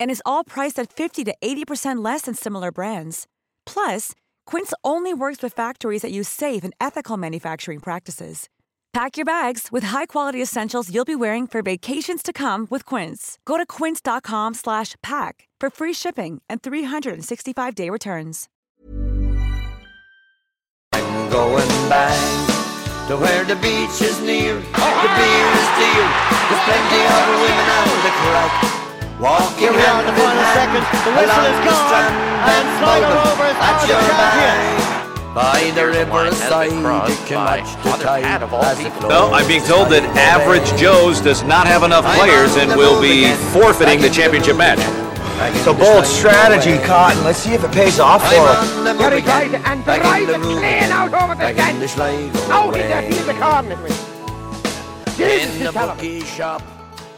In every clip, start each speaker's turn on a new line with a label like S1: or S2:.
S1: And is all priced at 50 to 80% less than similar brands. Plus, Quince only works with factories that use safe and ethical manufacturing practices. Pack your bags with high-quality essentials you'll be wearing for vacations to come with Quince. Go to quince.com slash pack for free shipping and 365-day returns.
S2: I'm going back to where the beach is near, the beer is dear, there's plenty of women out the crack. Walking
S3: Here we are
S2: round
S3: in the final
S2: hand,
S3: second. The whistle
S2: along
S3: is
S2: the
S3: gone,
S2: strand,
S3: and Sligo
S2: smoking
S3: Rovers
S2: at
S3: are the
S2: your
S3: champions.
S2: back. By the river side, you can watch the tide as it flows.
S4: No, I'm being told that Average Joe's does not have enough
S2: I'm
S4: players
S2: on
S4: and
S2: the
S4: will
S2: move
S4: be
S2: again.
S4: forfeiting
S2: Back
S4: the
S2: into
S4: championship
S2: move
S4: match.
S2: again. Back
S5: It's a
S2: into
S5: bold
S2: the
S5: strategy,
S2: highway.
S5: Cotton. Let's see if it pays off for
S2: I'm
S5: him.
S2: on the move
S3: There he
S2: again.
S3: drives it, and
S2: Back in
S3: drives
S2: the
S3: it
S2: room
S3: clean out over the
S2: Back in
S3: fence.
S2: the Sligo
S3: Out in the
S2: way.
S3: field, the corner it was. Jesus,
S2: In
S3: he's
S2: the
S3: talented.
S2: bookie shop,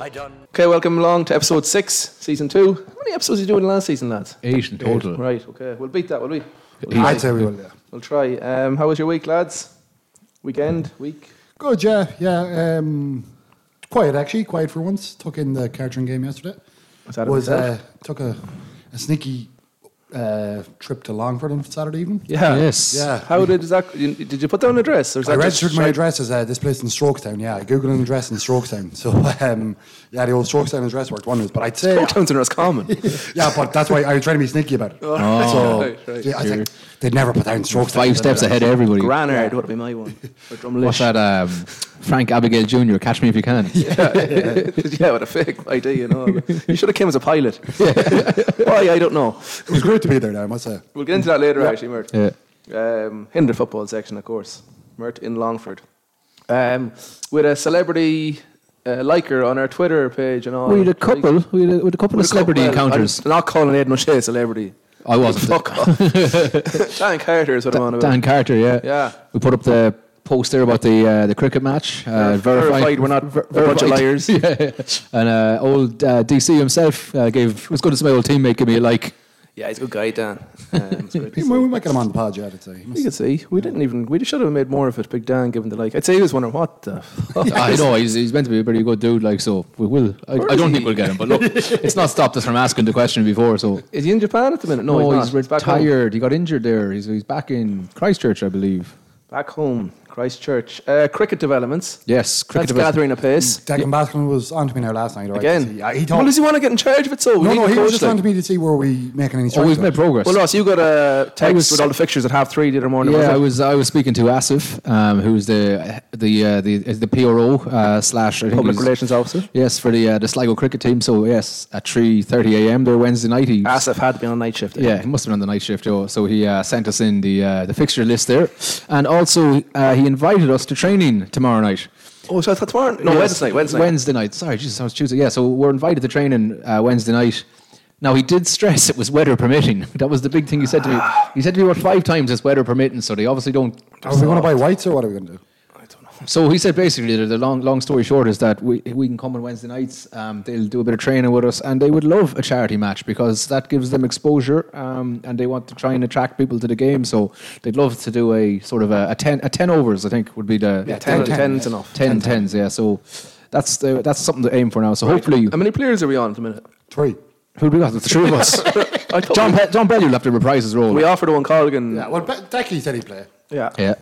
S2: I done.
S6: Okay, welcome along to episode six, season two. How many episodes are you doing last season, lads?
S7: Eight in total.
S6: Right, okay. We'll beat that, will we?
S5: I'd say we will. Yeah.
S6: We'll try. Um, how was your week, lads? Weekend, week?
S7: Good, yeah, yeah. Um, quiet actually, quiet for once. Took in the Cartron game yesterday.
S6: Was that
S7: Was
S6: about
S7: uh,
S6: that?
S7: took a, a sneaky uh, trip to Longford on Saturday evening.
S6: Yeah.
S7: Yes. Yeah.
S6: How did is that? you- Did you put down an address? Or is
S7: I
S6: that just
S7: registered my
S6: shite?
S7: address as uh, this place in Strokestown. Yeah, I googled an address in Strokestown. So um, yeah, the old Strokestown address worked wonders. But I'd say
S6: Counts in Roscommon.
S7: yeah, but that's why I was trying to be sneaky about it. so
S6: Oh. Right, right.
S7: yeah, I think they'd never put down Strokestown.
S8: Oh. Five steps ahead of everybody.
S6: Granard would be my one. Or Drumlish.
S8: What's that? Um, Frank Abigail Jr. Catch me if you can.
S6: yeah, with a fake ID, you know. you should have came as a pilot. Why? I don't know.
S7: It was great to be there. Now I must say.
S6: We'll get into that later, actually, Mert.
S8: Yeah.
S6: Um, Hinder football section, of course. Mert in Longford. Um, with a celebrity uh, liker on our Twitter page and all.
S8: We had a couple. We had a, we had a couple
S6: With
S8: of
S6: a couple-
S8: celebrity
S6: well,
S8: encounters.
S6: I'm not calling Ed O'Shea a celebrity.
S8: I wasn't.
S6: Fuck off. Dan Carter is what I'm on about.
S8: Dan Carter. Yeah.
S6: Yeah.
S8: We put up the post there about the uh, the cricket match. Uh, verified.
S6: verified we're not a bunch of
S8: verified.
S6: liars.
S8: yeah. And uh, old uh, DC himself uh, gave was good as my old teammate. Give me a like.
S6: Yeah, he's a good guy, Dan. Um, it's great to
S7: We
S6: see.
S7: we might get him on the pod, yeah, I'd say.
S6: You can see we didn't even we should have made more of it. Big Dan giving the like. I'd say he was wondering what the. Fuck
S8: I know he's, he's meant to be a pretty good dude. Like so, we will. I, I don't think we'll get him. But look, it's not stopped us from asking the question before. So
S6: Is he in Japan at the minute? No,
S8: No,
S6: he's,
S8: he's,
S6: not. back home.
S8: retired. He got injured there. He's, he's back in Christchurch, I believe.
S6: Back home, Christchurch. Uh, cricket developments.
S8: Yes, cricket
S6: cricket
S8: develop-
S6: That's gathering apace.
S7: Declan Baskin was on to me now last night. all right, to
S6: Again.
S7: see. Yeah, he
S6: well,
S7: talked.
S6: does he want to get in charge of it? So
S7: No,
S6: We
S7: no,
S6: need a
S7: he was
S6: coach
S7: just
S6: then.
S7: on to me to see were we making any strides.
S8: Oh, we've
S7: on
S8: made
S7: it.
S8: progress.
S6: Well, Ross, you got a text
S8: was-
S6: with all the fixtures at half three the other morning.
S8: yeah,
S6: wasn't
S8: I
S6: it?
S8: was I was speaking to Asif, um, who's the the uh, the is the PRO uh, slash I think
S6: Public
S8: he's-
S6: relations officer.
S8: Yes, for the uh, the Sligo cricket team. So yes, at three thirty a.m. there Wednesday night. He
S6: Asif had to be on night shift.
S8: Yeah, he must have been on the night shift. Oh, so he uh, sent us in the uh, the fixture list there, and also uh, he invited us to training tomorrow night.
S6: Oh, so that's tomorrow? No,
S8: Yes,
S6: Wednesday night. Wednesday. night.
S8: Wednesday night. Sorry, Jesus, I was Tuesday. Yeah, so we're invited to training uh, Wednesday night. Now he did stress it was weather permitting. That was the big thing he said to me. He said to me about five times it's weather permitting, so they obviously don't.
S7: Are Oh, we going to buy whites or what are we going to do?
S8: So he said basically the, the long long story short is that we we can come on Wednesday nights. Um, they'll do a bit of training with us, and they would love a charity match because that gives them exposure, um, and they want to try and attract people to the game. So they'd love to do a sort of a, a ten a ten overs. I think would be the
S6: Yeah, 10
S8: 10
S6: 10's enough.
S8: 10 tens. Yeah, so. That's the, that's something to aim for now. So hopefully,
S6: How many players are we on at the minute?
S7: Three.
S8: Who'd we got? The three of us.
S6: I thought
S8: John,
S6: we,
S8: Pe- John Bellew left to reprise his role.
S6: we offered one Colgan.
S7: Yeah, well, Be- Decky said he'd play.
S6: yeah.
S8: Yeah.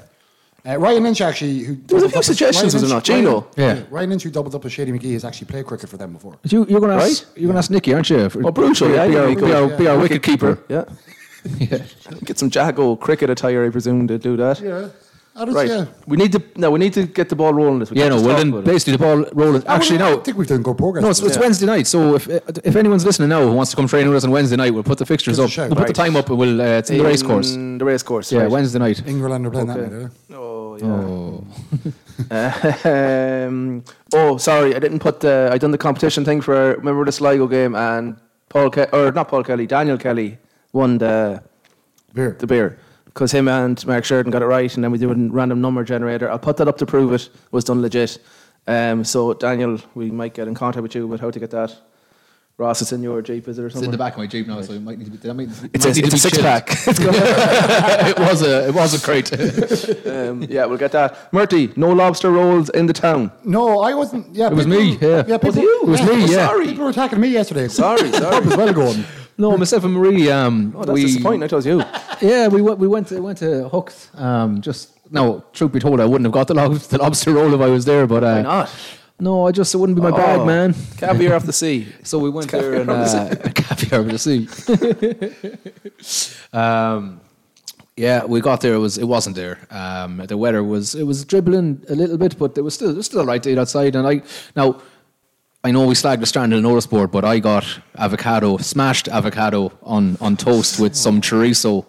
S7: Uh, Ryan Lynch actually, who
S6: There was a few
S7: doubled up-
S6: suggestions,
S7: Ryan
S6: was there
S7: Lynch-
S6: not? Gino.
S7: Ryan-
S8: Yeah.
S7: Ryan Lynch, who doubled up with Shady McGee, has actually played cricket for them before.
S8: You, you're going
S7: Right?
S8: to you're gonna ask Nicky, aren't you? For-
S6: Oh, brutal. Yeah,
S8: be,
S6: yeah,
S8: our,
S6: we
S8: be
S6: could,
S8: our-
S6: yeah.
S8: be our
S6: Wicket
S8: wicket keeper.
S6: Yeah. Get some Jago cricket attire, I presume, to do that.
S7: Yeah.
S6: Right. We need to no. We need to get the ball rolling this week.
S8: Yeah, no,
S6: Just
S8: well,
S6: talk
S8: then
S6: about it.
S8: basically the ball rolling.
S7: I
S8: Actually,
S7: wouldn't-
S8: no.
S7: I think we've done good progress.
S8: No, it's, it's Wednesday night. So if uh, if anyone's listening now who wants to come train with us on Wednesday night, we'll put the fixtures
S7: Give us
S8: up.
S7: a shout.
S8: We'll put the
S6: Right.
S8: time up. and We'll uh, it's in the race course.
S6: In The race course.
S8: Yeah,
S6: right.
S8: Wednesday night.
S7: England are playing that night,
S6: Oh yeah.
S8: Oh,
S6: um, oh, sorry, I didn't put the. I done the competition thing for. Remember the Sligo game and Paul Ke- or not Paul Kelly, Daniel Kelly won the
S7: Beer.
S6: the beer because him and Mark Sheridan got it right, and then we did a random number generator. I'll put that up to prove it was done legit. Um, so Daniel, we might get in contact with you about how to get that. Ross, it's in your jeep, is it or
S8: it's
S6: something?
S8: in the back of my jeep now, so it might need to be. Did I make,
S6: It's a, it's a six pack. It's got-
S8: it was a it was a crate. it
S6: um, yeah, we'll get that. Murty, no lobster rolls in the town.
S7: No, I wasn't. Yeah, it
S8: was me. Yeah,
S7: Yeah, people,
S8: It was
S7: yeah,
S8: me. Yeah.
S6: sorry.
S7: People were attacking me yesterday.
S6: Sorry,
S7: That
S6: sorry.
S7: was well going.
S8: No, myself and Marie. Um,
S6: Oh, that's
S8: we,
S6: disappointing. I told you.
S8: Yeah, we went. We went to went to Hooked. Um, just no. Truth be told, I wouldn't have got the, lob, the lobster roll if I was there. But uh,
S6: Why not?
S8: No, I just it wouldn't be my
S6: Oh,
S8: bag, man.
S6: Caviar off the sea.
S8: So we went there
S6: Caviar
S8: and
S6: on the
S8: uh, caviar over the sea. um, yeah, we got there. It was it wasn't there. Um, the weather was it was dribbling a little bit, but it was still it was still a right day outside. And I now I know we slagged the strand in the notice board, but I got avocado smashed avocado on on toast with some chorizo,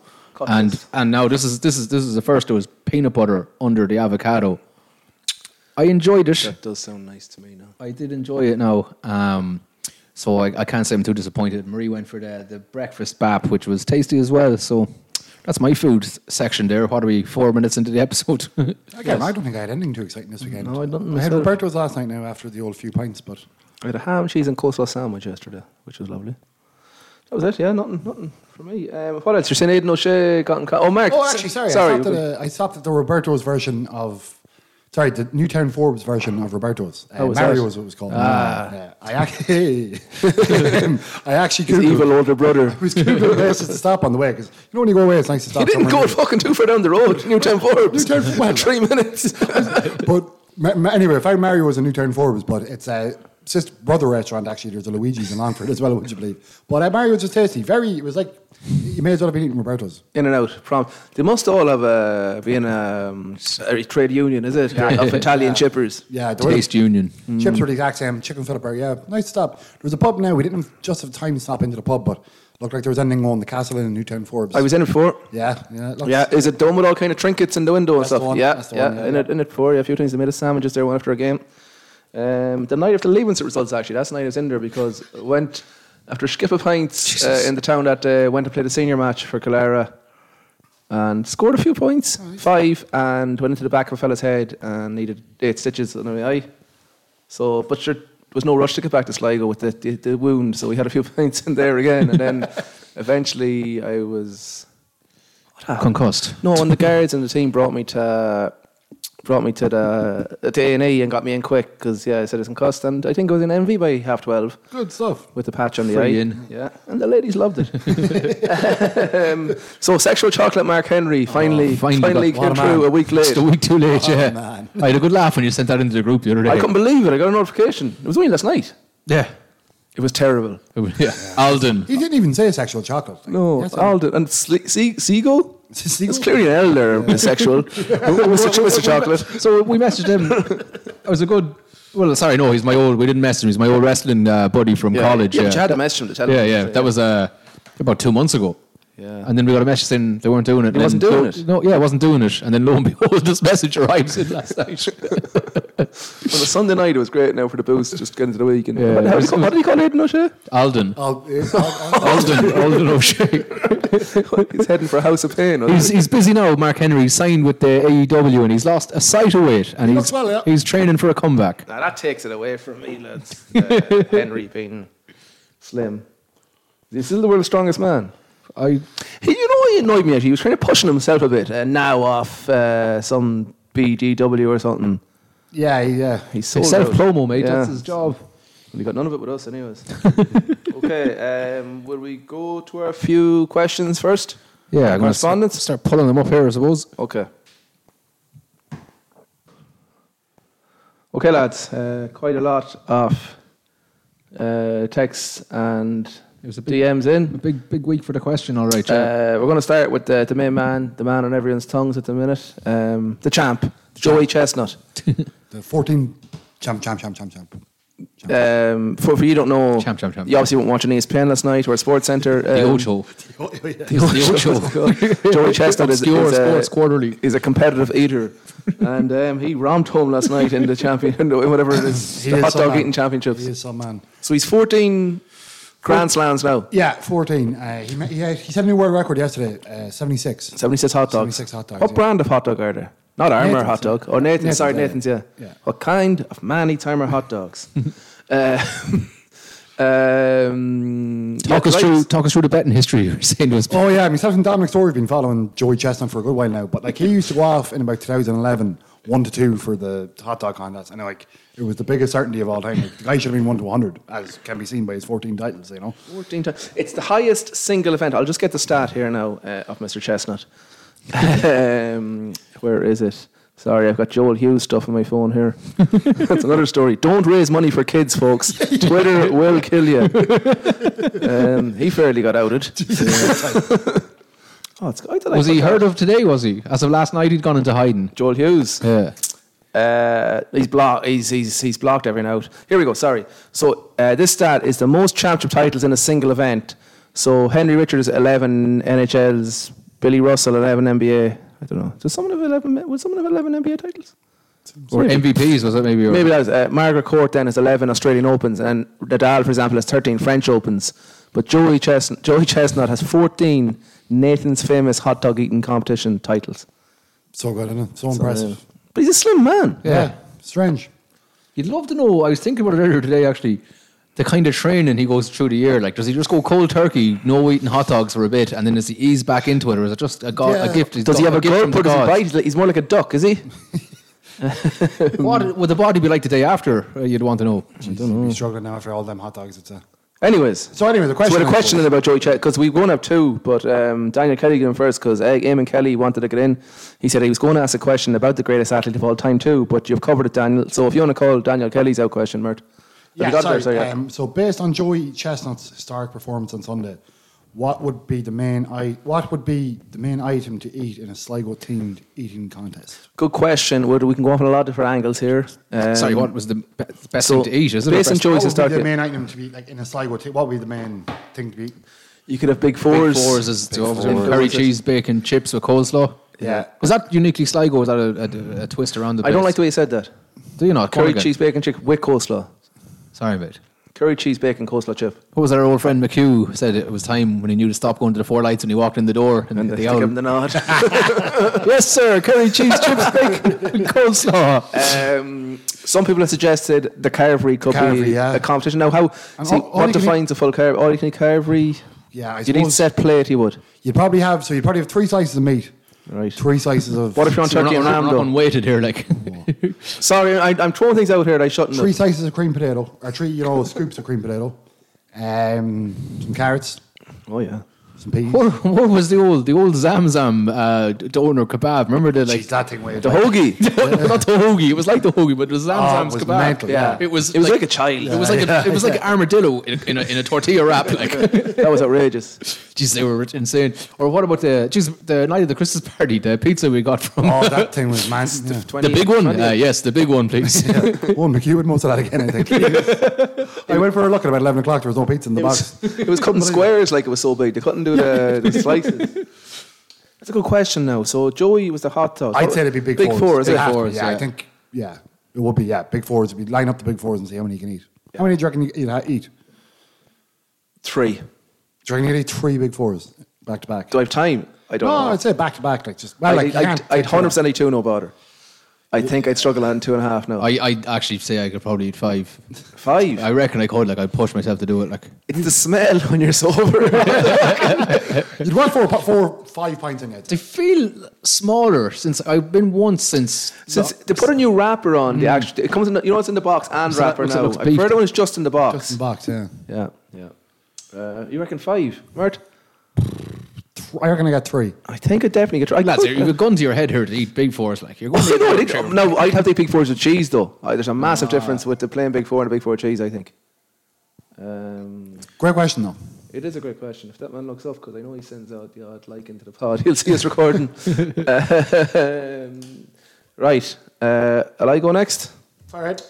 S8: and and now this is this is this is the first. It was peanut butter under the avocado. I enjoyed it.
S6: That does sound nice to me now.
S8: I did enjoy it now. Um, so I, I can't say I'm too disappointed. Marie went for the, the breakfast bap, which was tasty as well. So that's my food s- section there. What are we, four minutes into the episode?
S7: Again, I don't think I had anything too exciting this weekend.
S6: No, I don't
S7: I had
S6: myself.
S7: Roberto's last night now after the old few pints, but
S6: I had a ham, cheese, and coleslaw sandwich yesterday, which was lovely. That was it, yeah, nothing, nothing for me. Um, what else? You're saying Aidan O'Shea got in co- Oh, Mark.
S7: Oh,
S6: s-
S7: actually, sorry.
S6: sorry.
S7: I, stopped at, uh, I stopped at the Roberto's version of, sorry, the Newtown Forbes version of Roberto's. Uh,
S6: Oh, is
S7: Mario
S6: that- Ah.
S7: was what it was called. Yeah. I, ac- I actually
S6: his
S7: Googled.
S6: evil older brother.
S7: I was Googling places to stop on the way because you know when you go away, it's nice to
S6: You
S7: stop.
S6: didn't
S7: somewhere
S6: go
S7: new.
S6: fucking too far down the road. Newtown Forbes.
S7: Newtown Forbes.
S6: Three minutes.
S7: But ma- ma- anyway, if I Mario was a Newtown Forbes, but it's a sister brother restaurant actually. There's a Luigi's in Longford as well, would you believe? But uh, Mario's was tasty. Very, it was like you may as well have been eating Roberto's.
S6: In and out. Prompt. They must all have uh, been um, a trade union, is it? Of Italian chippers.
S7: Yeah, the way-
S8: Taste Union.
S7: Chips were the exact same. Chicken fillet bar, yeah. Nice stop. There was a pub now. We didn't have just have time to stop into the pub, but looked like there was anything on the Castle Inn in Newtown Forbes.
S6: I was in it for.
S7: Yeah, yeah. look-
S6: Yeah, is it done with all kind of trinkets in the window and
S7: That's
S6: stuff?
S7: the one,
S6: Yeah,
S7: that's the
S6: yeah,
S7: one, yeah,
S6: in
S7: yeah.
S6: it, in it for you. A few times they made us sandwiches there one after a game. Um, the night after leaving results, actually, that's the night I was in there because I went after skip a pint uh, in the town that day, went to play the senior match for Calera and scored a few points, five, and went into the back of a fella's head and needed eight stitches on my eye. So, but sure, there was no rush to get back to Sligo with the, the, the wound, so we had a few pints in there again, and then eventually I was. What happened?
S8: Concussed.
S6: No, and the guards and the team brought me to brought me to the to A and E and got me in quick because yeah, I said it's in cost, and I think I was in envy by half twelve
S7: Good stuff.
S6: with the patch on the
S8: Free
S6: eye.
S8: in.
S6: Yeah, and the ladies loved it. um, so sexual chocolate, Mark Henry finally
S8: finally
S6: finally
S8: got-
S6: came
S7: what a
S6: through
S7: man.
S6: a week
S8: It's
S6: late.
S8: a week too late,
S7: Oh,
S8: yeah.
S7: man.
S8: I had a good laugh when you sent that into the group the other day.
S6: I couldn't believe it. I got a notification. It was only last night.
S8: yeah.
S6: It was terrible.
S8: It was- yeah. Alden.
S7: He didn't even say sexual chocolate.
S6: No,
S7: Yes, I-
S6: Alden and Sle- Se- Seagull.
S7: Seagull?
S6: It's clearly an L there, bisexual. Mr. Ch- Mr. Chocolate.
S8: So we messaged him. It was a good. Well, sorry, no, he's my old. We didn't message him. He's my old wrestling uh, buddy from
S6: Yeah.
S8: college. uh,
S6: Yeah, but you had to message him to tell
S8: yeah,
S6: him.
S8: Yeah,
S6: So,
S8: That
S6: yeah.
S8: was uh, about two months ago.
S6: Yeah.
S8: And then we got a message saying they weren't doing it. He
S6: wasn't doing it.
S8: No, yeah, I wasn't doing it. And then lo and behold, this message arrives in last night.
S6: On a Sunday night, it was great now for the boost, just getting to the week. And
S8: Yeah.
S6: what, how do you call- what did he call Aidan O'Shea?
S8: Alden.
S7: I'll- I'll- I'll-
S8: Alden. Alden O'Shea.
S6: He's heading for House of Pain. wasn't
S8: He's,
S6: he?
S8: he's busy now, Mark Henry. He's signed with the AEW and he's lost a sight of weight and
S7: looks
S8: he's,
S7: well, yeah.
S8: he's training for a comeback.
S6: Now that takes it away from me, lads. Uh, Henry being slim. He's still the world's strongest man.
S8: I,
S6: He, you know, he annoyed me actually. He was trying to push himself a bit, and now off uh, some BGW or something.
S7: yeah, yeah.
S6: He's sold
S8: It's
S6: out.
S8: self-promo, mate.
S6: Yeah.
S8: That's his job.
S6: Well, he got none of it with us, anyways. okay, um, will we go to our few questions first?
S8: Yeah, I'm gonna
S6: correspondence.
S8: s- Start pulling them up here, I suppose.
S6: Okay. Okay, lads, uh, quite a lot of uh, texts and DMs in. A
S8: big, big week for the question, all right, Jay.
S6: Uh, we're going to start with the, the main man, the man on everyone's tongues at the minute, um, the champ, Joey Chestnut.
S7: The 14 champ, champ, champ, champ, champ.
S6: Um, for, for you don't know, you obviously won't watch an ESPN last night. We're at Sports Centre.
S8: The
S6: um,
S8: Ocho.
S6: The Ocho. Joey Chestnut is,
S8: Obscure
S6: is a,
S8: Sports
S6: Quarterly. Is a competitive eater, and um, he romped home last night in the champion, in the- whatever it is,
S7: He
S6: the
S7: is
S6: hot
S7: some
S6: dog
S7: man.
S6: eating championships.
S7: He is some man.
S6: So he's 14 Grand Slams now.
S7: Yeah, 14. Uh, he, ma- he, had- he set a new world record yesterday, uh, 76.
S6: 76 hot dogs.
S7: 76 hot dogs.
S6: What brand of hot dog are there? Not Armour
S7: Nathan's,
S6: hot dog.
S7: yeah.
S6: Oh, Nathan's,
S7: Nathan's,
S6: sorry,
S7: yeah,
S6: Nathan's, yeah.
S7: yeah.
S6: What kind of man eats Armour hot dogs? uh, um, yeah,
S8: Talk us
S6: 'cause I
S8: through,
S6: just-
S8: talk us through the betting history you were saying to us.
S7: Oh yeah, I mean, Southern Dominic Story's been following Joey Chestnut for a good while now, but like he used to go off in about 2011, one to two for the hot dog contest, and like it was the biggest certainty of all time. Like, the guy should have been one to 100, as can be seen by his 14 titles. You know,
S6: 14 times. It's the highest single event. I'll just get the stat here now uh, of Mr. Chestnut. um, where is it? Sorry, I've got Joel Hughes stuff on my phone here. That's another story. Don't raise money for kids, folks. Twitter will kill you. Um, he fairly got outed. oh, it's, I thought I
S8: Was
S6: put
S8: he
S6: that-
S8: heard of today, was he? As of last night, he'd gone into hiding.
S6: Joel Hughes.
S8: Yeah.
S6: Uh, he's blocked. He's, he's he's blocked every out. Here we go. Sorry. So uh, this stat is the most championship titles in a single event. So Henry Richards eleven NHLs, Billy Russell eleven NBA. I don't know. Does someone have eleven? Would someone have eleven NBA titles?
S8: Or MVPs, was it maybe? Or
S6: Maybe that was uh, Margaret Court. Then has eleven Australian Opens, and Nadal, for example, has thirteen French Opens. But Joey Chestnut, Joey Chestnut has fourteen Nathan's famous hot dog eating competition titles.
S7: so good, isn't it? So impressive.
S6: But he's a slim man.
S7: Yeah. strange.
S8: You'd love to know. I was thinking about it earlier today, actually. The kind of training he goes through the year. Like, does he just go cold turkey, no eating hot dogs for a bit, and then does he ease back into it, or is it just a, god, a gift? he's
S6: Does he
S8: got-
S6: have a
S8: gift
S6: globe?
S8: from the
S6: Does he
S8: gods?
S6: bite? He's like- He's more like a duck, is he?
S8: What would the body be like the day after? Uh, You'd want to know.
S6: Mm-hmm.
S7: He's struggling now after all them hot dogs. It's a
S6: Anyways,
S7: so. Anyway, the
S6: So
S7: question.
S6: we had a
S7: I
S6: question
S7: suppose.
S6: in about Joey Chet because we won't have two, but um, Daniel Kelly got in first because uh, Eamon Kelly wanted to get in. He said he was going to ask a question about the greatest athlete of all time too, but you've covered it, Daniel. So if you want to call Daniel Kelly's out question, Mert. Have you
S7: Yeah,
S6: got it
S7: sorry.
S6: there? Sorry, yeah.
S7: um, so based on Joey Chestnut's historic performance on Sunday, what would be the main I- what would be the main item to eat in a Sligo themed eating contest?
S6: Good question. Would- We can go off on a lot of different angles here. Um,
S8: Sorry, what was the be- best
S6: so
S8: thing to eat? Is it
S6: based
S8: or
S6: on
S8: best-
S6: Joey- Always
S7: What
S6: a
S7: would be the
S6: start-
S7: main item to be like in a Sligo? T- what would be the main thing to be? eaten?
S6: you could have big
S8: Big
S6: fours.
S8: fours is the obvious
S6: fours.
S8: one. Curry cheese, bacon, chips with coleslaw.
S7: Yeah.
S8: Was that uniquely Sligo? Was that a, a, a twist around the?
S6: I don't
S8: place?
S6: like the way you said that.
S8: Do you not? Come
S6: Curry
S8: again.
S6: cheese bacon chip with coleslaw.
S8: Sorry, mate.
S6: Curry cheese bacon coleslaw chip.
S8: What was our old friend McHugh said? It was time when he knew to stop going to the four lights when he walked in the door and,
S6: And
S8: the,
S6: they give
S8: owl.
S6: him the nod.
S8: yes, sir. Curry cheese, chips, bacon, and coleslaw.
S6: Um, some people have suggested the carvery could
S7: Carvery,
S6: be
S7: yeah.
S6: a competition. Now, how
S7: And
S6: see,
S7: all- all
S6: what
S7: you can eat-
S6: defines a full carvery? All you can eat carvery.
S7: Yeah, I
S6: you need
S7: suppose-
S6: set plate. You would.
S7: You'd probably have so you'd probably have three slices of meat,
S6: Right.
S7: three slices of
S6: What if you're on
S8: We're not,
S6: turkey
S8: we're
S6: and
S8: not-
S6: ham?
S8: we're not
S6: though?
S8: unweighted here, like.
S6: Sorry, I, I'm throwing things out here. and I shouldn't.
S7: three
S6: have.
S7: slices of cream potato or three you know scoops of cream potato, um, some carrots,
S6: Oh yeah.
S7: some peas.
S8: What, what was the old the old Zamzam uh, doner kebab? Remember the like
S7: Jeez, that thing weighed
S6: The
S7: like-
S6: hoagie.
S8: not the hoagie. It was like the hoagie, but it was Zamzam's
S7: was
S8: kebab.
S7: mental, yeah.
S8: it was.
S6: It was like a child.
S8: It was like a, it was like an armadillo in, in, a, in a tortilla wrap. Like,
S6: that was outrageous.
S8: jeez, they were insane. Or what about the jeez the night of the Christmas party? The pizza we got from
S7: Oh, that thing was man. yeah.
S8: the
S6: 20
S8: big one.
S6: 20
S8: Uh, yes, the big one, please.
S7: Well, McHugh would most of that again, I think. I went for a look at about 11 o'clock. There was no pizza in the
S6: It
S7: box.
S6: was, it was cutting squares like it was so big. They couldn't do the, the slices. That's a good question now. So Joey was the hot dog.
S7: I'd say it'd be big,
S6: Big
S7: fours.
S6: fours,
S7: It'd
S6: yeah.
S7: have to be,
S8: fours,
S7: Yeah, I
S8: yeah.
S7: think, yeah, it would be, yeah, big fours. We'd line up the big fours and see how many you can eat. How many do you reckon you- you'd ha- eat?
S6: Three.
S7: Do you reckon you'd eat three big fours back to back?
S6: Do I have time? I don't
S7: No,
S6: know.
S7: I'd say back to back, like just, well,
S6: I'd,
S7: like, you
S6: I'd,
S7: can't
S6: I'd
S7: take
S6: 100%
S7: two.
S6: eat two, no bother. I think I'd struggle on two and a half now.
S8: I I actually say I could probably eat five.
S6: Five.
S8: I reckon I could. Like, I'd push myself to do it. Like,
S6: it's the smell when you're sober.
S7: You'd want four, pi- four, five pints in it.
S8: they feel smaller since I've been once since
S6: Since they put a new wrapper on,
S7: Mm.
S6: the actual, it comes in, the, you know, it's in the box and
S8: So that
S6: wrapper
S8: looks- it
S6: now.
S8: looks
S6: I
S8: beefed.
S6: prefer the one that's just in the box.
S7: Just in the box, yeah.
S6: Yeah, yeah. Uh, you reckon five, Mert?
S7: th- I reckon I got three.
S6: I think I definitely get three.
S8: Lads, you have a gun to your head here to eat big fours. Like you're going
S6: Oh,
S8: to eat
S6: no, I
S8: big
S6: think- no, I'd have the big fours with cheese though. Uh, There's a massive difference with the plain big four and the big four cheese. I think. Um,
S7: Great question though.
S6: it is a great question. If that man looks up, because I know he sends out the odd like into the pod, he'll see us recording. Um, right, uh, will I go next?
S7: All right.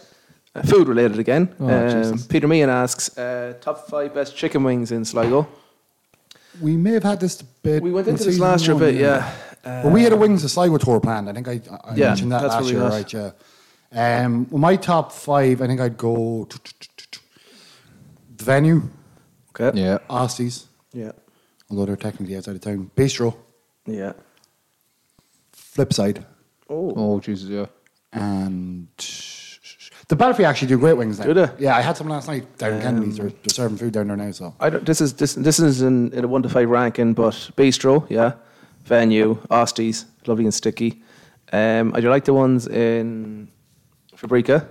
S6: Uh, food related again.
S7: Oh,
S6: um,
S7: Jesus.
S6: Peter Meehan asks uh, top five best chicken wings in Sligo.
S7: We may have had this bit.
S6: We went
S7: in
S6: into this
S7: season
S6: last year a
S7: one,
S6: bit, yeah. uh,
S7: well, we had a Wings of Sligo tour planned. I think I, I I
S6: Yeah,
S7: mentioned that
S6: that's
S7: last
S6: what we
S7: year,
S6: got.
S7: right? Yeah. Um, well, my top five, I think I'd go the venue.
S6: Okay.
S8: Yeah.
S7: Osty's,
S6: Yeah.
S7: although they're technically outside of town. Bistro,
S6: Yeah.
S7: Flipside,
S8: Oh Jesus, yeah.
S7: and the Belfry actually do great wings now.
S6: Do they? Um,
S7: Yeah, I had some last night down in Kennedy's. They're, they're serving food down there now, so.
S6: I don't, this is this this is in, in a one to five ranking, but bistro, yeah, venue, Osties, lovely and sticky. Um, I do like the ones in Fabrica.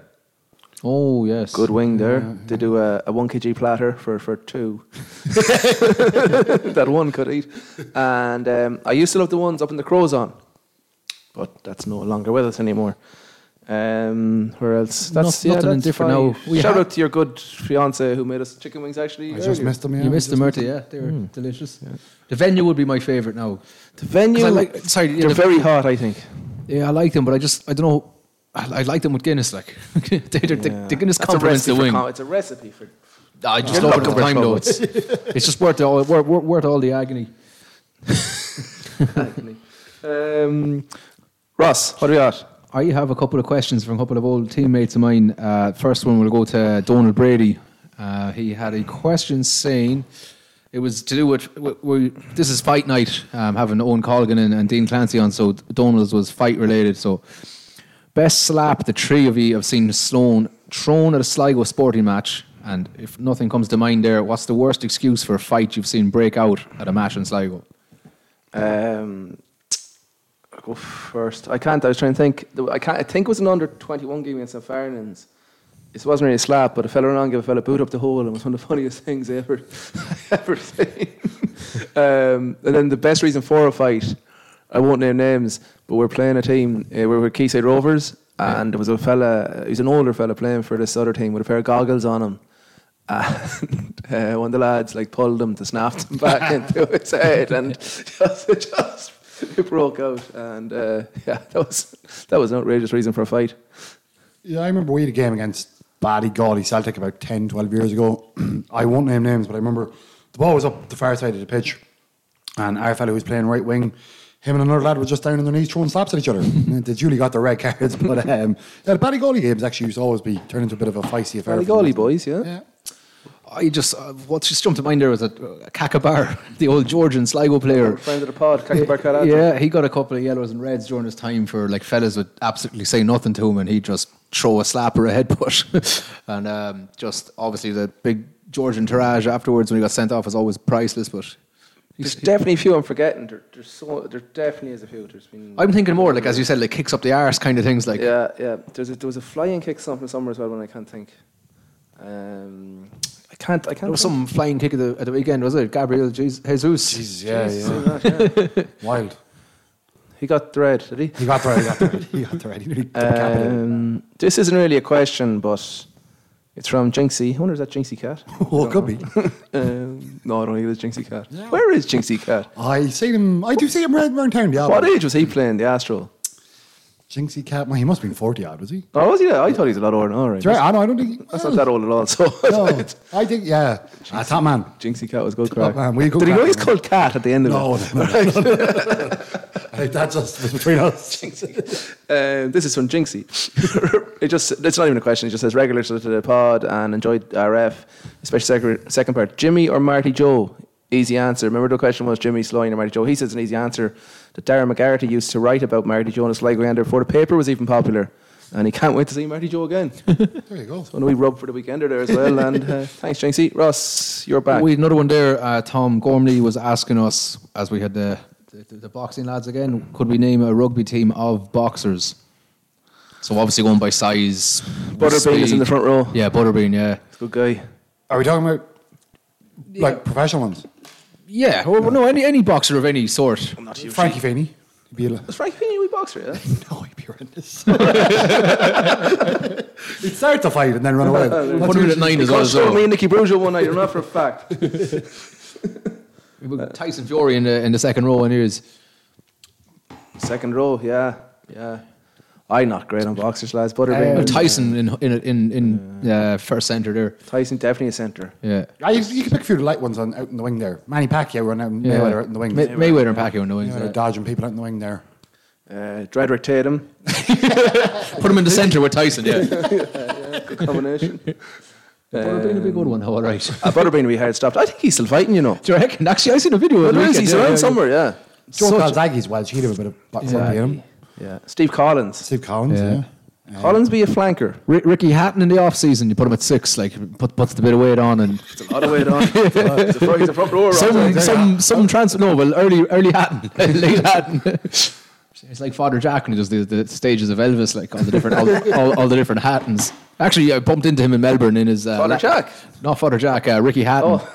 S8: Oh yes.
S6: Good wing there. They do a, a one kg platter for for two. that one could eat. And um, I used to love the ones up in the Crows on, but that's no longer with us anymore. Um, where else?
S8: Not-
S6: That's yeah,
S8: nothing
S6: that's
S8: different
S6: fine.
S8: now. We
S6: Shout
S8: ha-
S6: out to your good fiance who made us chicken wings. Actually,
S7: I just
S6: earlier.
S7: missed them, yeah.
S8: You missed
S7: I
S8: them, Murta, yeah. They were delicious. The venue would be my favourite now.
S6: The venue,
S8: 'Cause I like- sorry, yeah,
S6: they're
S8: the-
S6: very hot. I think.
S8: Yeah, I like them, but I just, I don't know. I, I like them with Guinness, like. they, they're, the- the Guinness complements the wing.
S6: it's a recipe for.
S8: I just
S6: You're
S8: love it
S6: looking
S8: at
S6: for
S8: the time,
S6: trouble.
S8: though. It's, it's just worth, all, worth, worth- worth all the agony.
S6: Um, Ross, what do we got?
S8: I have a couple of questions from a couple of old teammates of mine. Uh, first one will go to Donald Brady. Uh, he had a question saying it was to do with we, we, this is fight night, um, having Owen Colgan and, and Dean Clancy on, so Donald's was fight related. So best slap the three of you have seen Sloan thrown at a Sligo sporting match, and if nothing comes to mind there, what's the worst excuse for a fight you've seen break out at a match in Sligo?
S6: Um, I'll go first. I can't. I was trying to think. The- I can't. I think it was an under twenty-one game against St. Farnans. It wasn't really a slap, but a fella ran on gave a fella a boot up the hole, and it was one of the funniest things I ever, ever seen. um, and then the best reason for a fight, I won't name names, but we're playing a team. Uh, we were Keyside Rovers, and there was a fella. He was an older fella playing for this other team with a pair of goggles on him. And uh, one of the lads like pulled him to snap him back into his head, and just, it just it broke out. And uh, yeah, that was that was an outrageous reason for a fight.
S7: Yeah, I remember we had a game against Bally Gaudy Celtic about 10, 12 years ago. I won't name names, but I remember the ball was up the far side of the pitch, and our fellow who was playing right wing, him and another lad were just down on their knees throwing slaps at each other. And they duly got the red cards, but um, yeah, the Bally Gaudy games actually used to always be turned into a bit of a feisty affair.
S6: Fairly
S7: for them,
S6: golly
S7: wasn't it?
S6: boys, yeah.
S7: Yeah.
S8: I just uh, what just jumped to mind there was a, a Kakabar, the old Georgian Sligo player.
S6: Friend of the pod, Kakabar Karate.
S8: Yeah, he got a couple of yellows and reds during his time for like fellas would absolutely say nothing to him, and he'd just throw a slap or a headbutt, and um, just obviously the big Georgian tirage afterwards when he got sent off was always priceless. But
S6: There's definitely a few I'm forgetting. There, there's so there definitely is a few. There's been.
S8: I'm thinking more like as you said, like kicks up the arse kind of things. Like
S6: yeah, yeah. There's a, there was a flying kick something somewhere as well when I can't think. Um, I can't. I can't.
S8: there was
S6: think.
S8: some flying kick at the, at the weekend, was it? Gabriel Jesus.
S7: Jesus, yeah, yeah. Wild.
S6: He got the red, did he?
S7: He got the red, he got the red, he got the red. He nearly decapitated him.
S6: Um, this isn't really a question, but it's from Jinxie. I wonder is that Jinxie Cat?
S7: Oh, it could be.
S6: um, no, I don't think it's Jinxie Cat. Where is Jinxie Cat?
S7: I see him. I do see him around, around town. Yeah,
S6: What
S7: but-
S6: age was he playing the Astral?
S7: Jinxie Cat. Well, he must have been forty odd, was he?
S6: Oh, was he? I thought he was a lot older. All right.
S7: Do you reckon- I don't, I don't think.
S6: That's not that old at all. So
S7: No, I think yeah. Ah, top man.
S6: Jinxie Cat was good
S7: Top
S6: crack.
S7: man. We
S6: Did he know he's called Cat at the end of
S7: No,
S6: it?
S7: no, no, no, no. I think that's us between us.
S6: Um, this is from Jinxie. it just, it's not even a question. It just says regular to the pod and enjoyed RF, especially second, second part. Jimmy or Marty Joe? Easy answer. Remember the question was Jimmy Sloan or Marty Joe? He says an easy answer that Darren McGarty used to write about Marty Joe and his Sligo Ender before the paper was even popular. And he can't wait to see Marty Joe again.
S7: There you go.
S6: so we rub for the weekender there as well. And uh, thanks, Jinxie. Ross, you're back.
S8: We had another one there. Uh, Tom Gormley was asking us as we had the, the the boxing lads again. Could we name a rugby team of boxers? So obviously going by size.
S6: Butterbean is in
S8: speed.
S6: the front row.
S8: Yeah, Butterbean. Yeah,
S6: Good guy.
S7: Are we talking about like professional ones?
S8: Yeah, or no, any any boxer of any sort.
S7: Frankie Feeney. Be a-
S6: Is Frankie Feeney a wee boxer? Yeah? no, he'd be horrendous.
S7: He'd start the fight and then run away. That's
S8: One minute
S7: usually-
S8: nine is
S6: Because
S8: all so.
S6: me and Nicky Brujo one night, I'm not for a fact.
S8: Tyson Fury in the in the second row, and here's
S6: Second row, yeah, yeah. I'm not great on boxers, lads. Butterbean.
S8: uh, Tyson in in in in uh, first center there.
S6: Tyson definitely a centre.
S8: Yeah.
S7: I, you, you can pick a few of the light ones on, out in the wing there. Manny Pacquiao run out in
S8: Yeah.
S7: Mayweather out in the wing.
S8: May- Mayweather and Pacquiao in the wings,
S7: Yeah,
S8: yeah.
S7: Dodging people out in the wing there.
S6: Uh, Dredrick Tatum.
S8: Put him in the center with Tyson. Yeah.
S6: Good combination.
S8: Butterbean would be a good one. though, All right.
S6: Uh, Butterbean, we had stopped. I think he's still fighting, you know.
S8: Do you reckon? Actually, I seen a video. of
S6: But
S8: the
S6: there is,
S8: weekend,
S6: he's
S8: yeah,
S6: around
S8: yeah, yeah.
S6: somewhere, yeah.
S7: Joe
S6: Such-
S7: Calzaghe's Welsh. He'd have a bit of back yeah. in him.
S6: yeah. Steve Collins.
S7: Steve Collins, yeah.
S6: Collins be a flanker.
S8: Ri- Ricky Hatton in the off season, you put him at six, like put puts a bit of weight on, and
S6: It's a lot of weight on. It's a it's a front- it's a front rower.
S8: some
S6: right?
S8: some some transfer. No, well, early early Hatton, late Hatton. It's like Father Jack and he does the, the stages of Elvis, like all the different all, all, all the different Hattons. Actually, I bumped into him in Melbourne in his uh,
S6: Father Jack?
S8: not Father Jack, uh, Ricky Hatton.
S6: Oh.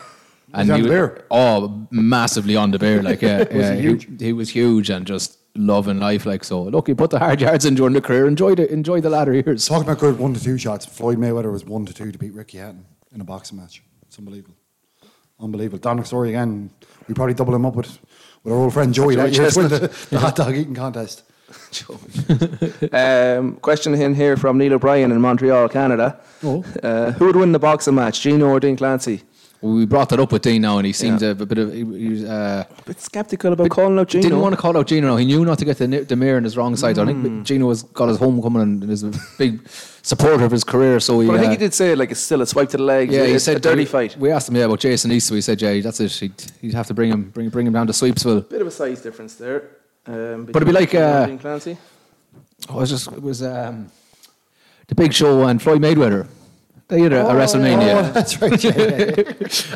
S8: And
S7: on
S8: he
S7: the
S8: was-
S7: beer?
S8: Oh, massively on the beer. Like, yeah, yeah, he,
S7: huge?
S8: he was huge and just loving life. Like, so look, he put the hard yards in during the career. Enjoyed it. Enjoyed the latter years.
S7: Talking about good one to two shots, Floyd Mayweather was one to two to beat Ricky Hatton in a boxing match. It's unbelievable. Unbelievable. Dominic Story again. We probably double him up with, with our old friend Joey
S6: Joey
S7: that year to win the,
S6: Chestnut.
S7: the hot dog eating contest.
S6: Um, question in here from Neil O'Brien in Montreal, Canada.
S7: Oh.
S6: Uh, who would win the boxing match, Gino or Dean Clancy?
S8: We brought that up with Dean now, and he seemed a, bit of. He, he was, uh,
S6: A bit sceptical about calling out Gino.
S8: didn't want to call out Gino. He knew not to get the, ni- the mirror in his wrong side. I think Gino has got his homecoming and is a big supporter of his career. So he,
S6: But I think
S8: uh,
S6: he did say like it's still a swipe to the legs.
S8: Yeah, he
S6: it's
S8: said
S6: a dirty
S8: we,
S6: fight.
S8: We asked him yeah about Jason East. So he said, yeah, that's it. He'd, he'd have to bring him, bring, bring him down to Sweepsville.
S6: Bit of a size difference there. Um,
S8: But it'd be
S6: between
S8: like,
S6: Gino and
S8: uh,
S6: Dean Clancy.
S8: Oh, it was just it was um, the Big Show and Floyd Mayweather. They had a, a
S7: Oh,
S8: WrestleMania,
S7: that's right. Yeah, yeah, yeah.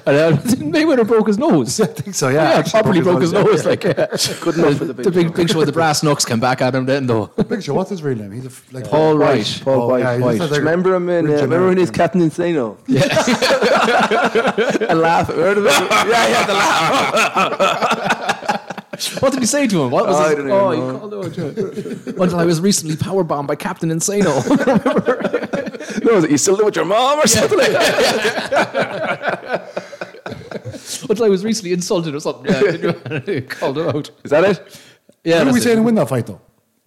S8: and uh, Mayweather broke his nose.
S7: I think so, Oh, yeah. Actually
S8: properly broke his nose.
S7: yeah.
S8: Like, yeah.
S6: Good enough for the big.
S8: the big, big show with the brass knucks came back at him then, though.
S7: Big show. What's his real name? He's a, f- like
S8: Paul Wright.
S6: Paul
S7: Oh,
S6: White.
S7: yeah, he
S6: White.
S7: said they're
S6: Remember him in? Uh,
S7: original,
S6: remember when he was
S7: yeah.
S6: Captain Insano? Yeah. and laugh. Heard of it? Yeah, yeah, the laugh.
S8: What did he say to him? What was
S6: I
S8: his,
S6: don't even
S8: oh,
S6: know.
S8: he called out. Until I was recently powerbombed by Captain Insano.
S6: No, was it, you still live with your mom or something like that?
S8: Until I was recently insulted or something. Yeah, didn't you? called him out.
S6: Is that it?
S8: Yeah,
S7: Who are we
S8: that's it.
S7: saying to win that fight, though?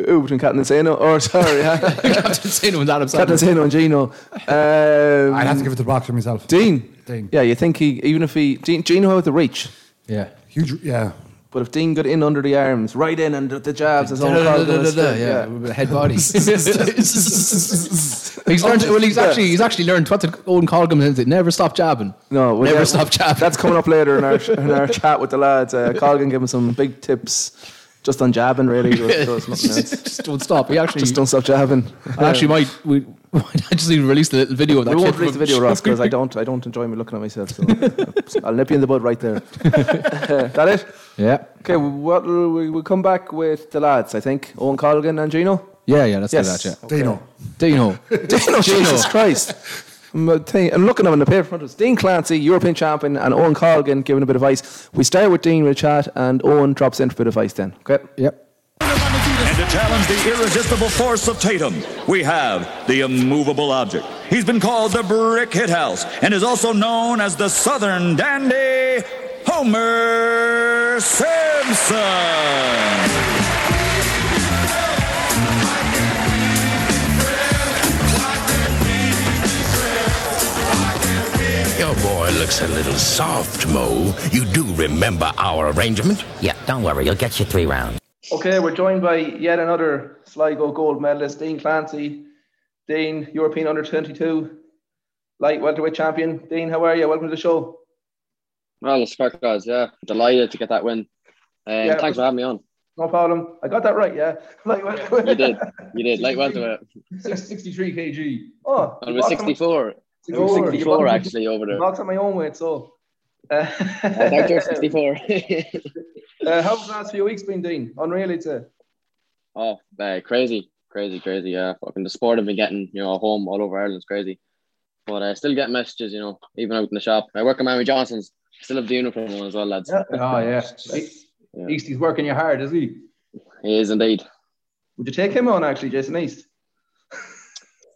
S6: Ooh, between Captain Insano. Or sorry, yeah.
S8: Captain Insano and Adam
S6: Captain
S8: Sandler.
S6: Insano and Gino. Um,
S7: I'd have to give it to the boxer myself.
S6: Dean.
S7: Dean.
S6: Yeah, you think he even if he Dean, Gino had the reach,
S8: Yeah.
S7: Huge, yeah.
S6: but if Dean got in under the arms, right in and the jabs and so
S8: Da-da-da-da-da-da, Yeah,
S6: yeah.
S8: with the head bodies. he's learned. Well, he's
S6: Yeah.
S8: actually he's actually learned what the Owen Colgan said. Never stop jabbing.
S6: No, well,
S8: never
S6: yeah,
S8: stop jabbing.
S6: That's coming up later in our in our chat with the lads. Uh, Colgan gave him some big tips, just on jabbing really. There was- there was nothing else.
S8: just don't stop. He actually
S6: Just don't stop jabbing.
S8: I actually might we. I just need to release the little video of that.
S6: We won't
S8: clip
S6: release the
S8: from-
S6: video, Ross, because I don't I don't enjoy me looking at myself. So uh, I'll nip you in the bud right there. that it?
S8: Yeah.
S6: Okay, what we will come back with the lads. I think Owen Colgan and Gino.
S8: Yeah, yeah, let's
S6: Yes.
S8: do that, yeah.
S7: Dino.
S8: Dino.
S6: Dino, Jesus Christ. I'm, uh, tell you- I'm looking at him in the paper in front of us. Dean Clancy, European champion, and Owen Colgan giving a bit of advice. We start with Dean with a chat, and Owen drops in for a bit of advice then. Okay?
S8: Yep.
S9: And to challenge the irresistible force of Tatum, we have the immovable object. He's been called the Brick Hit House and is also known as the Southern Dandy Homer Simpson.
S10: Your boy looks a little soft, Mo. You do remember our arrangement?
S11: Yeah, don't worry, you'll get your three rounds.
S6: Okay, we're joined by yet another Sligo gold medalist, Dean Clancy. Dean, European under 22, light welterweight champion. Dean, how are you? Welcome to the show.
S2: Well, it's fair, guys. Yeah, delighted to get that win. Um,
S6: Yeah.
S2: thanks for having me on.
S6: No problem. I got that right, yeah? Light welterweight.
S2: You did. You did. Like, well to it.
S6: Six- 63 kg. Oh,
S2: And it was 64. It was 64 actually over there.
S6: Not at my own weight, so. Uh,
S2: I think you're 64.
S6: Uh, how have the last few weeks been, Dean? Unreal, it's a
S2: oh, uh, crazy, crazy, crazy. Yeah, fucking the sport I've been getting, you know, uh, home all over Ireland's crazy. But I still get messages, you know, even out in the shop. I work at Mary Johnson's, Still have the uniform on as well, lads.
S6: Oh yeah. Eastie's working you hard, is he?
S2: He is indeed.
S6: Would you take him on actually, Jason East?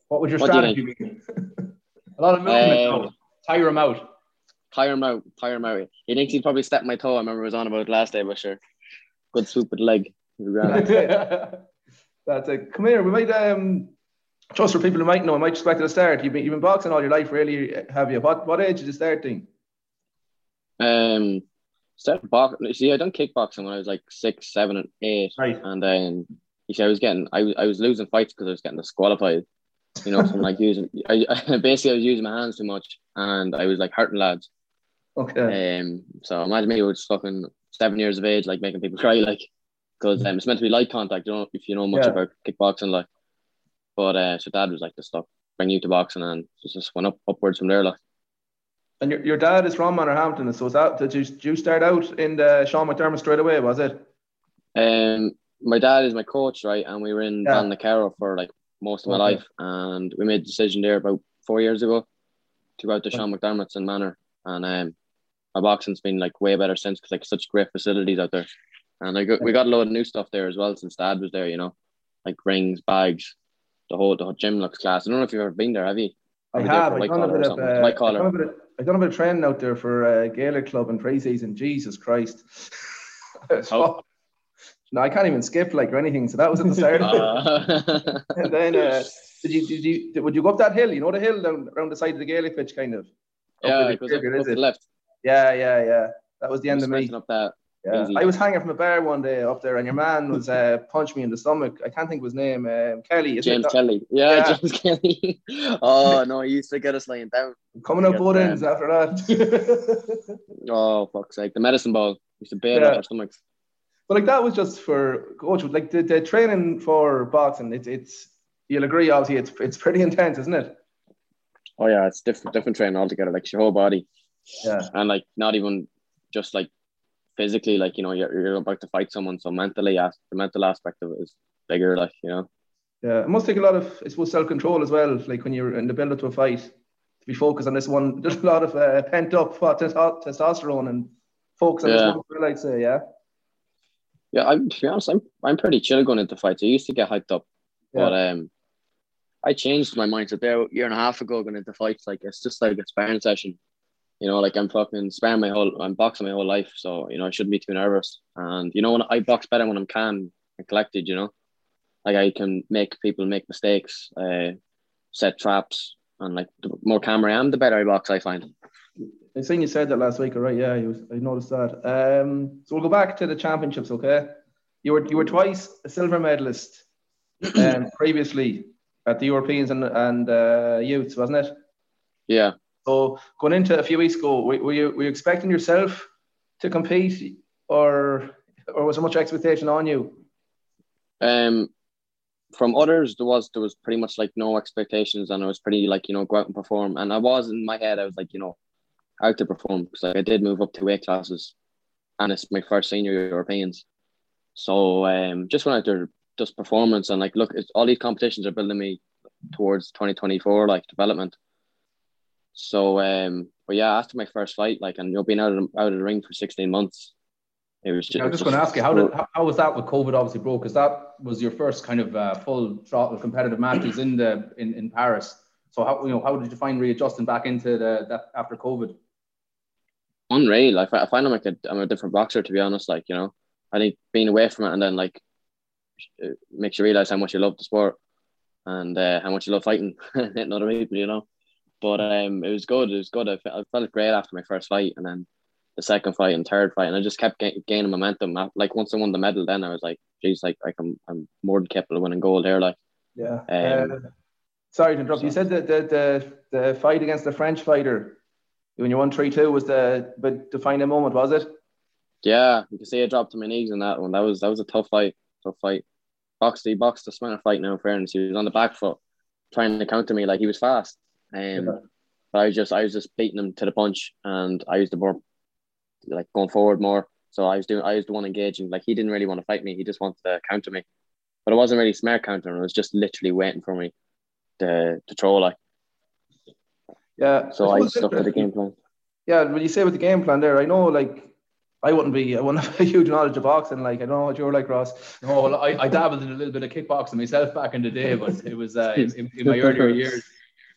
S6: what would your
S2: What do you
S6: strategy be? A lot of movement.
S2: Um,
S6: though. tire him out.
S2: Tire him out. Tire him out. He thinks he'd probably step my toe. I remember it was on about last day, but sure. Good swoop with leg. He ran.
S6: That's it. That's it. Come here. We might um, trust for people who might know. I might just back to the start. You've been, you've been boxing all your life, really, have you? What what age did you start thing?
S2: Um, started box. See, I done kickboxing when I was like six, seven, and eight.
S6: Right.
S2: And then you see, I was getting, I was, I was losing fights because I was getting disqualified. You know, from like using, I basically I was using my hands too much, and I was like hurting lads.
S6: Okay.
S2: Um. So imagine me was fucking seven years of age, like making people cry, like because um, it's meant to be light contact. You know, if you know much
S6: Yeah.
S2: about kickboxing, like. But uh, so dad was like to stop, bring you to boxing, and so it just went up upwards from there, like.
S6: And your, your dad is from Manorhampton, so is that did you, did you start out in the Sean McDermott straight away? Was it?
S2: Um, my dad is my coach, right? And we were in
S6: Yeah.
S2: Van Vancaro for like most of my
S6: Okay.
S2: life, and we made a decision there about four years ago to go out to Sean McDermott's in Manor, and um, my boxing's been like way better since because like such great facilities out there, and I got, we got a load of new stuff there as well since Dad was there, you know, like rings, bags, the whole the whole gym looks class. I don't know if you've ever been there, have you?
S6: I
S2: Probably there
S6: have.
S2: for
S6: I
S2: white
S6: done a
S2: collar or
S6: bit of
S2: something.
S6: uh,
S2: White
S6: I done
S2: collar.
S6: a bit of- I done a bit of training out there for uh, Gaelic club in pre-season. Jesus Christ. It's fucked. No, I can't even skip like or anything. So that was at the start.
S2: Uh.
S6: and then uh, did you did you did, would you go up that hill? You know the hill down around the side of the Gaelic pitch, kind of.
S2: Yeah,
S6: the
S2: it goes
S6: trigger,
S2: up-
S6: is
S2: up the
S6: it?
S2: left.
S6: Yeah, yeah, yeah. That was the end of me.
S2: Up that.
S6: Yeah.
S2: easy.
S6: I was hanging from a bar one day up there, and your man was uh, punched me in the stomach. I can't think of his name. Um, Kelly. is it?
S2: James
S6: No-
S2: Kelly. Yeah, James Kelly. oh no, he used to get us laying down.
S6: Coming out
S2: Yeah, um,
S6: both
S2: man.
S6: ends after that.
S2: Oh fuck's sake. The medicine ball. He used to bail
S6: Yeah.
S2: out our stomachs.
S6: But like that was just for coach. Like the, the training for boxing, it's it's you'll agree, obviously, it's it's pretty intense, isn't it?
S2: Oh yeah, it's different different training altogether, like your whole body.
S6: Yeah.
S2: And like not even just like physically, like you know, you're, you're about to fight someone, so mentally as the mental aspect of it is bigger, like, you know.
S6: Yeah, it must take a lot of, I suppose, self control as well. Like when you're in the build up to a fight, to be focused on this one. There's a lot of uh, pent up uh, testo- testosterone and focus on
S2: Yeah.
S6: this one. I'd say, yeah.
S2: Yeah, I'm to be honest, I'm I'm pretty chill going into fights. I used to get hyped up, but um, I changed my mindset there a year and a half ago going into fights. Like it's just like a sparring session, you know. Like I'm fucking sparring my whole, I'm boxing my whole life, so you know I shouldn't be too nervous. And you know when I box better when I'm calm and collected, you know, like I can make people make mistakes, uh, set traps, and like the more calmer I am, the better I box. I find.
S6: I seen you said that last week, all right? Yeah, you was, I noticed that. Um, so we'll go back to the championships, okay? You were you were twice a silver medalist um, previously at the Europeans and and uh, youths, wasn't it?
S2: Yeah.
S6: So going into a few weeks ago, were, were you were you expecting yourself to compete, or or was there much expectation on you?
S2: Um, from others, there was there was pretty much like no expectations, and I was pretty like you know go out and perform. And I was in my head, I was like you know out to perform because like, I did move up to weight classes, and it's my first senior Europeans. So um, just went out there, just performance, and like look, it's, all these competitions are building me towards twenty twenty four like development. So um, but yeah, after my first fight, like and you know being out of the, out of the ring for sixteen months, it was just.
S6: I'm just going to ask you how did how, how was that with COVID? Obviously, bro, because that was your first kind of uh, full throttle competitive matches in the in, in Paris. So how you know how did you find readjusting back into the that after COVID?
S2: unreal. I, fi- I find I'm like a, I'm a different boxer to be honest. Like you know, I think being away from it and then like it makes you realize how much you love the sport and uh, how much you love fighting hitting other people. You know, but um, it was good. It was good. I, fe- I felt great after my first fight and then the second fight and third fight, and I just kept ga- gaining momentum. I- Like once I won the medal, then I was like, geez, like like I'm I'm more than capable of winning gold here. Like
S6: Yeah.
S2: Um,
S6: uh, sorry to interrupt. You said that the, the the fight against the French fighter when you won three two was the but defining moment, was it?
S2: Yeah, you can see I dropped to my knees in that one. That was that was a tough fight. Tough fight. Boxed he boxed the smart fight now in fairness. He was on the back foot trying to counter me like he was fast. Um but I was just I was just beating him to the punch and I used the more like going forward more. So I was doing I was the one engaging. Like he didn't really want to fight me, he just wanted to counter me. But it wasn't really smart countering, it was just literally waiting for me to to troll like
S6: Yeah.
S2: so I
S6: suppose
S2: stuck to the game plan. Yeah, when you say about the game plan there, I know like I wouldn't be I wouldn't have a huge knowledge of boxing. Like I don't know what you're like, Ross.
S8: No, well, I, I dabbled in a little bit of kickboxing myself back in the day, but it was uh, in, in my earlier years,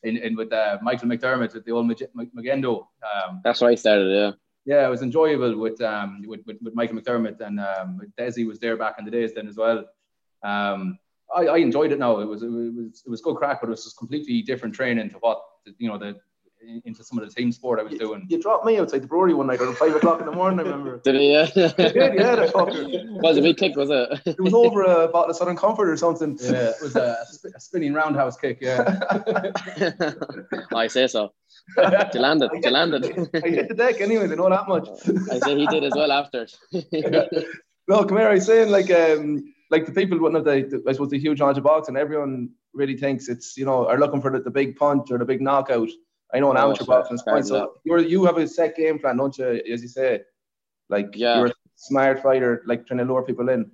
S8: in, in with uh, Michael McDermott with the old Mag- Mag- Magendo. Um,
S6: That's where I started, yeah.
S8: yeah, it was enjoyable with um with, with, with Michael McDermott and um, Desi was there back in the days then as well. Um, I, I enjoyed it. Now it was it was it was good crack, but it was just completely different training to what you know the into some of the team sport I was doing.
S2: You dropped me outside the brewery one night around five o'clock in the morning. I remember.
S6: Did he? Yeah.
S2: You did, yeah, the fucker.
S6: Was it a big kick? Was it?
S2: It was over a bottle of Southern Comfort or something.
S8: Yeah, it was a, sp- a spinning roundhouse kick. Yeah,
S6: I say so. You landed. You landed.
S2: I hit the deck anyways. I know that much.
S6: I say he did as well after.
S2: No, come here. I was saying like um like the people one of the, I suppose the huge knowledge of boxing. Everyone really thinks it's you know are looking for the, the big punch or the big knockout. I know an
S6: Oh,
S2: amateur
S6: sure,
S2: boxing is
S6: fair
S2: quite
S6: enough.
S2: so you you have a set game plan, don't you? As you say, like
S6: Yeah.
S2: you're a smart fighter, like trying to lure people in. Mm-hmm.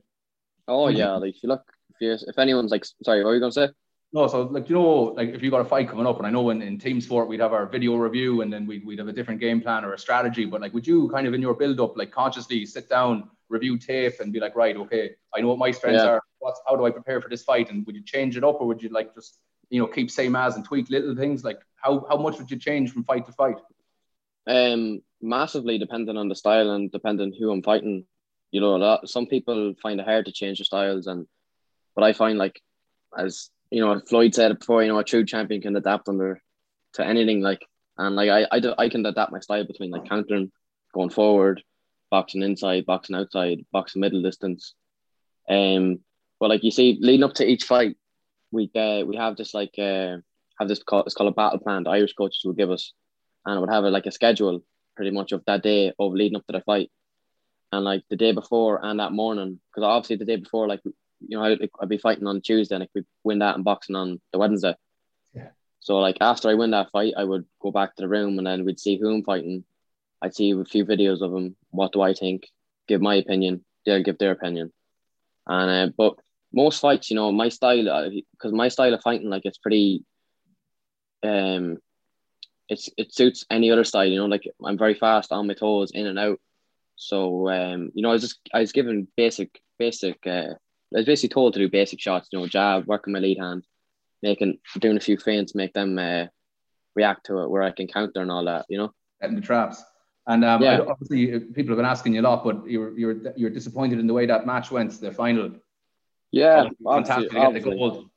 S6: oh yeah, like if you look, if, you, if anyone's like, sorry, what were you gonna say?
S8: No, so like you know, like if you got a fight coming up, and I know in, in team sport we'd have our video review, and then we'd, we'd have a different game plan or a strategy. But like, would you kind of in your build up, like consciously sit down, review tape, and be like, right, okay, I know what my strengths
S6: Yeah.
S8: are. What's how do I prepare for this fight? And would you change it up, or would you like just you know keep same as and tweak little things? Like how how much would you change from fight to fight?
S6: Um, massively depending on the style and depending who I'm fighting. You know, a lot, some people find it hard to change their styles, and but I find like, as you know, Floyd said it before, you know, a true champion can adapt under to anything. Like, and like I, I, do- I can adapt my style between like countering, going forward, boxing inside, boxing outside, boxing middle distance. Um, but like you see, leading up to each fight, we uh, we have this like uh, have this call, it's called a battle plan. The Irish coaches will give us and it would have like a schedule pretty much of that day of leading up to the fight and like the day before and that morning because obviously the day before like you know I'd, I'd be fighting on Tuesday and I could win that and boxing on the Wednesday yeah. so like after I win that fight I would go back to the room and then we'd see who I'm fighting I'd see a few videos of him what do I think give my opinion they'll give their opinion and uh, but most fights you know my style because my style of fighting like it's pretty um it's it suits any other style. You know, like I'm very fast on my toes, in and out. So um, you know, I was just I was given basic basic. Uh, I was basically told to do basic shots. You know, jab, working my lead hand, making doing a few feints, make them uh, react to it where I can counter and all that. You know.
S8: setting the traps. And um,
S6: Yeah.
S8: I- obviously, uh, people have been asking you a lot, but you're you're you're disappointed in the way that match went, the final.
S6: Yeah,
S8: fantastic to get the
S6: obviously,
S8: gold.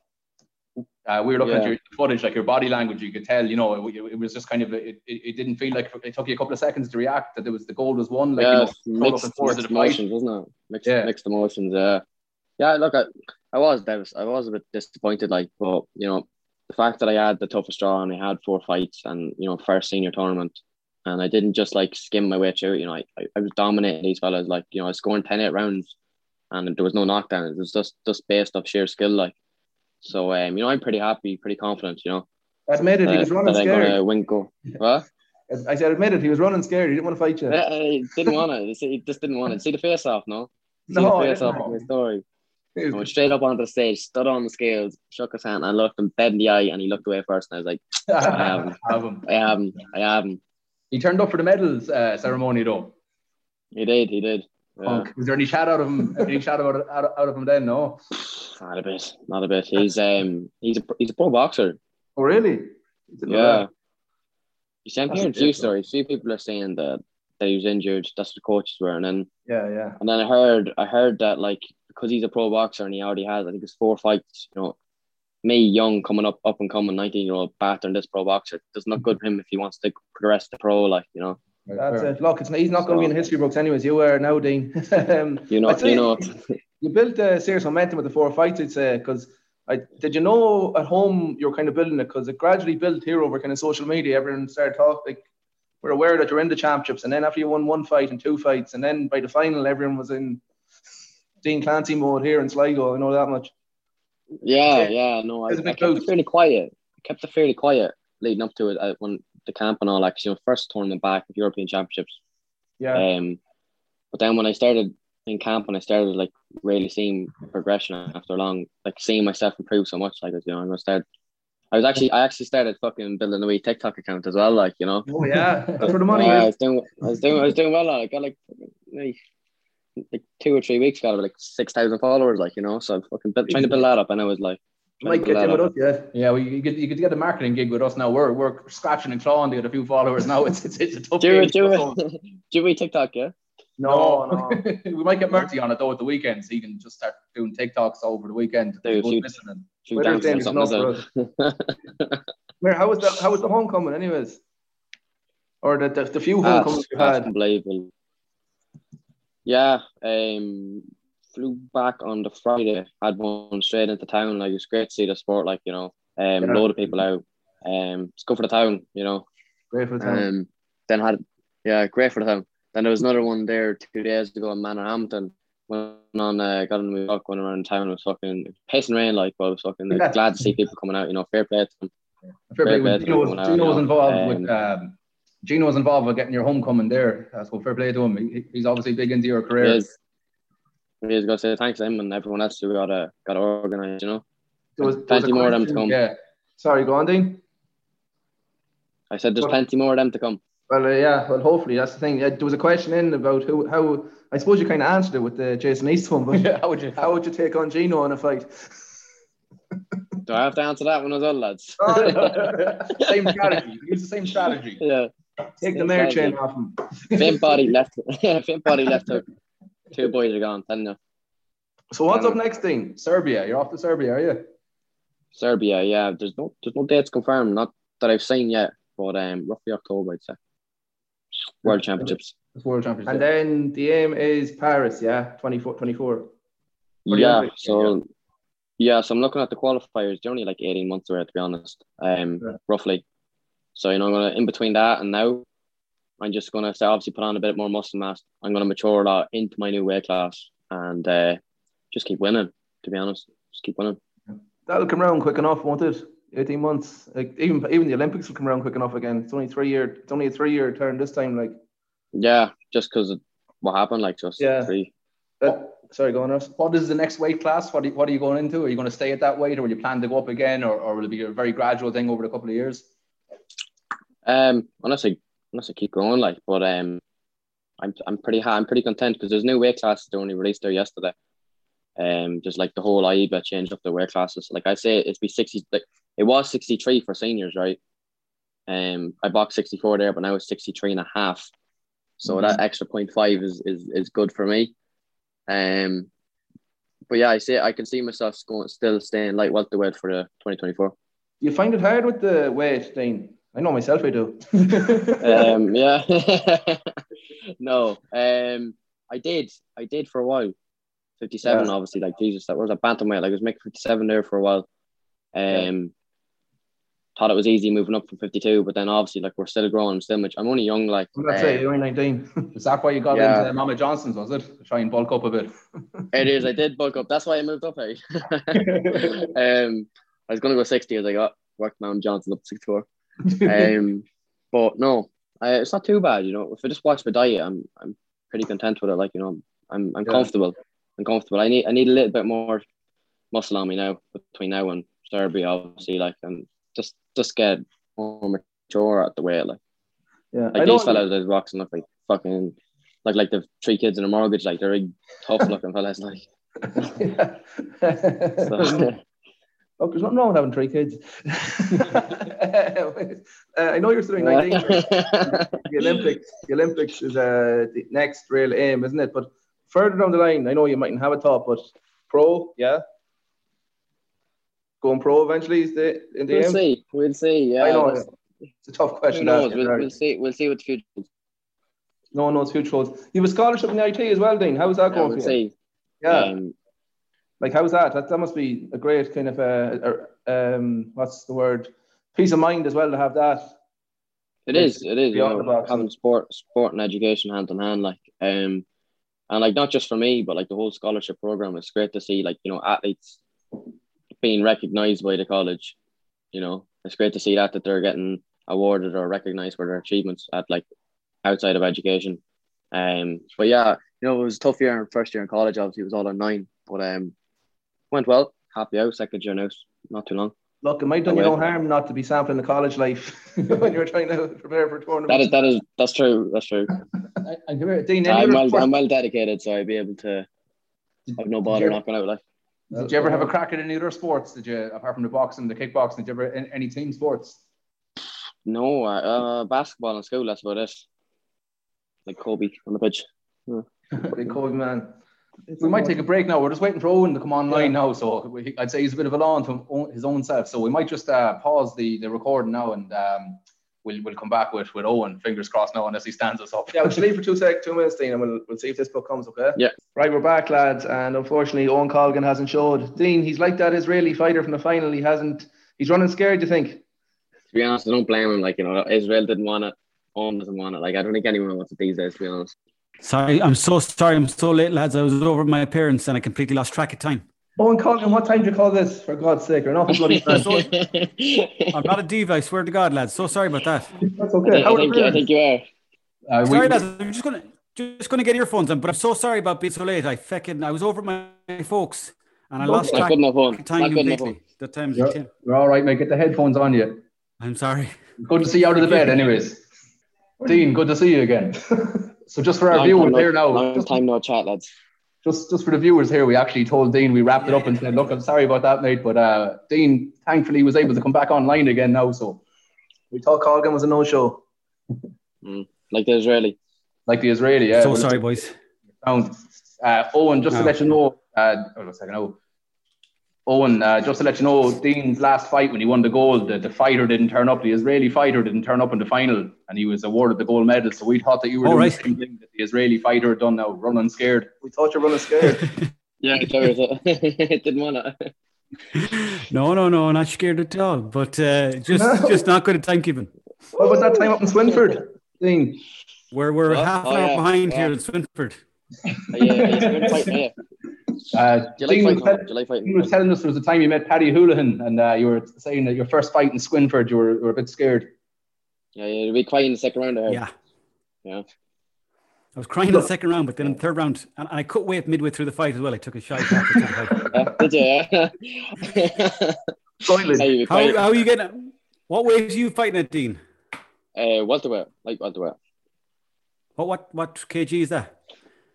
S8: Uh, we were looking at
S6: Yeah.
S8: your footage, like your body language, you could tell. You know, it, it was just kind of it, it, it didn't feel like it took you a couple of seconds to react that there was the gold was won. Like
S6: yeah,
S8: you know, thrown
S6: it's
S8: up
S6: mixed,
S8: and forth
S6: mixed
S8: to the fight.
S6: emotions, wasn't it? Mixed,
S8: Yeah.
S6: mixed emotions. Yeah, yeah. Look, I, I was devas- I was a bit disappointed, like, but you know, the fact that I had the toughest draw and I had four fights and you know first senior tournament, and I didn't just like skim my way through. You know, I, I, I was dominating these fellas. Like, you know, I was scoring 10 8 rounds, and there was no knockdowns. It was just just based off sheer skill, like. So um, you know, I'm pretty happy, pretty confident. You know,
S2: Admit it, he
S6: uh,
S2: was running
S6: that I'm gonna
S2: scared.
S6: win go. What?
S2: I said, admit it, he was running scared. He didn't want to fight you.
S6: uh, Yeah, he didn't want it. He said He just didn't want it. See the face off, no? See
S2: No,
S6: the
S2: I
S6: face off
S2: didn't.
S6: in the story. I went straight up onto the stage, stood on the scales, shook his hand, and I looked him dead in the eye, and he looked away first, and I was like, I haven't,
S8: Have 'em.
S6: I haven't, I haven't.
S8: He turned up for the medals uh, ceremony though.
S6: He did, he did. Yeah.
S8: Punk. Was there any chat out of him? any chat out of, out, out of him then? No.
S6: Not a bit, not a bit. He's um, he's a he's a pro boxer.
S2: Oh really? know
S6: Yeah. He sent me a
S2: That's
S6: few
S2: good, though.
S6: stories. Few people are saying that that he was injured. That's what the coaches were, and then
S2: Yeah, yeah.
S6: And then I heard, I heard that like because he's a pro boxer and he already has, I think it's four fights. You know, me young coming up, up and coming, nineteen year old battering this pro boxer. It's not good for him if he wants to progress to pro. Like you know,
S2: That's it. Look, it's, he's not going to be in the history books anyways. You are now, Dean. um,
S6: you know,
S2: I'd say
S6: you know.
S2: you built uh, serious momentum with the four fights, I'd say, because I did you know at home you're kind of building it because it gradually built here over kind of social media. Everyone started talking like we're aware that you're in the championships, and then after you won one fight and two fights, and then by the final everyone was in Dean Clancy mode here in Sligo. I know that much.
S6: Yeah, yeah, no, I, I
S2: It's a big
S6: kept it fairly quiet. I kept it fairly quiet leading up to it uh, when the camp and all. Like you know, first tournament back of European Championships.
S2: Yeah.
S6: Um, but then when I started in camp and I started like really seeing progression after long, like seeing myself improve so much, like you know, I'm gonna start. I I was actually I actually started fucking building a wee TikTok account as well, like you know.
S8: Oh yeah, that's where the money
S6: I
S8: is.
S6: was doing I was doing I was doing well on it. I got like like, like two or three weeks got like six thousand followers, like you know. So I'm fucking built, trying to build that up, and I was like,
S8: You might
S6: trying to
S8: get in
S6: build
S8: with
S6: that
S8: us, yeah. Yeah, well, you get you could get a marketing gig with us now. We're we're scratching and clawing to get a few followers now. It's it's, it's a tough
S6: Do
S8: game
S6: it, do
S8: to go.
S6: it, do it, TikTok, yeah.
S8: No, no. we might get Murphy on it though at the weekend, so he can just start doing TikToks over the weekend.
S6: Do a
S8: Both
S6: few-
S8: listening.
S6: few
S8: Whether it's
S6: dances
S8: dangerous
S6: or something
S8: or
S6: as
S8: not for us. Mary, how was the how was the homecoming, anyways? Or the the, the few
S6: Ah,
S8: homecomings you
S6: that's
S8: had?
S6: unbelievable. Yeah, um, flew back on the Friday. Had one straight into town. Like it's great to see the sport. Like you know, um,
S8: Yeah.
S6: load of people out. Um, it's good for the town. You know,
S8: Great for the town.
S6: um, then had yeah, great for the town. Then there was another one there two days ago in Manorhampton. Went on, uh, got in the walk, went around town. It was fucking pissing rain, like, but I was fucking like,
S8: Yeah.
S6: glad to see people coming out. You know, fair play to them.
S8: Fair play.
S6: to
S8: with-
S6: them
S8: Gino was,
S6: coming out,
S8: Gino
S6: you
S8: was
S6: know.
S8: involved
S6: Um,
S8: with um, Gino was involved with getting your homecoming there. Uh, So fair play to him. He, he's obviously big into your career.
S6: He is. He is going to say thanks to him and everyone else who got uh, got organised. You know,
S8: There was-
S6: There's
S8: there was a
S6: plenty more of them to
S8: question-
S6: come.
S8: Yeah. Sorry, go on, Dean.
S6: I said there's plenty more of them to come.
S8: Well, uh, yeah. Well, hopefully that's the thing. Uh, there was a question in about who, how. I suppose you kind of answered it with the Jason East one, but how would you how would you take on Gino in a fight?
S6: Do I have to answer that one as well, lads?
S8: Oh, same strategy. Use the same strategy.
S6: Yeah.
S8: Take the
S6: Same
S8: mare
S6: strategy.
S8: chain off him.
S6: Faint body left. Faint body left hook. Two boys are gone. Ten now.
S8: So what's up next, Dean? Serbia. You're off to Serbia, are you?
S6: Serbia. Yeah. There's no. There's no dates confirmed. Not that I've seen yet. But um, roughly October, I'd say. World Championships.
S8: It's World Championship. And then the aim is Paris. Yeah, 24, 24. For the
S6: Yeah,
S8: Olympics,
S6: so yeah, so I'm looking at the qualifiers. They're only like 18 months away, to be honest, um,
S8: Yeah.
S6: roughly. So you know, I'm gonna in between that and now, I'm just gonna say obviously put on a bit more muscle mass. I'm gonna mature a lot into my new weight class and uh, just keep winning. To be honest, just keep winning.
S8: That'll come round quick enough, won't it? 18 months. Like even even the Olympics will come around quick enough again. It's only three year. It's only a three year turn this time. Like
S6: Yeah, just because of what happened, like just
S8: Yeah.
S6: three.
S8: sorry, going on. What is the next weight class? What are, what are you going into? Are you going to stay at that weight, or will you plan to go up again, or, or will it be a very gradual thing over a couple of years?
S6: Um, unless I unless I keep going, like, but um, I'm I'm pretty ha- I'm pretty content because there's new weight classes they only released there yesterday. Um, just like the whole IEBA changed up the weight classes. Like I say, it's be sixty. Like, it was sixty three for seniors, right? Um, I boxed sixty four there, but now it's 63 and a half. So that extra 0.5 is, is is good for me. Um, but yeah, I say I can see myself going still staying light welterweight for the twenty twenty four.
S8: Do you find it hard with the weight, Dean? I know myself, I do.
S6: um, yeah. no, um, I did. I did for a while. 57,
S8: Yeah.
S6: obviously. Like, Jesus, that was a bantamweight. Like, I was making 57 there for a while. Um, Thought it was easy moving up from 52, but then obviously, like, we're still growing. I'm still much. I'm only young. Like,
S8: I'm not
S6: um,
S8: saying you're only 19. Is that why you got
S6: Yeah.
S8: into Mama Johnson's? Was it to try and bulk up a bit?
S6: it is. I did bulk up. That's why I moved up, Harry. um, I was oh, going to go 60 as I got. Worked Mount Johnson up to 64. um, but no, I, it's not too bad. You know, if I just watch my diet, I'm I'm pretty content with it. Like you know, I'm I'm
S8: Yeah.
S6: comfortable. I'm comfortable. I need I need a little bit more muscle on me now between now and Serbia, obviously. Like and just just get more mature at the weight. Like
S8: Yeah, I
S6: like these
S8: don't-
S6: fellas is boxing look like fucking like like the three kids in a mortgage. Like they're really tough looking fellas. Like so,
S8: Look, Oh, there's nothing wrong with having three kids. Uh, I know you're still doing 19. the Olympics, the Olympics is uh, the next real aim, isn't it? But further down the line, I know you mightn't have a thought, but pro, yeah, going pro eventually is the in the
S6: we'll
S8: aim.
S6: see. We'll see. Yeah.
S8: I know
S6: Who
S8: it's, it's a tough question. to ask,
S6: knows? We'll,
S8: Gerard.
S6: we'll see. We'll see what the future.
S8: No, no, it's huge roles. You have a scholarship in the IT as well, Dean. How's that
S6: Yeah,
S8: going
S6: we'll
S8: for you?
S6: see.
S8: Yeah.
S6: Um,
S8: like, how's that? that? That must be a great kind of, uh, uh, um, what's the word? Peace of mind as well to have that.
S6: It
S8: Like,
S6: is, it is. You
S8: beyond
S6: know,
S8: the box.
S6: having sport, sport and education hand in hand, like, um, and like not just for me, but like the whole scholarship program. It's great to see, like, you know, athletes being recognised by the college. You know, it's great to see that that they're getting awarded or recognised for their achievements at like outside of education. Um, but yeah, you know, it was a tough year first year in college. Obviously, it was all online, but um, went well. Happy out. Second year now, not too long.
S12: Look, it might do you no harm not to be sampling the college life when you're trying to prepare for a tournament.
S2: That is that is that's true. That's true.
S12: And come here, Dean, any
S2: I'm
S12: other
S2: well,
S12: first-
S2: I'm well dedicated, so I'd be able to have no bother knocking out like.
S8: Did you ever have a crack at any other sports? Did you, apart from the boxing, the kickboxing, did you ever any, any team sports?
S2: No, uh, uh, basketball in school. That's about it. Like Kobe on the pitch.
S8: Big Kobe man. we might take a break now. We're just waiting for Owen to come online now. So we, I'd say he's a bit of a law unto him- own- his own self. So we might just uh, pause the, the recording now and um, we'll we'll come back with, with Owen. Fingers crossed now, unless he stands us up.
S12: Yeah, we'll just leave for two sec, two minutes, Dean, and we'll, we'll see if this book comes, okay?
S2: Yeah.
S12: Right, we're back, lads, and unfortunately, Owen Colgan hasn't showed. Dean, he's like that Israeli fighter from the final. He hasn't. He's running scared. You think?
S2: To be honest, I don't blame him. Like you know, Israel didn't want it. Owen doesn't want it. Like I don't think anyone wants it these days. To be honest.
S6: Sorry, I'm so sorry. I'm so late, lads. I was over at my parents and I completely lost track of time.
S12: Owen Colgan, what time do you call this? For God's sake, you're not a bloody man.
S6: So- I'm not a diva. I swear to God, lads. So sorry about that.
S12: That's
S2: okay. I think- I think you are. Uh,
S6: sorry,
S2: we-
S6: lads. I'm just gonna just gonna get earphones on. But I'm so sorry about being so late. I feckin' I was over my, my folks and I
S2: Okay.
S6: lost
S2: Not
S6: track
S2: good enough, Owen.
S6: of time
S2: Not good enough,
S6: completely. The times
S8: You're, you're all right, mate. Get the headphones on you.
S6: I'm sorry.
S8: Good to see you out of the bed, anyways. Dean, good to see you again. so just for our
S2: Long
S8: viewers
S2: time no-
S8: here now,
S2: long
S8: just,
S2: time no chat, lads.
S8: Just just for the viewers here, we actually told Dean we wrapped it up and said, "Look, I'm sorry about that, mate, but uh, Dean thankfully was able to come back online again now." So
S12: we thought Colgan was a no-show.
S2: Mm, Like the Israeli.
S8: Like the Israeli, yeah.
S6: So sorry, boys.
S8: Sound. Uh, Owen, just to
S6: No.
S8: let you know, uh, hold on a second. Oh, Owen, uh, just to let you know, Dean's last fight when he won the gold, the, the fighter didn't turn up. The Israeli fighter didn't turn up in the final, and he was awarded the gold medal. So we thought that you were
S6: All
S8: doing
S6: right.
S8: the same thing that the Israeli fighter had done now, running scared.
S12: We thought you were running scared.
S2: Yeah, I thought it didn't want it.
S6: No, no, no. Not scared at all. But uh, just
S12: No.
S6: just not good at timekeeping.
S12: What was that time up in Swinford, Dean?
S6: We're we're
S12: Oh,
S6: half an
S12: oh,
S6: hour
S12: yeah,
S6: behind
S12: yeah.
S6: here in Swinford.
S2: Yeah, it's a good fight, yeah.
S8: Uh,
S2: Do you like
S8: Dean,
S2: fighting?
S8: was tell-
S2: Owen? Do you like fighting?
S8: Dean was telling us there was a time you met Paddy Houlihan, and uh, you were saying that your first fight in Swinford, you were, you were a bit scared.
S2: Yeah, yeah, it'll be quiet in the second round. I heard.
S6: Yeah.
S2: Yeah.
S6: I was crying in the second round, but then in the third round, and, and I cut weight midway through the fight as well. I took a shot. After the fight.
S2: Did you? Yeah. How you be
S6: How,
S2: quiet?
S6: how are you getting? What weight are you fighting at, Dean?
S2: Uh, welterweight, like welterweight.
S6: What what what kg is that?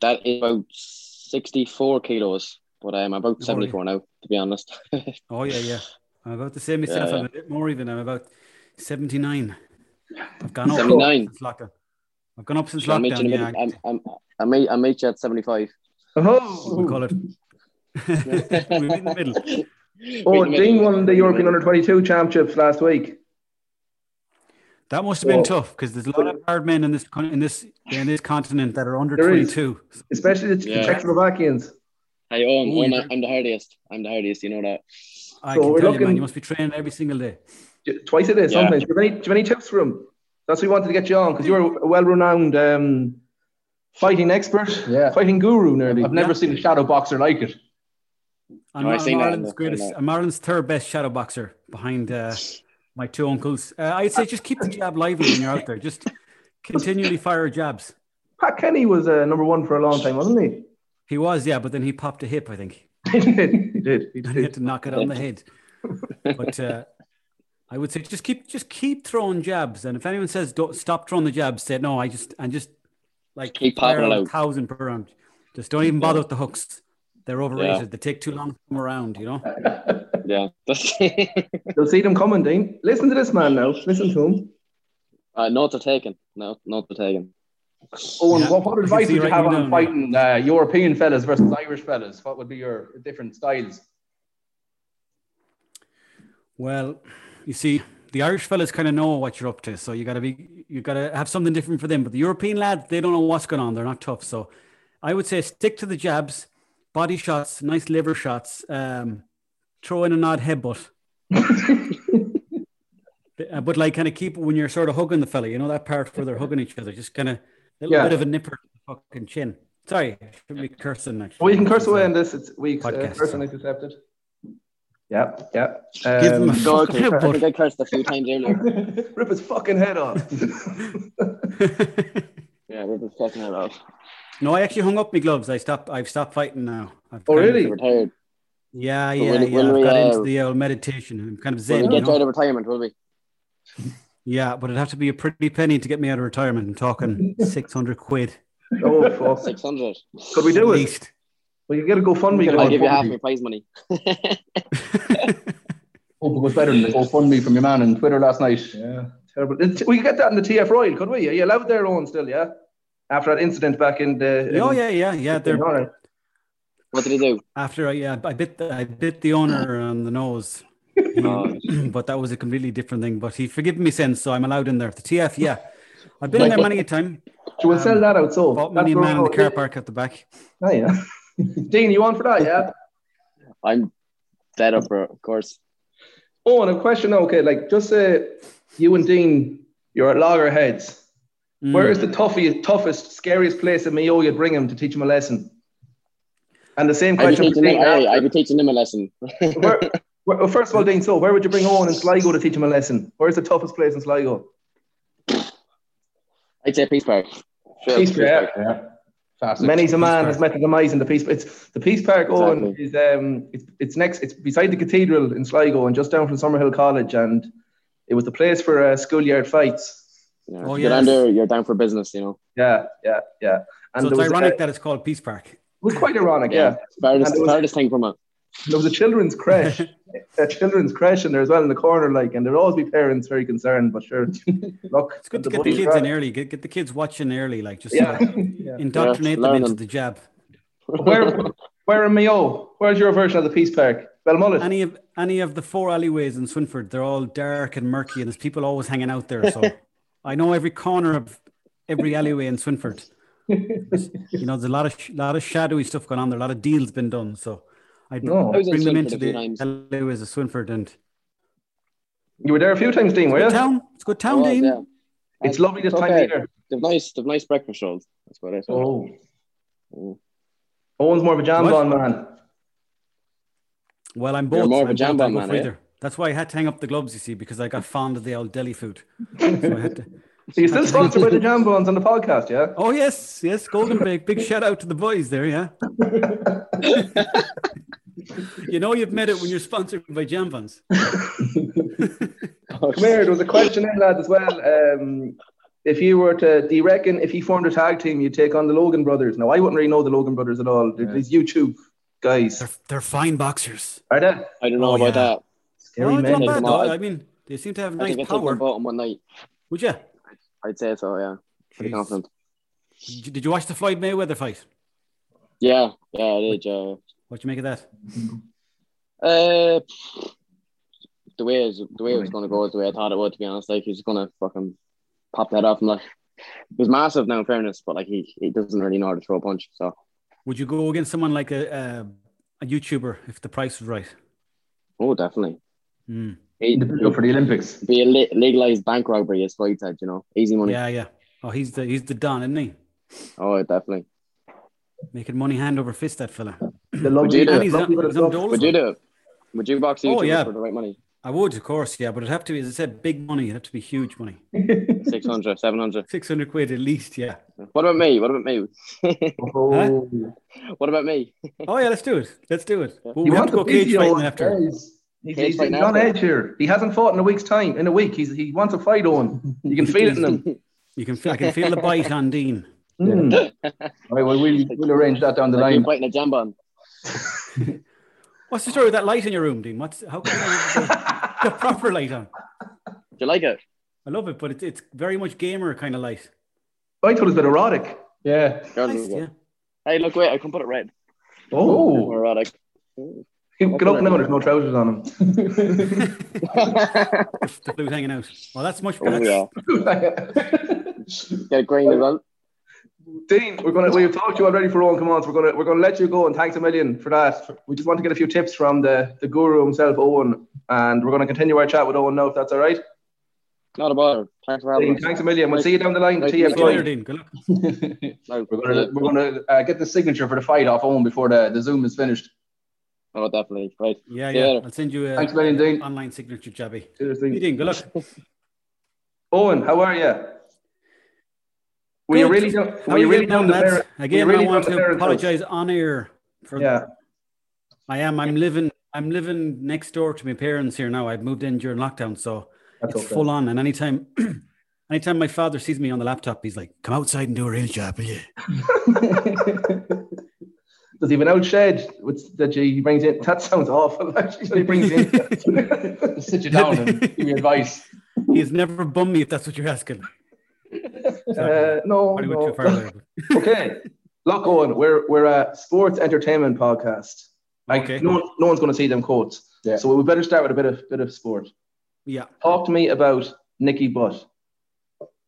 S2: That is about sixty-four kilos, but I'm about seventy-four now, to be honest.
S6: Oh yeah, yeah. I'm about the same myself.
S2: Yeah,
S6: I'm
S2: yeah.
S6: a bit more even. I'm about seventy nine. I've gone up
S2: 79.
S6: since lockdown. I've gone up since
S2: I'll meet you in a
S6: lockdown. Yeah,
S2: minute. I'm, I'm, I meet, I meet you at seventy-five.
S12: Oh,
S6: we call it. we meet in the middle.
S12: Oh,
S2: Wait a minute.
S12: Dean won the European Under 22 Championships last week.
S6: That must have been
S12: Well-
S6: tough because there's a lot of hard men in this con- in this in this continent that are under
S12: There
S6: twenty
S12: is.
S6: two.
S12: Especially the
S2: Yeah.
S12: Czechoslovakians.
S2: Hey, Owen,
S6: Ooh,
S2: Owen,
S6: you-
S2: I'm the hardiest. I'm the hardiest. You know that.
S6: I
S12: So
S6: can
S12: we're
S6: tell you, man,
S12: looking-
S6: you must be training every single day.
S12: Twice a day,
S6: Yeah.
S12: sometimes. Do you, have any, do you have any tips for him? That's why we wanted to get you on because you're a well renowned um, fighting expert, yeah. fighting guru nearly.
S8: I've never seen a shadow boxer like it.
S6: I'm,
S8: No, I
S6: I'm
S8: seen that in
S6: Ireland's
S8: the- in
S6: greatest.
S8: the-
S6: I'm Ireland's third best shadow boxer behind uh, my two uncles. Uh, I'd say just keep the jab lively when you're out there. Just continually fire jabs.
S12: Pat Kenny was uh, number one for a long time, wasn't he?
S6: He was, yeah, but then he popped a hip, I think.
S12: he did. He did. He
S6: did. had to knock it on the head. But uh, I would say just keep just keep throwing jabs, and if anyone says don't stop throwing the jabs, say no. I just and just like
S2: Keep popping
S6: fire
S2: it
S6: a
S2: out.
S6: thousand per round. Just don't even bother with the hooks. They're overrated. They take too long to come around. You know.
S2: Yeah.
S12: You'll see them coming, Dean. Listen to this man now. Listen to him.
S2: Uh, not to taken. No, not to taken.
S12: Oh,
S8: Owen, what, what advice
S2: see
S8: would you
S2: right
S8: have
S2: now,
S8: on
S2: yeah.
S8: fighting uh, European fellas versus Irish fellas? What would be your different styles?
S6: Well, you see, the Irish fellas kind of know what you're up to, so you gotta be, you gotta have something different for them. But the European lads, they don't know what's going on. They're not tough, so I would say stick to the jabs, body shots, nice liver shots, um, throw in an odd headbutt. Uh, but like, kind of keep when you're sort of hugging the fella, you know that part where they're hugging each other, just kind of a little
S12: Yeah.
S6: bit of a nipper to the fucking chin. Sorry, I shouldn't be cursing. Actually,
S12: Well, you can curse
S6: This is
S12: away
S6: a
S12: on this. It's weeks. Uh,
S6: podcast,
S12: person is accepted. Yeah, yeah.
S2: Give him a
S12: Um,
S2: fucking I think I cursed a few times earlier.
S12: Rip his fucking head off.
S2: yeah, we're just talking about.
S6: No, I actually hung up my gloves. I stopped. I've stopped fighting now. I've
S12: Oh,
S6: kind of-
S12: really?
S2: Retired.
S13: Yeah,
S2: But
S13: yeah,
S2: when-
S13: yeah.
S2: when
S13: I've
S2: we,
S13: got
S2: uh,
S13: into the old meditation and kind of
S2: When
S13: zen. you
S2: we get
S13: know?
S2: out of retirement, will we?
S13: Yeah, but it'd have to be a pretty penny to get me out of retirement. I'm talking 600 quid.
S6: Oh, fuck.
S2: 600.
S6: Could we do it? Well, you get a GoFundMe.
S2: I'll
S6: going
S2: give you half
S6: for
S2: my prize money.
S8: Hope it was better than the GoFundMe from your man on Twitter last night. Yeah, terrible. It's- We could get that in the TF Royal, could we? Are you allowed there, Owen, still, yeah? After that incident back in the.
S13: Oh,
S8: in-
S13: yeah, yeah, yeah. They're,
S8: All right.
S2: What did he do?
S13: After I, yeah, I bit, the, I bit the owner on the nose, but that was a completely different thing. But he forgiven me since, so I'm allowed in there. The TF, yeah, I've been in there many a time.
S8: So we'll sell that out, so.
S13: um, Bought money
S8: That's
S13: man in the
S8: all-
S13: car park at the back.
S8: Oh, yeah. Dean, you on for that, yeah?
S2: I'm dead up, for it, of course.
S8: Oh, and a question, okay, like just say you and Dean, you're at loggerheads. Where
S13: Mm.
S8: is the toughy, toughest, scariest place in Mayo you'd bring him to teach him a lesson? And the same
S2: I'd be,
S8: question for
S2: teaching him,
S8: Dean.
S2: hey, I'd be teaching him a lesson.
S8: where, where- well, first of all, Dean, so where would you bring Owen in Sligo to teach him a lesson? Where's the toughest place in Sligo?
S2: I'd say Peace Park. Sure,
S8: Peace Park,
S2: yeah.
S8: Many's a man has met the demise in the peace. It's the Peace Park Owen
S2: Exactly.
S8: is um it's, it's next it's beside the cathedral in Sligo and just down from Summerhill College and it was the place for uh, schoolyard fights.
S2: Yeah.
S13: Oh,
S2: If you Get under, you're down for business, you know.
S8: Yeah, yeah, yeah.
S13: so
S8: there
S13: it's
S8: was,
S13: ironic
S8: uh,
S13: that it's called Peace Park.
S8: It was quite ironic,
S13: Yeah.
S8: yeah.
S2: Hardest,
S8: And there was-
S2: hardest thing from it.
S8: There was a children's crash, a children's crash in there as well in the corner, like, and there'd always be parents very concerned. But sure, look, it's
S13: Good to get the kids in early. Get, get the kids watching early, like just
S8: Yeah.
S13: uh,
S8: Yeah.
S13: indoctrinate them
S8: Yeah, learn
S13: into
S8: them.
S13: the jab.
S8: Where, where in Mayo? Where's your version of the Peace Park? Belmullet.
S13: Any of any of the four alleyways in Swinford, they're all dark and murky, and there's people always hanging out there. So I know every corner of every alleyway in Swinford. There's- you know, there's a lot of sh- lot of shadowy stuff going on there. A lot of deals been done. So I'd
S8: No. I was in
S13: bring them
S8: Swinford
S13: into
S8: a
S13: the
S8: few times.
S13: alleyways of Swinford, and
S8: You were there a few times, Dean,
S13: It's a
S8: were
S13: good
S8: you?
S13: town. It's a good town,
S2: I was,
S13: Dean.
S2: yeah.
S8: It's lovely this time of year.
S2: They've nice, they've nice breakfast rolls. That's about it.
S8: Oh.
S2: Mm.
S8: Owen's more of a jambon man.
S13: Well, I'm
S2: You're
S13: both.
S2: more of a
S13: I'm both.
S2: jam
S13: I
S2: band
S13: go
S2: man,
S13: for
S2: eh?
S13: either. That's why I had to hang up the gloves, you see, because I got fond of the old deli food. So I had to,
S8: So you're still sponsored by the jambons on the podcast, yeah?
S13: Oh yes, yes, Golden Bake. Big shout out to the boys there, yeah. you know you've made it when you're sponsored by Jamvans.
S8: Come here, there was a question in that as well. Um, if you were to, do you reckon if you formed a tag team, you'd take on the Logan brothers? Now, I wouldn't really know the Logan brothers at all. They're these YouTube guys. They're,
S13: they're fine boxers. Oh,
S8: Are they?
S2: I don't know about that.
S13: No, it's
S2: Take
S13: not bad
S2: them
S13: though.
S2: out.
S13: I mean, they seem to have
S2: I
S13: nice
S2: think I take
S13: power.
S2: them both in one night.
S13: Would you?
S2: I'd say so, yeah. Pretty
S13: Jeez.
S2: confident.
S13: Did you- did you watch the Floyd Mayweather fight?
S2: Yeah, yeah, I did. Yeah.
S13: What'd you make of that?
S2: Uh, the way it was, the way it was going to go is the way I thought it would. To be honest, like he's going to fucking pop that off. And like, he's massive now, in fairness, but like he, he doesn't really know how to throw a punch. So
S13: Would you go against someone like a a, a YouTuber if the price was right?
S2: oh, definitely.
S13: Hmm.
S2: He'd
S8: go for the Olympics.
S2: Be a le- legalized bank robbery is what he said. You know, easy money.
S13: Yeah, yeah. Oh, he's the he's the don, isn't he?
S2: Oh, definitely.
S13: Making money hand over fist, that fella.
S8: The
S2: Would you do
S13: And he's
S2: it?
S13: not- he's not doleful.
S2: Would you do it? Would you box
S13: Oh,
S2: YouTube
S13: yeah.
S2: for the right money?
S13: I would, of course, yeah, but it'd have to be, as I said, big money. It'd have to be huge money.
S2: 600, 700.
S13: 600 quid at least, yeah.
S2: What about me? What about me?
S8: Oh.
S2: What about me?
S13: Oh, yeah, let's do it. Let's do it. Well, we
S8: You
S13: have
S8: want
S13: to go
S8: the
S13: cage
S8: video
S13: fighting
S8: on
S13: after.
S8: guys. He's,
S2: Cage
S8: he's,
S2: fighting
S8: on
S2: after.
S8: edge here. He hasn't fought in a week's time. In a week, he's, he wants a fight on. You can feel it in him.
S13: You can, I can feel the bite on Dean.
S8: Hmm. All right, well, we'll, we'll arrange that down the
S2: Like
S8: line.
S2: you fighting a jambon.
S13: What's the story with that light in your room, Dean? What's how come you have the, the proper light on?
S2: Do you like it?
S13: I love it, but it's it's very much gamer kind of light.
S8: I thought it was a bit erotic. Yeah.
S13: Nice, yeah.
S2: Hey, look, wait, I can put it red. uh,
S8: Oh.
S2: Erotic.
S8: You can open now, there's no trousers on him.
S13: The flute hanging out. Well, that's much
S2: Oh,
S13: better.
S2: yeah. Get green as well.
S8: Dean, we're gonna we've talked to you already for all come on, so we're gonna we're gonna let you go and thanks a million for that. We just want to get a few tips from the, the guru himself, Owen, and we're gonna continue our chat with Owen now if that's all right.
S2: Not a bother. Thanks for having
S8: Dean,
S2: us.
S8: thanks a million. We'll see you down the line.
S2: Nice
S8: TF.
S2: to meet you. Later,
S13: Dean. Good luck.
S8: we're gonna we're gonna uh, get the signature for the fight off Owen before the, the Zoom is finished.
S2: Oh, definitely. Right.
S13: Yeah,
S2: See you
S13: yeah.
S2: later.
S13: I'll send you a
S8: Thanks a million, Dean.
S13: online signature, Jabby.
S8: Cheers, Dean.
S13: Hey, Dean, good luck.
S8: Owen, how are you? Were you
S13: Good.
S8: really down,
S13: How
S8: were
S13: are
S8: you really
S13: getting
S8: down
S13: on,
S8: the
S13: lads?
S8: parent?
S13: Again,
S8: were you really
S13: I want
S8: down
S13: to
S8: the parents' house?
S13: apologize on air for
S8: Yeah.
S6: I am. I'm living. I'm living next door to my parents here now. I've moved in during lockdown, so
S8: That's
S6: it's
S8: okay.
S6: full on. And anytime, anytime my father sees me on the laptop, he's like, "Come outside and do a real job, will you?"
S8: There's even old shed with, that he brings in. That sounds awful. Actually, so he brings in. sit you down and give you advice.
S6: He's never bummed me if that's what you're asking.
S8: Uh, no,
S6: Probably went too
S8: no.
S6: far there.
S8: okay, lock on. We're we're a sports entertainment podcast. Like
S6: Okay.
S8: no one, no one's going to see them quotes.
S6: Yeah.
S8: So we better start with a bit of bit of sport.
S6: Yeah.
S8: Talk to me about Nicky Butt.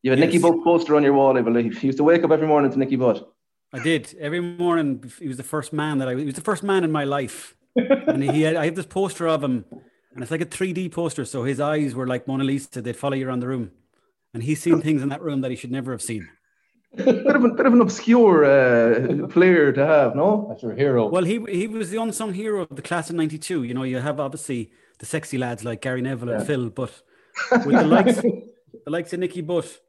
S8: You had Nicky
S6: Yes.
S8: Butt poster on your wall, I believe. You used to wake up every morning to Nicky Butt.
S6: I did every morning. bef- He was the first man that I. He was the first man in my life, and he had. I have this poster of him, and it's like a three D poster. So his eyes were like Mona Lisa. They'd follow you around the room, and he's seen things in that room that he should never have seen.
S8: bit of a, bit of an obscure uh, player to have, no? That's your hero.
S6: Well, he he was the unsung hero of the class of '92. You know, you have obviously the sexy lads like Gary Neville and
S8: Yeah.
S6: Phil, but with the likes the likes of Nicky Butt,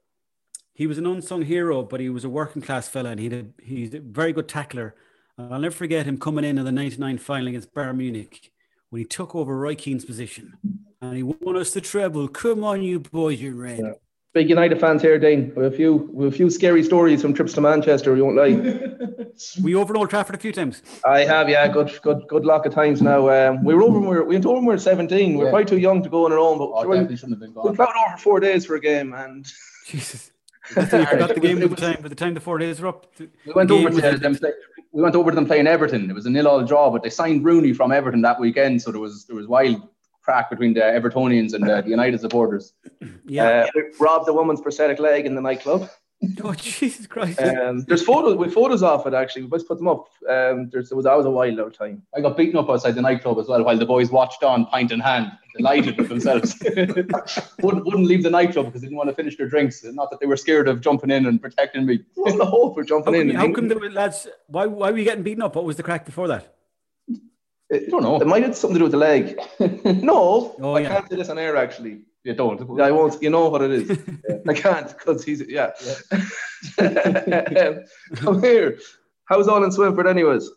S6: he was an unsung hero, but he was a working class fella, and he did, he's a very good tackler. And I'll never forget him coming in in the '99 final against Bayern Munich when he took over Roy Keane's position, and he won us the treble. Come on, you boys, you're red.
S8: Big United fans here, Dean. We have a few, we have a few scary stories from trips to Manchester. You won't lie.
S6: Were you over in Old Trafford a few times?
S8: I have, yeah. Good, good, good luck at times now. Um, we were over. when We, were, we went over when we were seventeen. We were
S14: Yeah.
S8: probably too young to go on our own, but sure,
S14: definitely shouldn't have been
S8: we
S14: gone.
S8: plowed over four days for a game, and
S6: Jesus, I forgot the game by the time by the time the four days were up.
S8: we went over to them. play- We went over to them playing Everton. It was a nil-all draw, but they signed Rooney from Everton that weekend, so there was there was wild crack between the Evertonians and uh, the United supporters.
S6: Yeah.
S8: Uh, we robbed the woman's prosthetic leg in the nightclub.
S6: Oh Jesus Christ!
S8: Um, there's photos with photos of it actually. We must put them up. Um, there's, there was that was a wild old time. I got beaten up outside the nightclub as well while the boys watched on, pint in hand, delighted with themselves. wouldn't, wouldn't leave the nightclub because they didn't want to finish their drinks. Not that they were scared of jumping in and protecting me. What the hope for
S6: How
S8: jumping
S6: come,
S8: in?
S6: how come the lads? Why why were you getting beaten up? What was the crack before that?
S8: I don't know. It Eh, might have something to do with the leg. no,
S6: Oh,
S8: I
S6: yeah.
S8: can't say this on air actually. You don't. I won't. You know what it is. I can't because he's yeah. Come here. How's all in Swinford, anyways?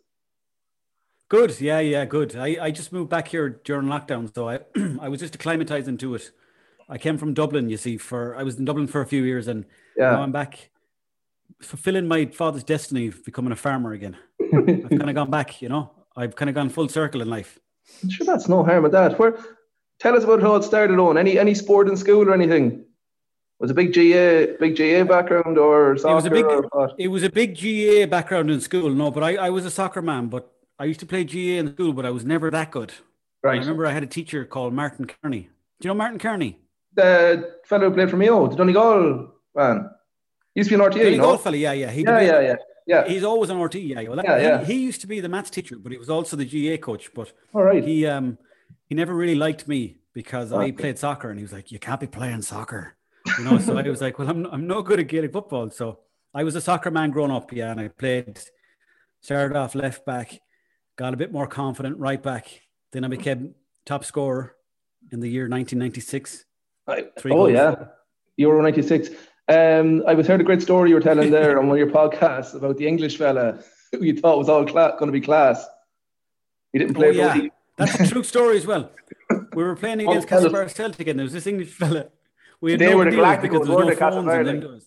S6: Good, yeah, yeah, good. I, I just moved back here during lockdown, so I I was just acclimatizing to it. I came from Dublin, you see. For I was in Dublin for a few years, and
S8: Yeah.
S6: now I'm back, fulfilling my father's destiny of becoming a farmer again. I've kind of gone back, you know. I've kind of gone full circle in life.
S8: Sure, that's no harm at that. Where, tell us about how it started on. Any any sport in school or anything? Was a big GA big GA background or soccer?
S6: It was a big
S8: or what?
S6: it was a big GA background in school, no, but I, I was a soccer man, but I used to play GA in school, but I was never that good.
S8: Right.
S6: I remember I had a teacher called Martin Kearney. Do you know Martin Kearney?
S8: The fellow who played for Mayo, the Donegal man. Used to be an RTA,
S6: Billy
S8: no?
S6: Goldfellow, yeah, yeah. He
S8: Yeah,
S6: did-
S8: yeah, yeah, yeah.
S6: He's always on RT, yeah. yeah. Well, that,
S8: Yeah, yeah.
S6: He, he used to be the maths teacher, but he was also the GA coach. But
S8: All right.
S6: he um he never really liked me because I
S8: Okay.
S6: played soccer, and he was like, "You can't be playing soccer," you know. so I was like, "Well, I'm I'm no good at Gaelic football." So I was a soccer man growing up, yeah, and I played started off left back, got a bit more confident right back, then I became top scorer in the year 1996. Three
S8: oh
S6: goals.
S8: yeah, Euro '96. Um, I was heard a great story you were telling there on one of your podcasts about the English fella who you thought was all cla- going to be class. He didn't play.
S6: Oh,
S8: for
S6: yeah.
S8: the-
S6: That's a true story as well. We were playing
S8: Oh,
S6: against
S8: tell us.
S6: Casper Celtic, and there was this English fella. We had
S8: They
S6: no
S8: were the
S6: computers
S8: Galacticos,
S6: because there
S8: weren't they,
S6: was no phones
S8: Casper
S6: and
S8: Celtic?
S6: windows.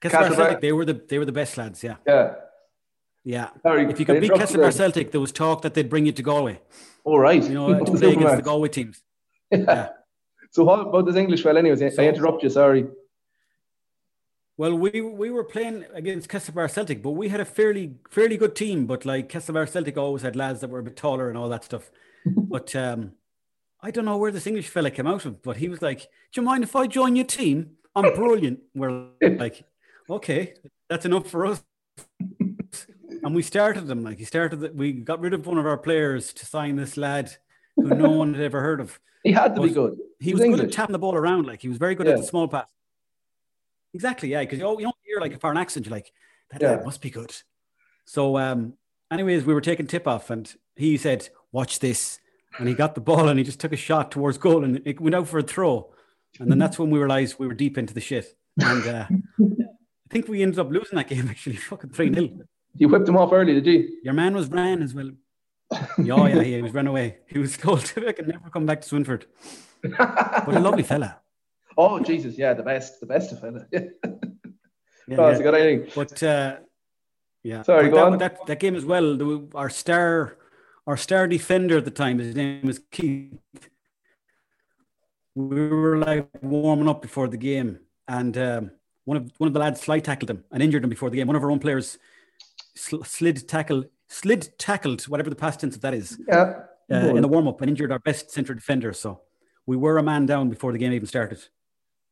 S6: Casper
S8: Casper-
S6: Celtic, they were the they were the best lads. Yeah,
S8: Yeah.
S6: yeah.
S8: Sorry,
S6: if you
S8: I
S6: could beat
S8: interrupted
S6: Casper
S8: there.
S6: Celtic, there was talk that they'd bring you to Galway.
S8: All right.
S6: You know, to play against the Galway teams.
S8: So how about this English fella? Anyways, I- I interrupt you. Sorry.
S6: Well, we we were playing against Castlebar Celtic, but we had a fairly fairly good team. But like Castlebar Celtic always had lads that were a bit taller and all that stuff. but um, I don't know where this English fella came out of, but he was like, "Do you mind if I join your team? I'm brilliant." We're like, "Okay, that's enough for us." and we started them like he started. The, we got rid of one of our players to sign this lad who no one had ever heard of.
S8: He had to be
S6: But
S8: good.
S6: He
S8: was
S6: was good at
S8: English.
S6: tapping the ball around. Like he was very good
S8: Yeah.
S6: at the small pass. Exactly, yeah. Because you al- you don't hear like a foreign accent, you're like, that
S8: Yeah.
S6: lad must be good. So, um, anyways, we were taking tip off, and he said, "Watch this," and he got the ball and he just took a shot towards goal, and it went out for a throw. And then that's when we realized we were deep into the shit, and uh, I think we ended up losing that game actually, fucking three 0
S8: You whipped him off early, did you?
S6: Your man was Bran as well. Yeah, yeah, he was run away. He was told to and never come back to Swinford. What a lovely fella.
S8: Oh Jesus, yeah, the best, the best of fella. Yeah.
S6: Yeah,
S8: Oh, it's
S6: yeah.
S8: a good inning.
S6: But uh, yeah,
S8: Sorry,
S6: But
S8: go
S6: that,
S8: on.
S6: That, that game as well. there were- Our star, our star defender at the time, his name was Keith. We were like warming up before the game, and um, one of one of the lads fly tackled him and injured him before the game. One of our own players sl- slid tackle, slid tackled, whatever the past tense of that is.
S8: Yeah.
S6: uh, in the warm up and injured our best central defender. So we were a man down before the game even started.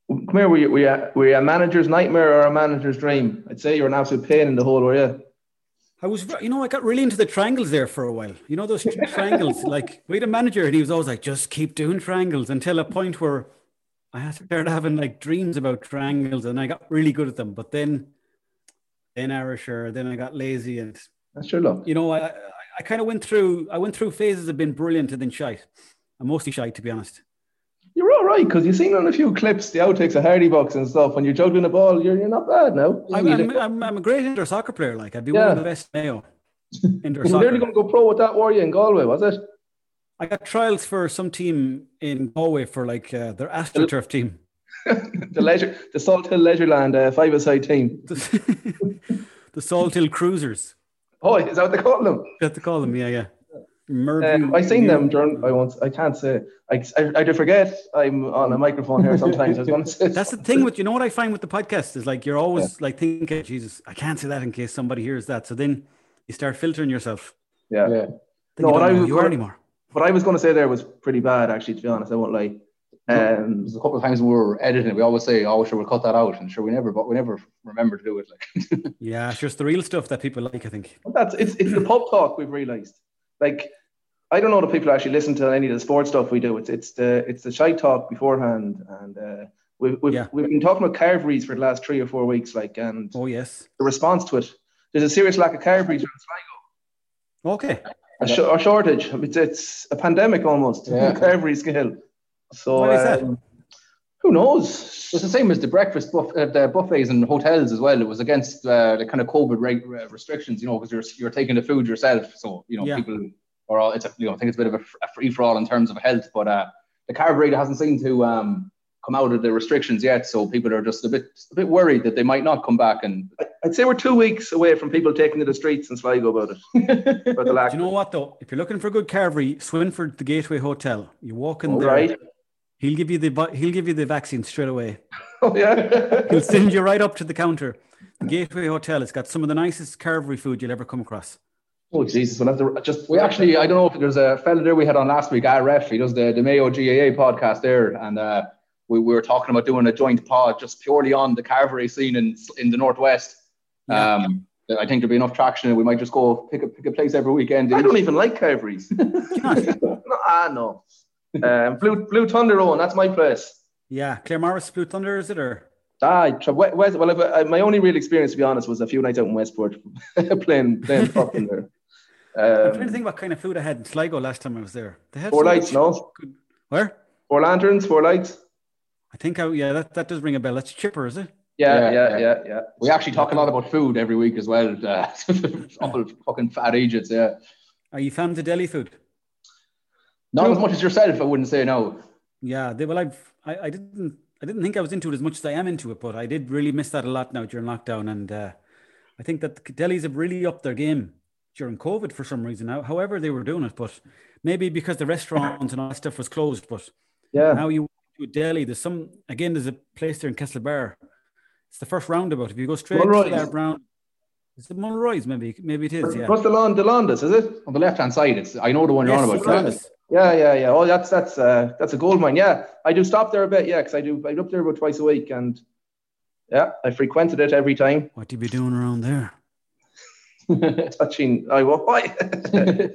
S8: Come here, were you, were, you a, were you a manager's nightmare or a manager's dream? I'd say you're an absolute pain in the hole, were you?
S6: I was, you know, I got really into the triangles there for a while. You know, those tri- triangles, like we had a manager and he was always like, just keep doing triangles until a point where I started having like dreams about triangles and I got really good at them. But then, then Irisher, then I got lazy and
S8: that's your luck.
S6: You know, I, I, I kind of went through, I went through phases of being brilliant and then shite. I'm mostly shite, to be honest.
S8: You're all right because you've seen on a few clips the outtakes of Hardy Box and stuff. When you're juggling the ball, you're, you're not bad now.
S6: I'm, I'm, I'm, I'm a great indoor soccer player. Like I'd be one
S8: Yeah.
S6: of the best Mayo indoor
S8: you were nearly
S6: soccer.
S8: going to go pro with that, were you, in Galway, was it?
S6: I got trials for some team in Galway for like uh, their AstroTurf team.
S8: The leisure, the Salt Hill Leisureland uh, five-a-side team.
S6: the Salt Hill Cruisers.
S8: Oh, is that what they call them?
S6: That's what they call them. Yeah, yeah.
S15: Uh,
S8: Um, I seen them during. I once. I can't say. I, I, I do forget. I'm on a microphone here sometimes. I was going to say.
S6: That's the thing with you know what I find with the podcast is like you're always like thinking, Jesus, I can't say that in case somebody hears that. So then you start filtering yourself.
S8: Yeah. yeah.
S6: Then you don't know who you are anymore.
S8: What I was going to say there was pretty bad, actually. To be honest, I won't lie. Um,
S15: There's a couple of times when we were editing it, we always say, "Oh, sure, we'll cut that out," and sure, we never, but we never remember to do it. Like,
S6: Yeah, it's just the real stuff that people like, I think.
S8: But That's it's it's the pub talk we've realised. Like I don't know that people actually listen to any of the sports stuff we do. It's it's the it's the shy talk beforehand, and uh, we've we've, we've been talking about carveries for the last three or four weeks. Like and
S6: oh yes,
S8: the response to it. There's a serious lack of carveries in
S6: Sligo. Okay.
S8: A, sh- a shortage. It's it's a pandemic almost.
S15: Yeah.
S8: Carvery scale. So
S15: Why is that?
S8: um, who knows?
S15: It's the same as the breakfast buff- uh, the buffets and hotels as well. It was against uh, the kind of COVID reg- uh, restrictions, you know, because you're you're taking the food yourself. So you know,
S6: Yeah.
S15: people are all. It's a, you know, I think it's a bit of a, f- a free for all in terms of health, but uh, the carburetor hasn't seemed to um, come out of the restrictions yet. So people are just a bit a bit worried that they might not come back. And
S8: I'd say we're two weeks away from people taking to the streets in Sligo about it. about the lack.
S6: Do you know what though? If you're looking for good carvery, Swinford, the Gateway Hotel. You walk in
S8: All
S6: there.
S8: right.
S6: He'll give you the vi- he'll give you the vaccine straight away.
S8: Oh yeah.
S6: he'll send you right up to the counter. The Gateway Hotel. It's got some of the nicest carvery food you'll ever come across.
S8: Oh Jesus! We'll have to just
S15: we actually, I don't know if there's a fella there we had on last week, Guy Ref. He does the, the Mayo GAA podcast there, and uh, we, we were talking about doing a joint pod just purely on the carvery scene in in the northwest. Um, I think there'll be enough traction, and we might just go pick a pick a place every weekend.
S8: I don't even like carveries. No, ah, no. Um, Blue Blue Thunder Own, that's my place.
S6: Yeah, Claremorris Blue Thunder, is it or?
S8: Ah, tra- we- West, well, I've-
S15: uh,
S8: I, my only real experience, to be honest, was a few nights out in Westport playing playing pop in there.
S6: I'm trying to
S8: Um,
S6: think what kind of food I had in Sligo last time I was there. They had
S8: four
S6: some
S8: lights, no.
S6: Where?
S8: Four lanterns, four lights.
S6: I think I, yeah, that, that does ring a bell. That's chipper, is it?
S8: Yeah, yeah, yeah, yeah.
S15: We actually talk a lot about food every week as well. Uh, all fucking fat agents, yeah.
S6: Are you fans of deli food?
S15: Not as much as yourself, I wouldn't say no.
S6: Yeah, they, well, I've I, I didn't I didn't think I was into it as much as I am into it, but I did really miss that a lot now during lockdown, and uh, I think that the delis have really upped their game during COVID for some reason. How- However, they were doing it, but maybe because the restaurants and all that stuff was closed, but
S8: Yeah.
S6: now you to a deli. There's some again. There's a place there in Castlebar. It's the first roundabout. If you go straight to
S8: Mulroy's.
S6: that round, is it Mulroy's? Maybe maybe it is. Yeah.
S8: What's the Lon- the Londas, is it?
S15: On the left hand side, it's I know the one you're
S8: Yes,
S15: on
S8: it's
S15: about.
S8: Londas. Yeah, yeah, yeah. Oh, that's that's uh, that's a gold mine. Yeah, I do stop there a bit. Yeah, because I do I'm up there about twice a week, and yeah, I frequented it every time.
S6: What do you be doing around there? Oh,
S8: touching. I walk by.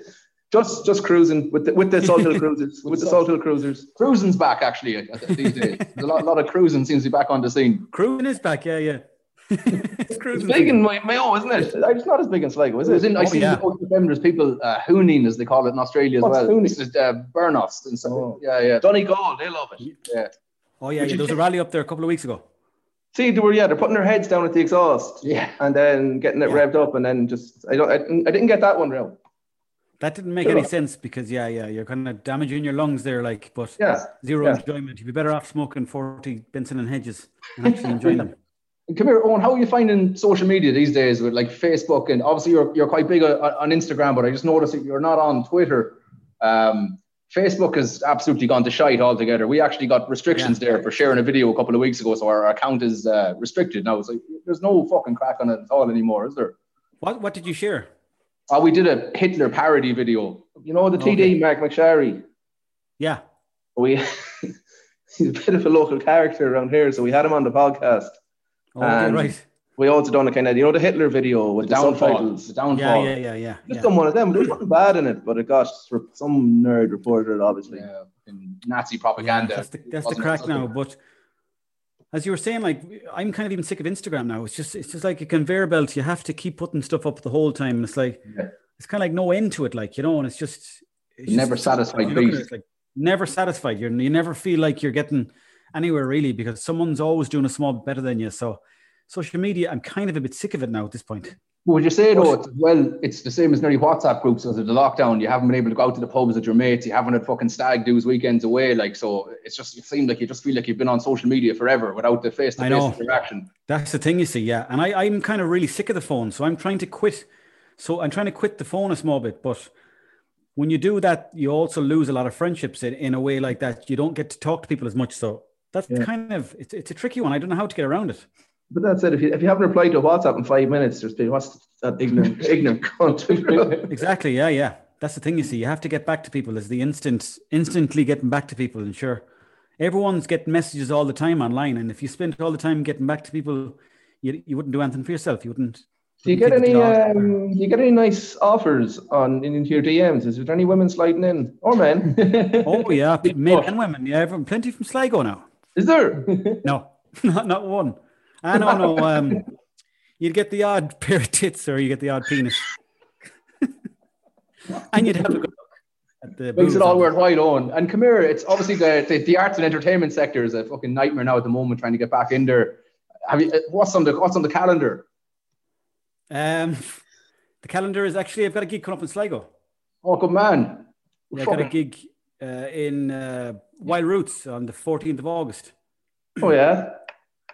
S8: just just cruising with the, with the Salt Hill Cruisers. with the Salt Hill Cruisers.
S15: Cruising's back actually uh, these days. There's a lot, lot of cruising seems to be back on the scene.
S6: Cruising is back, yeah, yeah. it's cruising.
S8: Big in my Mayo, isn't it? It's not as big in Sligo, is it?
S15: As
S6: Oh,
S15: in, I see the OFM, there's people uh, hooning, as they call it in Australia as
S8: What's
S15: well.
S8: hooning? Oh.
S15: It's just, uh, burn-offs and stuff. Yeah, yeah.
S8: Donegal, they love it.
S15: Yeah.
S6: Oh yeah, yeah, there was a rally up there a couple of weeks ago.
S8: See, they were yeah, they're putting their heads down at the exhaust,
S15: yeah,
S8: and then getting it revved up, and then just I don't I, didn't- I didn't get that one real.
S6: That didn't make
S16: Sure.
S6: any sense because yeah, yeah, you're kind of damaging your lungs there, like. But
S16: Yeah,
S6: zero
S16: yeah.
S6: enjoyment. You'd be better off smoking forty Benson and Hedges and actually enjoying them.
S8: Come here, Owen. How are you finding social media these days with like Facebook and obviously you're, you're quite big on, on Instagram, but I just noticed that you're not on Twitter. Um, Facebook has absolutely gone to shite altogether. We actually got restrictions there for sharing a video a couple of weeks ago, so our account is uh, restricted now. It's like there's no fucking crack on it at all anymore, is there?
S6: What What did you share?
S8: Oh, we did a Hitler parody video. You know the TD Mark McSharry.
S6: Yeah.
S8: We he's a bit of a local character around here, so we had him on the podcast.
S6: Oh, okay,
S8: And
S6: right.
S8: We also done a kind of you know the Hitler video with the,
S16: downfall.
S8: subtitles, the downfall.
S6: Yeah, yeah, yeah, yeah.
S8: Just done one of them. There's nothing bad in it, but it got re- some nerd reported, obviously. Nazi propaganda.
S6: That's the, that's the crack now. But as you were saying, like I'm kind of even sick of Instagram now. It's just it's just like a conveyor belt. You have to keep putting stuff up the whole time, and it's like it's kind of like no end to it, like you know. And it's just it's
S8: Never
S6: just-
S8: satisfied
S6: you look at it,
S8: beast.
S6: it's like never satisfied. You're you never feel like you're getting anywhere really because someone's always doing a small bit better than you. So social media, I'm kind of a bit sick of it now at this point.
S8: Would you say though? It's, well, it's the same as nearly WhatsApp groups because of the lockdown. You haven't been able to go out to the pubs with your mates. You haven't had fucking stag do's weekends away. Like so, it's just it seemed like you just feel like you've been on social media forever without the face to
S6: I
S8: face
S6: know.
S8: interaction.
S6: That's the thing you see, yeah. And I, I'm kind of really sick of the phone, so I'm trying to quit. So I'm trying to quit the phone a small bit, but when you do that, you also lose a lot of friendships in, in a way like that. You don't get to talk to people as much. So that's kind of it's, it's a tricky one. I don't know how to get around it.
S8: But that said, if you, if you haven't replied to a WhatsApp in five minutes, there's been what's that ignorant ignorant cunt?
S6: exactly, yeah, yeah. That's the thing you see. You have to get back to people as the instant instantly getting back to people, and sure. Everyone's getting messages all the time online, and if you spent all the time getting back to people, you, you wouldn't do anything for yourself. You wouldn't.
S8: Do you
S6: wouldn't
S8: get
S6: think
S8: any?
S6: of it all.
S8: Um, do you get any nice offers on in- into your DMs? Is there any women sliding in or men?
S6: oh yeah, p- men and women. Yeah, everyone, plenty from Sligo now.
S8: Is there?
S6: no, not, not one. I don't know. Um, you'd get the odd pair of tits, or you get the odd penis, and you'd have a good look at the.
S8: Makes
S6: boobs
S8: it all
S6: of-
S8: worthwhile, Owen. And come here, it's obviously the, the, the arts and entertainment sector is a fucking nightmare now at the moment trying to get back in there. Have you, uh, what's on the what's on the calendar?
S6: Um, the calendar is actually. I've got a gig coming up in Sligo.
S8: Oh, good man.
S6: Yeah, I've got a
S8: Fucking-
S6: gig uh, in uh, Wild Roots on the 14th of August.
S8: Oh yeah.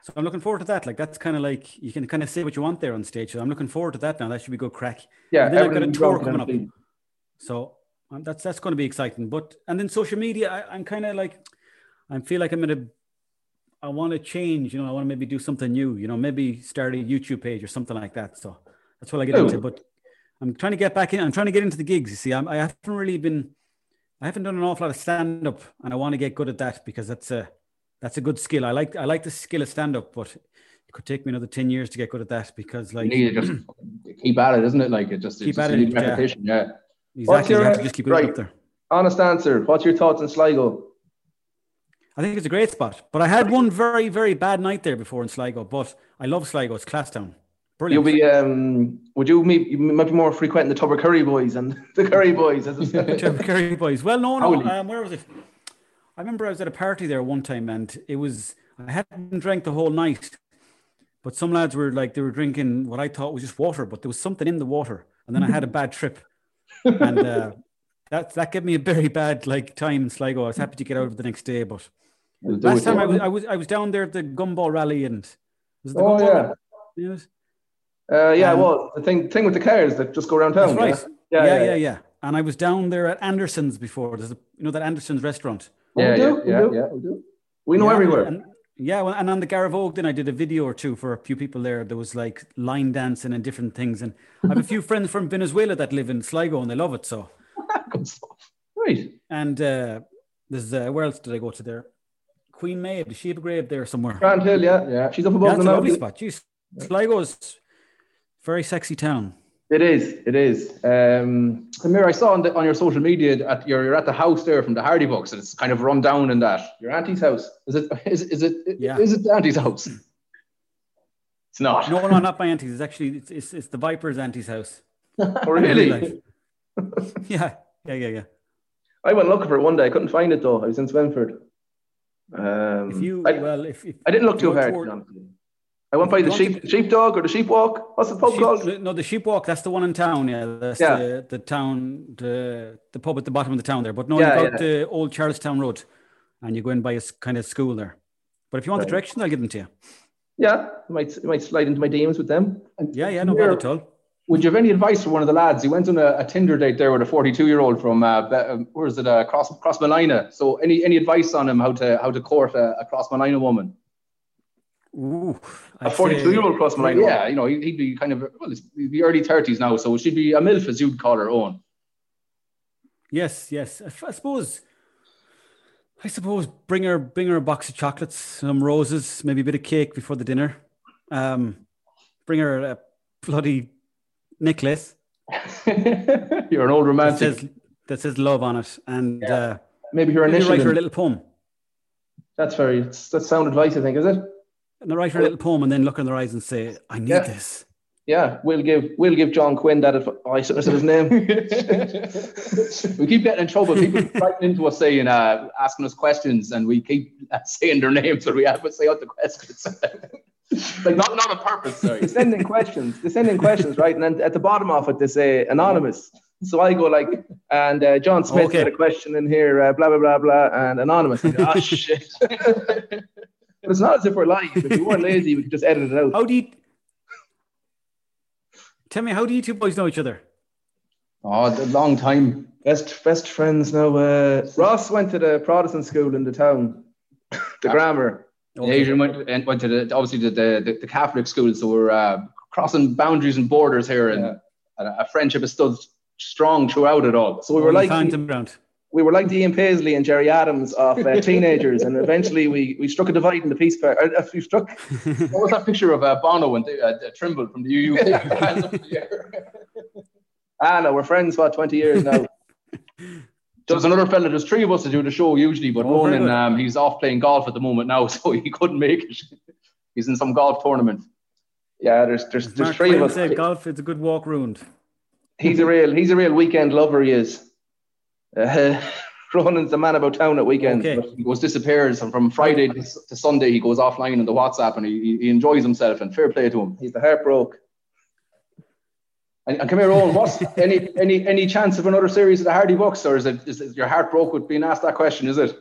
S6: So I'm looking forward to that. Like that's kind of like you can kind of say what you want there on stage. So I'm looking forward to that now. That should be good crack.
S8: Yeah,
S6: And then I've got a
S8: everything's
S6: tour
S8: broken
S6: coming
S8: and
S6: up.
S8: clean.
S6: So um, that's that's going to be exciting. But and then social media, I, I'm kind of like I feel like I'm in a I want to change. You know, I want to maybe do something new. You know, maybe start a YouTube page or something like that. So that's what I get
S8: Ooh.
S6: into. But I'm trying to get back in. I'm trying to get into the gigs. You see, I'm, I haven't really been. I haven't done an awful lot of stand up, and I want to get good at that because that's a that's a good skill. I like I like the skill of stand up, but it could take me another ten years to get good at that because like
S8: need to just keep at it, isn't it? Like it just
S6: Keep
S8: it's
S6: at
S8: just,
S6: it,
S8: you need
S6: yeah.
S8: repetition. Yeah. What's
S6: exactly. You
S8: your,
S6: have to just keep it
S8: right,
S6: up there.
S8: Honest answer. What's your thoughts on Sligo?
S6: I think it's a great spot, but I had one very very bad night there before in Sligo. But I love Sligo. It's class town. Brilliant.
S8: You'll be um would you meet you might be more frequent in the Tubber Curry boys and the Curry boys as a
S6: Trevor Curry boys. Well, no, no.
S8: Howley.
S6: Um, where was it? I remember I was at a party there one time, and it was I hadn't drank the whole night, but some lads were like they were drinking what I thought was just water, but there was something in the water, and then I had a bad trip, and uh, that that gave me a very bad like time in Sligo. I was happy to get out of the next day, but
S8: It'll do
S6: uh, last
S8: it,
S6: time I
S8: yeah.
S6: was, I was I was down there at the gumball rally, and was it the
S8: Oh,
S6: gumball
S8: yeah.
S6: rally? Yes.
S8: Uh, yeah,
S6: Um,
S8: well, the thing thing with the cars that just go around town.
S6: That's right.
S8: Yeah, yeah, yeah.
S6: And I was down there at Anderson's before. There's a, you know that Anderson's restaurant.
S8: Yeah, yeah, yeah, yeah, Oh, we do. We know
S6: Yeah,
S8: everywhere.
S6: And, yeah, well, and on the Garavogue, then I did a video or two for a few people there. There was like line dancing and different things. And I have a few friends from Venezuela that live in Sligo and they love it. So,
S8: right.
S6: And uh, there's uh, where else did I go to there? Queen Maeve, the Sheba Grave there somewhere.
S8: Grand Hill, yeah, yeah. She's up above
S6: That's
S8: the
S6: a lovely
S8: mountain.
S6: spot. Jeez, Sligo's very sexy town.
S8: It is. It is. Um, Samir, I saw on, the, on your social media at you're, you're at the house there from the Hardy Bucks, and it's kind of run down in that your auntie's house. Is it? Is, is it?
S6: Yeah. Hmm.
S8: Is it auntie's house? It's not.
S6: No, no, not my auntie's. It's actually it's, it's, it's the Viper's auntie's house.
S8: Oh,
S6: In real
S8: really?
S6: life. yeah, yeah, yeah, yeah.
S8: I went looking for it one day. I couldn't find it though. I was in Swenford. Um,
S6: If you
S8: I,
S6: well, if, if
S8: I didn't look
S6: you
S8: too
S6: go
S8: hard.
S6: toward-
S8: to be honest with you. I went by the sheep sheepdog or the sheep walk. What's the pub
S6: Sheep-
S8: called?
S6: No, the sheep walk. That's the one in town. Yeah, that's
S8: Oh, Yeah.
S6: The, the town, the the pub at the bottom of the town there. But no,
S8: Yeah,
S6: you got
S8: yeah.
S6: the old Charlestown Road, and you go in by a s- kind of school there. But if you want the
S8: Right.
S6: directions, I'll give them to you.
S8: Yeah, I might I might slide into my DMs with them.
S6: yeah, yeah, no bother at all.
S8: Would you have any advice for one of the lads? He went on a, a Tinder date there with a 42 year old from uh, Be- um, where is it? Uh, Cross Cross Malina. So any any advice on him how to how to court a, a Cross Malina woman?
S6: Ooh,
S8: A 42 year old Cross Malina.
S6: woman.
S8: Yeah, you know he- he'd be kind of well, he's the early 30s now, so she'd be a milf as you'd call her own.
S6: Yes, yes. I f- I suppose. I suppose bring her bring her a box of chocolates, some roses, maybe a bit of cake before the dinner. Um, bring her a bloody necklace.
S8: You're an old romantic.
S6: That says, that says love on it, and uh,
S8: Maybe her initial.
S6: write her a
S8: in-
S6: little poem.
S8: That's very that's sound advice, I think, is it?
S6: And write her a little poem, and then look her in her eyes and say, "I need this."
S8: Yeah, we'll give we'll give John Quinn that advice. That's his name. we keep getting in trouble. People writing into us saying, uh, asking us questions, and we keep uh, saying their names, or we have to say out the questions. like not not on purpose. Sorry.
S17: They send in questions. They send in questions, right? And then at the bottom of it, they say anonymous. So I go like, and uh, John Smith
S8: Okay.
S17: had a question in here, uh, blah blah blah blah, and anonymous. And,
S8: Ah,
S17: oh shit! but it's not as if we're lying. If we weren't lazy, we could just edit it out.
S6: How do you? Tell me, how do you two boys know each other?
S8: Oh, the long time.
S17: Best best friends now. Uh, Ross went to the Protestant school in the town, the grammar.
S8: Adrian went, and went to the, obviously the, the, the, the Catholic school, so we're uh, crossing boundaries and borders here, and a, a friendship has stood strong throughout it all.
S17: So we were
S6: Only
S17: like
S6: phantom round.
S17: we were like Ian Paisley and Jerry Adams of uh, teenagers, and eventually we, we struck a divide in the peace pact. or, Uh, we struck.
S8: What was that picture of uh, Bono and uh, Trimble from the UUP? Hands up in the air.
S17: Ah, no, we're friends for 20 years now.
S8: There's another fella. There's three of us to do the show usually, but
S17: Oh, very
S8: Ronan,
S17: good.
S8: um, he's off playing golf at the moment now, so he couldn't make it. He's in some golf tournament.
S17: Yeah, there's there's,
S6: Mark
S17: there's three of
S6: Twain
S17: us.
S6: said, "Golf is a good walk round."
S17: He's a real he's a real weekend lover. He is. Uh, Ronan's the man about town at weekends.
S8: But He goes disappears, and from Friday to, to Sunday he goes offline on the WhatsApp, and he, he- he enjoys himself. And fair play to him.
S17: He's the heartbroken.
S8: And, and come here, Owen. What's any any any chance of another series of the Hardy Bucks, or is it is, is your heart broke with being asked that question? Is it?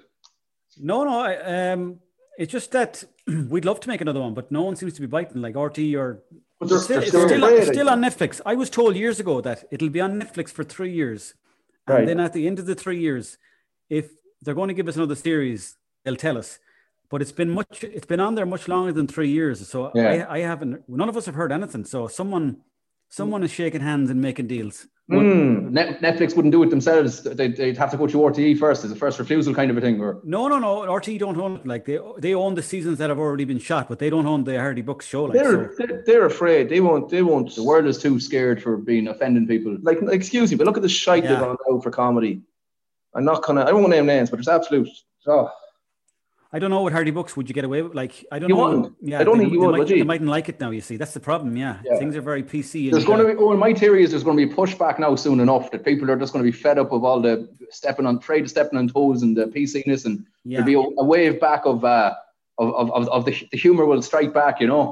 S6: No, no. I, um, it's just that we'd love to make another one, but no one seems to be biting. Like RT or
S8: But they're-
S6: it's still,
S8: they're
S6: it's
S8: still
S6: still,
S8: afraid,
S6: it's
S8: I
S6: still on Netflix. I was told years ago that it'll be on Netflix for three years, and
S8: Right.
S6: then at the end of the three years, if they're going to give us another series, they'll tell us. But it's been much. It's been on there much longer than three years. So
S8: Yeah. Mm.
S6: I, I haven't. None of us have heard anything. So someone, someone is shaking hands and making deals.
S8: Would- Net, Netflix wouldn't do it themselves. They'd, they'd have to go to RTE first as a first refusal kind of a thing. Or
S6: No, no, no. RT don't own it. Like they they own the seasons that have already been shot, but they don't own the Hardy Books show. Like so.
S17: They're, they're they're afraid. They won't. They won't.
S8: the world is too scared for being offending people.
S17: Like, excuse me, but look at the shite they've
S6: Yeah.
S17: on now for comedy. I'm not gonna. I won't name names, but it's absolute. Oh,
S6: I don't know what Hardy Books would you get away with. Like I don't
S17: You
S6: know.
S17: wouldn't.
S6: Yeah,
S17: I don't
S6: they,
S17: think you
S6: they
S17: would,
S6: might,
S17: would you?
S6: They mightn't like it now. You see, that's the problem. Yeah,
S8: Yeah.
S6: things are very PC. and uh,
S8: There's
S6: you
S8: going
S6: gotta-
S8: to be. Oh, my theory is there's going to be pushback now soon enough that people are just going to be fed up of all the stepping on, afraid of stepping on toes and the PCness, and
S6: Yeah.
S8: there'll be a, a wave back of uh of of, of, of the, the humor will strike back. You know.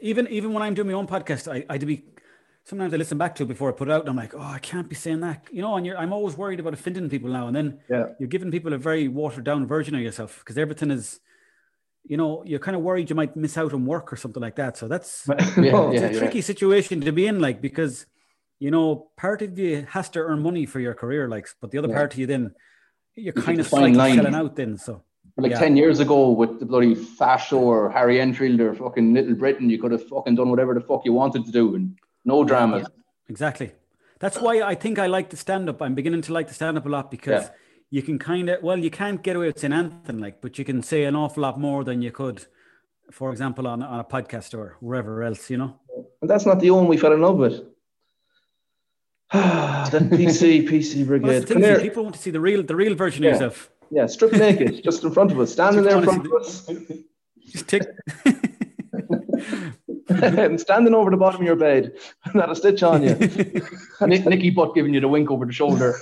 S6: even even when I'm doing my own podcast, I I be sometimes I listen back to it before I put it out, and I'm like, oh, I can't be saying that. You know, and you're, I'm always worried about offending people now. And then
S17: Yeah.
S6: you're giving people a very watered down version of yourself because everything is. You know, you're kind of worried you might miss out on work or something like that. So that's
S8: Yeah,
S6: it's
S8: yeah,
S6: a
S8: yeah.
S6: tricky situation to be in, like because you know part of you has to earn money for your career, like, but the other
S8: Yeah.
S6: part of you then you're
S8: It's
S6: kind
S8: a
S6: of
S8: fine
S6: slightly
S8: line.
S6: selling out then. So
S8: Like
S6: yeah.
S8: ten years ago with the bloody Fasho or Harry Enfield or fucking Little Britain, you could have fucking done whatever the fuck you wanted to do and no dramas.
S6: Exactly. That's why I think I like the stand up. I'm beginning to like the stand up a lot because
S8: Yeah.
S6: you can kind of, well, you can't get away with saying anything, like, but you can say an awful lot more than you could, for example, on, on a podcast or wherever else, you know?
S17: and that's not the only we fell in love with. that PC PC
S6: Well,
S17: brigade.
S6: that's
S17: Come
S6: the thing, see,
S17: here.
S6: people want to see the real, the real version
S17: Yeah.
S6: of yourself.
S17: Yeah, stripped naked, just in front of us, standing there in front of us,
S6: Just take,
S17: and standing over the bottom of your bed, not a stitch on you.
S8: Nick, Nicky Butt giving you the wink over the shoulder.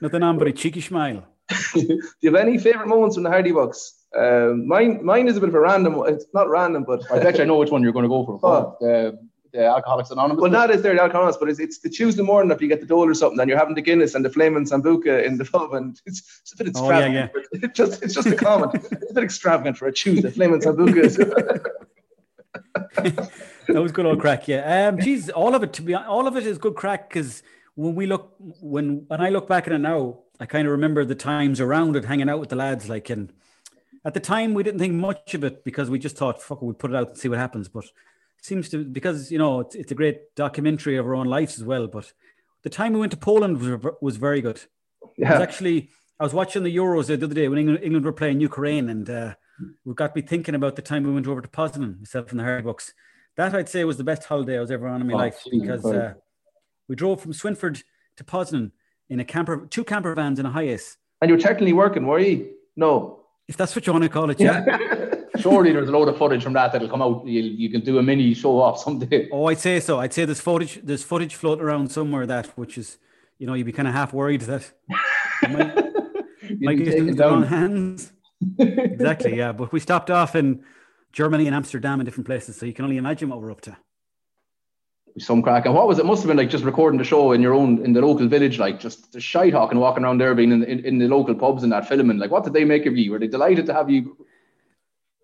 S6: nothing on but a cheeky smile.
S17: Do you have any favorite moments from the Hardy Bucks?
S18: Um, mine, mine is a bit of a random. It's not random, but
S8: I bet you I know which one you're going to go for.
S18: Oh.
S8: The, the Alcoholics Anonymous.
S18: Well, not as they're the alcoholics, but it's, it's the Tuesday morning if you get the dole or something, and you're having the Guinness and the flaming sambuca in the pub, and it's, it's a bit
S6: Oh, yeah,
S18: extravagant. but It just, it's just a comment. it's a bit extravagant for a Tuesday flaming sambuca. is-
S6: that was good old crack. Yeah. Um, geez, all of it to be all of it is good crack because when we look when when I look back at it now, I kind of remember the times around it, hanging out with the lads. Like, and at the time we didn't think much of it because we just thought, "Fuck, it, we put it out and see what happens." But it seems to because you know it's, it's a great documentary of our own lives as well. But the time we went to Poland was was very good. It was
S18: Yeah.
S6: actually I was watching the Euros the other day when England, England were playing Ukraine, and uh, it got me thinking about the time we went over to Poznan, myself and the Harry Bucks. That I'd say was the best holiday I was ever on in my
S18: Oh,
S6: life
S18: Jesus
S6: because
S18: Christ.
S6: uh, we drove from Swinford to Poznan in a camper, two camper vans and a hiace.
S18: and you're technically working, were you? No.
S6: If that's what you want to call it, yeah.
S8: Surely there's a load of footage from that that'll come out. You, you can do a mini show off someday.
S6: Oh, I'd say so. I'd say there's footage, there's footage floating around somewhere that, which is, you know, you'd be kind of half worried that it might,
S8: didn't
S6: might get
S8: take
S6: into
S8: it
S6: the
S8: down.
S6: wrong hands. exactly, yeah. But we stopped off in Germany and Amsterdam and different places, so you can only imagine what we're up to.
S8: Some crack. And what was it? Must have been like just recording the show in your own in the local village, like just the shite hawking walking around there, being in, in, in the local pubs and that filming. Like, what did they make of you? Were they delighted to have you?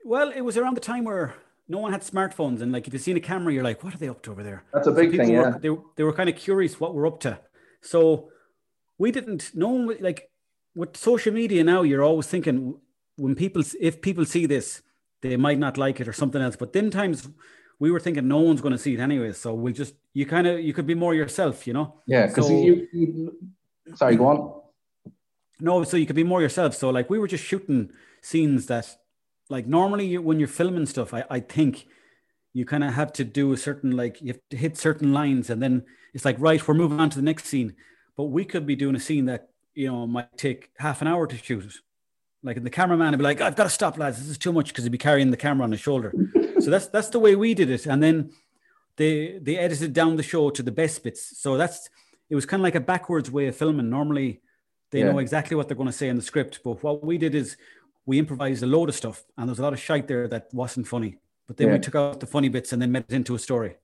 S6: Well, it was around the time where no one had smartphones, and like if you've seen a camera, you're like, "What are they up to over there?"
S8: That's a big
S6: people
S8: thing,
S6: were-
S8: yeah.
S6: they they were kind of curious what we're up to, so we didn't. No one was- like with social media now. You're always thinking when people if people see this, they might not like it or something else. But then times we were thinking no one's going to see it anyway, so we just you kind of you could be more yourself, you know?
S8: Yeah, because
S6: So-
S8: you, you. Sorry, go on.
S6: no, so you could be more yourself. So like we were just shooting scenes that, like normally you, when you're filming stuff, I, I think you kind of have to do a certain like you have to hit certain lines, and then it's like right, we're moving on to the next scene. But we could be doing a scene that you know might take half an hour to shoot. Like and the cameraman would be like, I've got to stop, lads. This is too much because he'd be carrying the camera on his shoulder. so that's that's the way we did it. And then they they edited down the show to the best bits. So that's it was kind of like a backwards way of filming. Normally they
S8: Yeah.
S6: know exactly what they're going to say in the script. But what we did is we improvised a load of stuff, and there was a lot of shite there that wasn't funny. But then
S8: Yeah.
S6: we took out the funny bits and then made it into a story.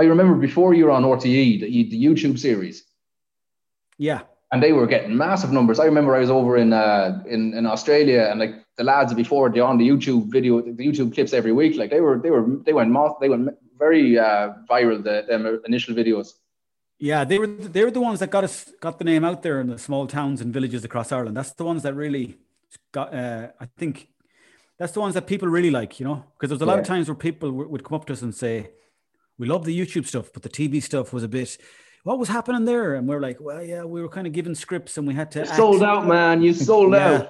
S8: I remember before you were on RTE, the, the YouTube series,
S6: Yeah,
S8: and they were getting massive numbers. I remember I was over in uh, in in Australia, and like the lads before they on the YouTube video, the YouTube clips every week. Like they were they were they went moth, they went very uh, viral. The them initial videos.
S6: yeah, they were they were the ones that got us got the name out there in the small towns and villages across Ireland. That's the ones that really got. Uh, I think that's the ones that people really like, you know, because there's a lot of
S8: Yeah.
S6: times where people w- would come up to us and say, "We love the YouTube stuff, but the TV stuff was a bit." What was happening there? And we're like, well, yeah, we were kind of given scripts and we had to.
S18: You
S6: act."
S18: sold out, man. You sold
S6: Yeah.
S18: out.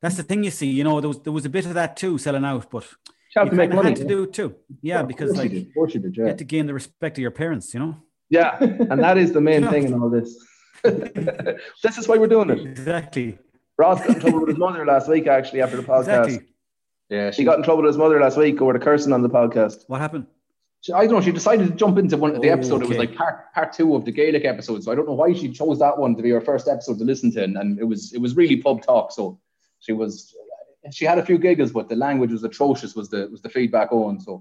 S6: That's the thing you see, you know, there was there was a bit of that too, selling out, but
S18: Shout
S6: you
S18: to make
S6: kinda
S18: money.
S6: had to do it too. Yeah, because like
S8: Of course you did,
S6: you
S8: yeah.
S6: had to gain the respect of your parents, you know.
S18: Yeah, and that is the main thing in all this. this is why we're doing it.
S6: Exactly.
S18: Ross got in trouble with his mother last week, actually, after the podcast.
S6: Exactly.
S8: Yeah,
S18: She got in trouble with his mother last week over the cursing on the podcast.
S6: What happened?
S8: She, I don't know. She decided to jump into one of the
S18: Oh,
S8: episode. It was
S18: okay.
S8: like part, part two of the Gaelic episode. So I don't know why she chose that one to be her first episode to listen to, and, and it was it was really pub talk. So she was she had a few giggles, but the language was atrocious. Was the was the feedback on? So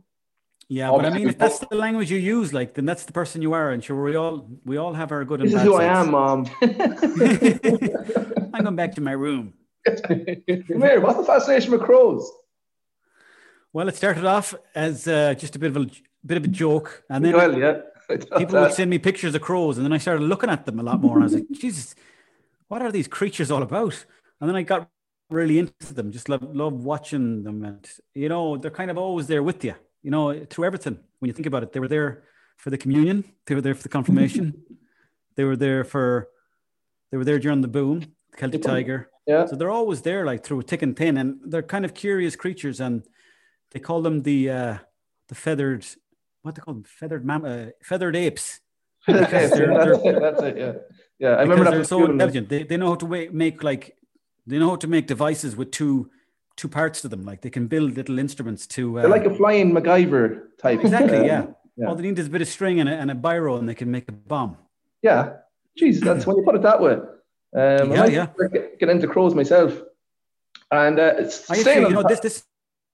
S6: Yeah,
S8: Oh,
S6: but I
S8: but
S6: mean,
S8: you-
S6: if that's the language you use, like, then that's the person you are, and sure, we all we all have our good and
S18: This is
S6: bad
S18: who I
S6: sides.
S18: am, mom.
S6: I'm going back to my room.
S18: Come here. What's the fascination with crows?
S6: Well, it started off as uh, just a bit of a bit of a joke, and then
S18: Well, yeah.
S6: people would send me pictures of crows, and then I started looking at them a lot more, and I was like, Jesus, what are these creatures all about? And then I got really into them, just love love watching them, and you know, they're kind of always there with you, you know, through everything. When you think about it, they were there for the communion, they were there for the confirmation, they were there for, they were there during the boom, the Celtic Tiger.
S18: Yeah.
S6: So they're always there, like through thick and thin, and they're kind of curious creatures, and they call them the uh, the feathered what they call them feathered mam- uh, feathered apes.
S18: that's, it, that's it, that's it, Yeah. Yeah. I remember
S6: Because
S18: that.
S6: they're
S18: from
S6: so
S18: school.
S6: intelligent. They, they know how to wa- make like they know how to make devices with two two parts to them. Like they can build little instruments to. Uh,
S18: They're like a flying MacGyver type.
S6: exactly
S18: um,
S6: yeah. All they need is a bit of string and a, and a biro, and they can make a bomb.
S18: Yeah. Jeez, that's when you put it that way. Um, I
S6: Yeah,
S18: might
S6: yeah.
S18: Get into crows myself.
S8: And uh, it's
S6: I
S8: same
S6: actually, you know,
S8: on-
S6: this this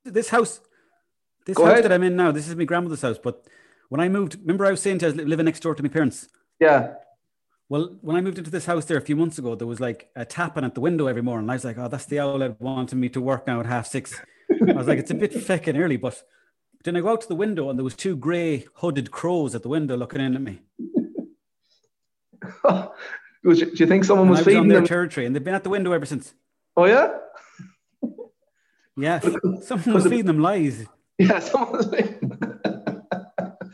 S6: this house, this
S8: Go
S6: house
S8: ahead.
S6: that I'm in now, this is my grandmother's house. But when I moved, remember I was saying to you, I was li- living next door to my parents.
S8: Yeah.
S6: Well, when I moved into this house there a few months ago, there was like a tapping at the window every morning. I was like, oh, that's the owl that wanted me to work now at half six. I was like, it's a bit feckin' early, but then I go out to the window and there was two grey hooded crows at the window looking in at me.
S8: was, do you think someone
S6: And
S8: was
S6: I was
S8: feeding
S6: on their
S8: them?
S6: territory and they've been at the window ever since.
S8: oh yeah,
S6: Yeah, someone was feeding them lies.
S8: yeah. Someone was feeding.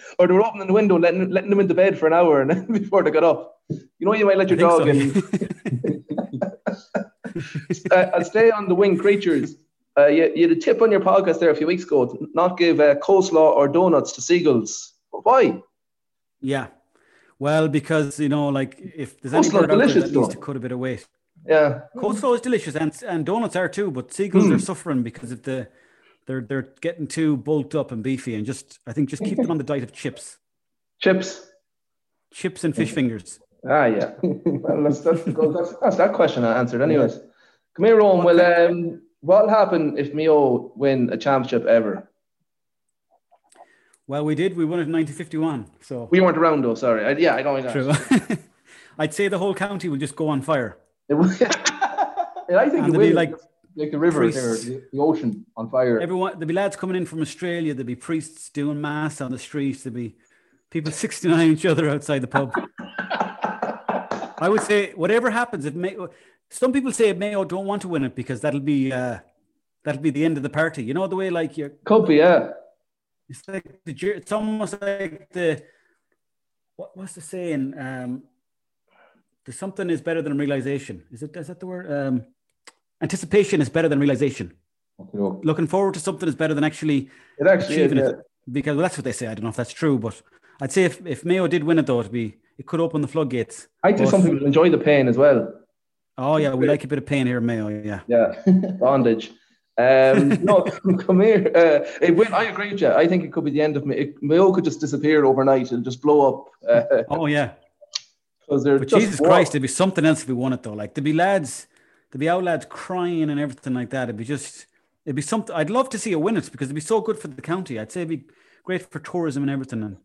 S8: or they were opening the window, letting letting them into bed for an hour, and then before they got up. You know, you might let your
S6: I think
S8: dog
S6: so.
S8: in. uh, I'll stay on the wing creatures. Uh, you, you had a tip on your podcast there a few weeks ago to not give uh, coleslaw or donuts to seagulls. Why?
S6: Yeah. Well, because you know, like if there's
S8: Coleslaw
S6: any bird out there
S8: delicious
S6: that needs
S8: though.
S6: to Hmm. cut a bit of weight.
S8: Yeah.
S6: Coleslaw is delicious and and donuts are too, but seagulls
S8: Hmm.
S6: are suffering because of the they're they're getting too bulked up and beefy and just I think just keep them on the diet of chips.
S8: Chips.
S6: Chips and fish fingers.
S8: Ah, yeah. well, that's, that's, that's, that's that question I answered, anyways. Come here, Rowan. Well, um, what'll happen if Mayo win a championship ever?
S6: Well, we did. We won it in 1951. So
S8: We weren't around though. Sorry. I, yeah, I don't.
S6: true. I'd say the whole county will just go on fire.
S8: And I think it
S6: And they'll
S8: will.
S6: be like
S8: like the river there,
S6: priests.
S8: the, the ocean on fire.
S6: Everyone, there'd be lads coming in from Australia. There'd be priests doing mass on the streets. There'd be people 69 each other outside the pub. I would say whatever happens, if Mayo, some people say Mayo don't want to win it because that'll be uh, that'll be the end of the party. You know the way like you.
S8: Could be, yeah.
S6: It's like the Jer- it's almost like the what was the saying? Um, the something is better than realization. Is it is that the word? Um, anticipation is better than realization looking forward to something is better than actually,
S8: It actually is,
S6: achieving
S8: yeah.
S6: it. Because well, that's what they say. I don't know if that's true, but I'd say if, if Mayo did win it, though, it'd be it could open the floodgates.
S8: I think
S6: But-
S8: some people enjoy the pain as well.
S6: Oh yeah, we like a bit of pain here in Mayo. Yeah.
S8: Yeah, bondage. Um, no, come here. Uh, it will, I agree with you. I think it could be the end of me. It, Mayo could just disappear overnight. It'll just blow up. Uh,
S6: Oh yeah.
S8: Because they're
S6: But
S8: just
S6: Jesus
S8: war-
S6: Christ, there'd be something else if we won it though. Like there'd be lads, there'd be out lads crying and everything like that. It'd be just, it'd be something. I'd love to see a win it because it'd be so good for the county. I'd say it'd be great for tourism and everything. And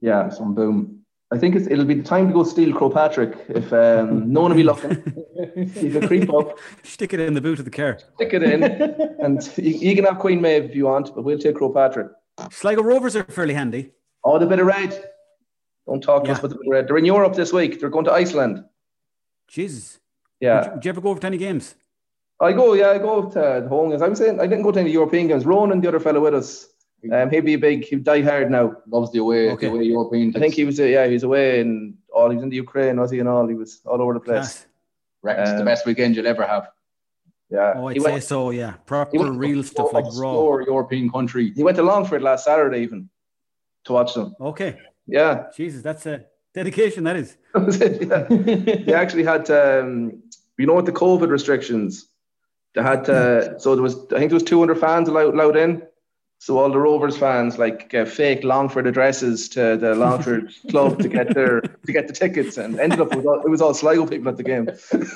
S8: Yeah, some boom. I think it's, it'll be the time to go steal Crowpatrick if um, no one will be looking. you can creep up,
S6: stick it in the boot of the car.
S8: stick it in, and you, you can have Queen Maeve if you want, but we'll take Crowpatrick.
S6: Sligo Rovers are fairly handy.
S8: Oh, the bit of red. Don't talk to us about the bit of red. They're in Europe this week. They're going to Iceland.
S6: Jesus.
S8: Yeah.
S6: Would you, would you ever go over to any games?
S8: I go, yeah, I go to the home games. I'm saying I didn't go to any European games. Ronan, the other fellow with us, um, he'd be big. He'd die hard now. Loves the away,
S19: the Mm-hmm. away European
S8: I think he was, uh, yeah, he was away and all. He was in the Ukraine, was he, and all. He was all over the place.
S6: Class.
S19: Reckons it's the
S8: Um,
S19: best weekend you'll ever have.
S8: Yeah.
S6: Oh, I'd
S8: He
S6: say
S8: went-
S6: so. Yeah, proper
S8: went-
S6: real stuff like raw.
S19: Or European country.
S8: He went to Longford last Saturday even to watch them.
S6: Okay,
S8: Yeah,
S6: Jesus, that's a dedication. That is.
S8: that was it. Yeah. they actually had, um, you know, what the COVID restrictions. They had uh, so there was I think there was 200 fans allowed, allowed in. So all the Rovers fans like uh, fake Longford addresses to the Longford club to get their to get the tickets, and ended up with all, it was all Sligo people at the game.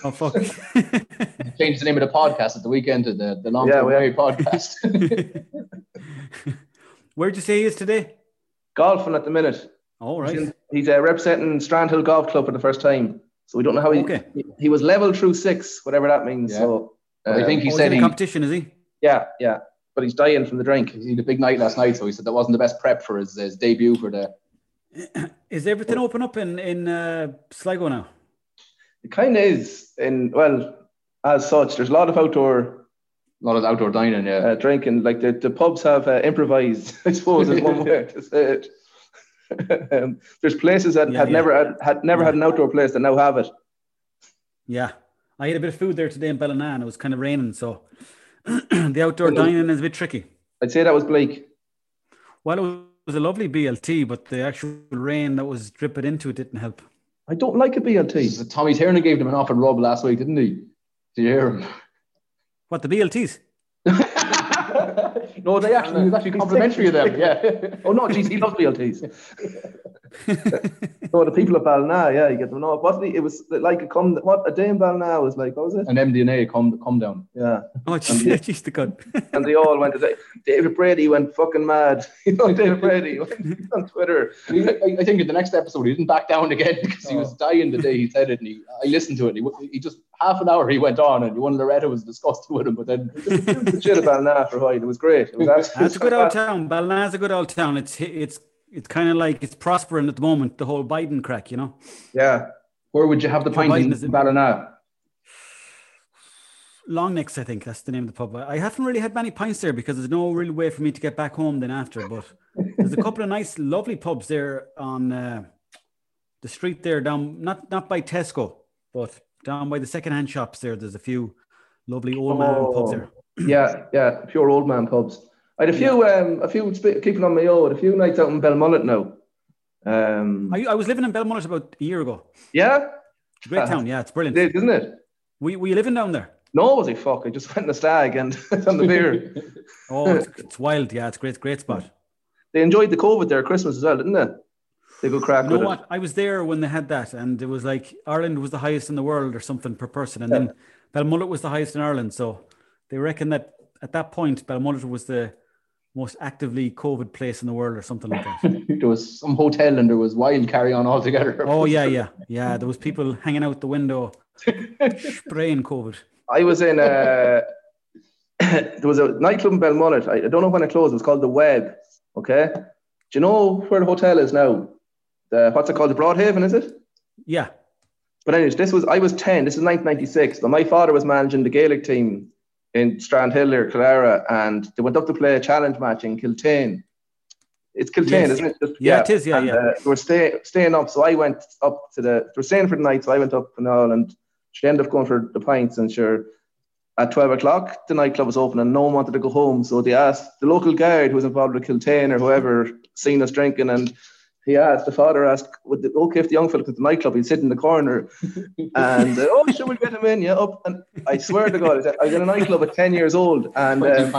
S6: Oh fuck.
S19: Changed the name of the podcast at the weekend to the, the Long
S8: Yeah,
S19: Term
S8: we-
S19: Way podcast.
S6: Where'd you say he is today?
S8: Golfing at the minute.
S6: All
S8: He's,
S6: right.
S8: in- he's uh, representing Strandhill Golf Club for the first time. So we don't know how he
S6: Okay.
S8: he, he was level through six, whatever that means. So um,
S19: But I think he
S6: Oh, he's
S19: said
S6: in a
S19: he,
S6: competition, is he?
S8: yeah, yeah. But he's dying from the drink.
S19: he had a big night last night, so he said that wasn't the best prep for his, his debut for the.
S6: Is everything open up in in uh, Sligo now?
S8: It kind of is, and well, as such, there's a lot of outdoor
S19: A lot of outdoor dining, yeah.
S8: uh, drinking. Like the, the pubs have uh, improvised, I suppose, is one way to say it. um, there's places that
S6: Yeah,
S8: had
S6: yeah.
S8: never had, had never had an outdoor place that now have it.
S6: Yeah, I ate a bit of food there today in Bellinan. It was kind of raining, so the outdoor dining is a bit tricky.
S8: I'd say that was Blake.
S6: Well, it was a lovely BLT, but the actual rain that was dripping into it didn't help.
S8: I don't like a BLT.
S19: So Tommy Tiernan gave him an offered rub last week, didn't he? Did you hear him?
S6: What the BLTs?
S8: no, they actually he was actually complimentary of them. Yeah. Oh no, geez, he loves BLTs. no, the people of Balna, yeah, you get them. No, it wasn't. It was like a come. What a day in Balna was like. What was it?
S20: An MDNA come come down.
S8: Yeah.
S6: Oh,
S8: And they-
S6: jeez, jeez, the gun.
S8: and they all went. They, David Brady went fucking mad. you know, David Brady went on Twitter.
S20: I I think in the next episode he didn't back down again because he
S8: Oh.
S20: was dying the day he said it, and he I listened to it. And he w- he just half an hour he went on, and one Loretta was disgusted with him. But then
S8: Shit about Balna for a while. It was great. It was absolutely
S6: That's a good old town. Balna's a good old town. It's it's it's kind of like it's prospering at the moment. The whole Biden crack, you know.
S8: Yeah. Where would you have the
S6: Joe
S8: pint
S6: Biden
S8: in
S6: is in-
S8: Ballina?
S6: Long Necks, I think that's the name of the pub. I haven't really had many pints there because there's no real way for me to get back home then after. But there's a couple of nice, lovely pubs there on uh, the street there down, not not by Tesco, but down by the secondhand shops there. There's a few lovely old
S8: Oh.
S6: man pubs there.
S8: yeah, yeah, pure old man pubs. I had a few, um, a few sp- keeping on my own, a few nights out in Belmullet now. Um,
S6: I, I was living in Belmullet about a year ago.
S8: yeah,
S6: It's a great town. Yeah, it's brilliant.
S8: It is, isn't it?
S6: We were you living down there?
S8: No, was he fuck? I just went in the stag and on the beer.
S6: Oh, it's, it's wild. Yeah, it's great, great spot.
S8: they enjoyed the COVID there Christmas as well, didn't they? They go crack
S6: You know
S8: with
S6: what? I was there when they had that, and it was like Ireland was the highest in the world or something per person, and
S8: Yeah.
S6: then Belmullet was the highest in Ireland. So they reckon that at that point, Belmullet was the most actively COVID place in the world or something like that.
S20: there was some hotel and there was wild carry on altogether.
S6: oh yeah, yeah, yeah. There was people hanging out the window, spraying COVID.
S8: it. I was in a there was a nightclub in Belmullet. I, I don't know when it closed. It was called the Web. Okay, do you know where the hotel is now? The what's it called? The Broadhaven, is it?
S6: Yeah.
S8: But anyways, this was I was ten. This is 1996. But my father was managing the Gaelic team in Strandhill there, Clara, and they went up to play a challenge match in Kiltane. It's Kiltane,
S6: Yes.
S8: isn't it? Just-
S6: Yeah, it is, yeah,
S8: and,
S6: yeah.
S8: Uh, they were stay, staying up, so I went up to the. They were staying for the night, so I went up and all, and she ended up going for the pints, and sure, at 12 o'clock, the nightclub was open and no one wanted to go home. So they asked the local guard who was involved with Kiltane or whoever seen us drinking. And he asked, the father asked, would it okay if the young fella could the nightclub? He'd sit in the corner. And uh, oh, sure, we'll get him in. Yeah, up. And I swear to God, I said, I was in a nightclub at 10 years old. And um,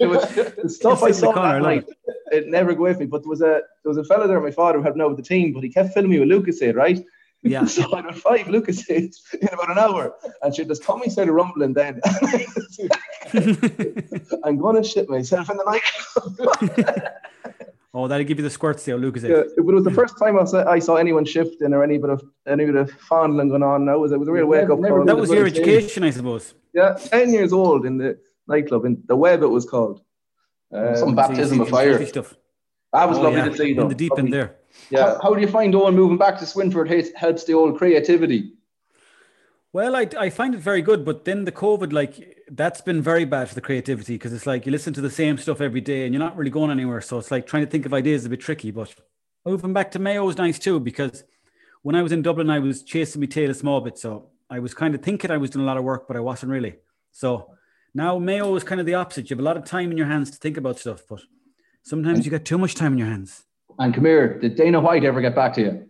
S8: it was, the stuff I
S6: Sit in
S8: saw
S6: the corner,
S8: that
S6: love
S8: night, it never go with me. But there was a there was a fella there, my father, who helped me out with the team, but he kept filming me with Lucas, right?
S6: Yeah.
S8: So I got five Lucas in about an hour, and she just Tommy started rumbling then. I'm gonna shit myself in the night.
S6: Oh, that'll give you the squirts, there, Lucas.
S8: Yeah, but it was the first time I saw, I saw anyone shifting or any bit of any bit of fondling going on. Now it was it was a real wake up call.
S6: That was your education, I suppose.
S8: Yeah, ten years old in the nightclub in the web. It was called. Um,
S20: Some baptism of fire.
S6: Stuff.
S8: That was
S6: Oh,
S8: lovely
S6: yeah,
S8: to see.
S6: in
S8: though.
S6: the deep end
S8: Lovely.
S6: there.
S8: Yeah.
S20: How, how do you find Owen moving back to Swinford hel- helps the old creativity?
S6: Well, I, I find it very good, but then the COVID, like, that's been very bad for the creativity because it's like you listen to the same stuff every day and you're not really going anywhere. So it's like trying to think of ideas is a bit tricky. But moving back to Mayo was nice too because when I was in Dublin, I was chasing my tail a small bit. So I was kind of thinking I was doing a lot of work, but I wasn't really. So now Mayo is kind of the opposite. You have a lot of time in your hands to think about stuff, but sometimes you get too much time in your hands.
S20: And come here, did Dana White ever get back to you?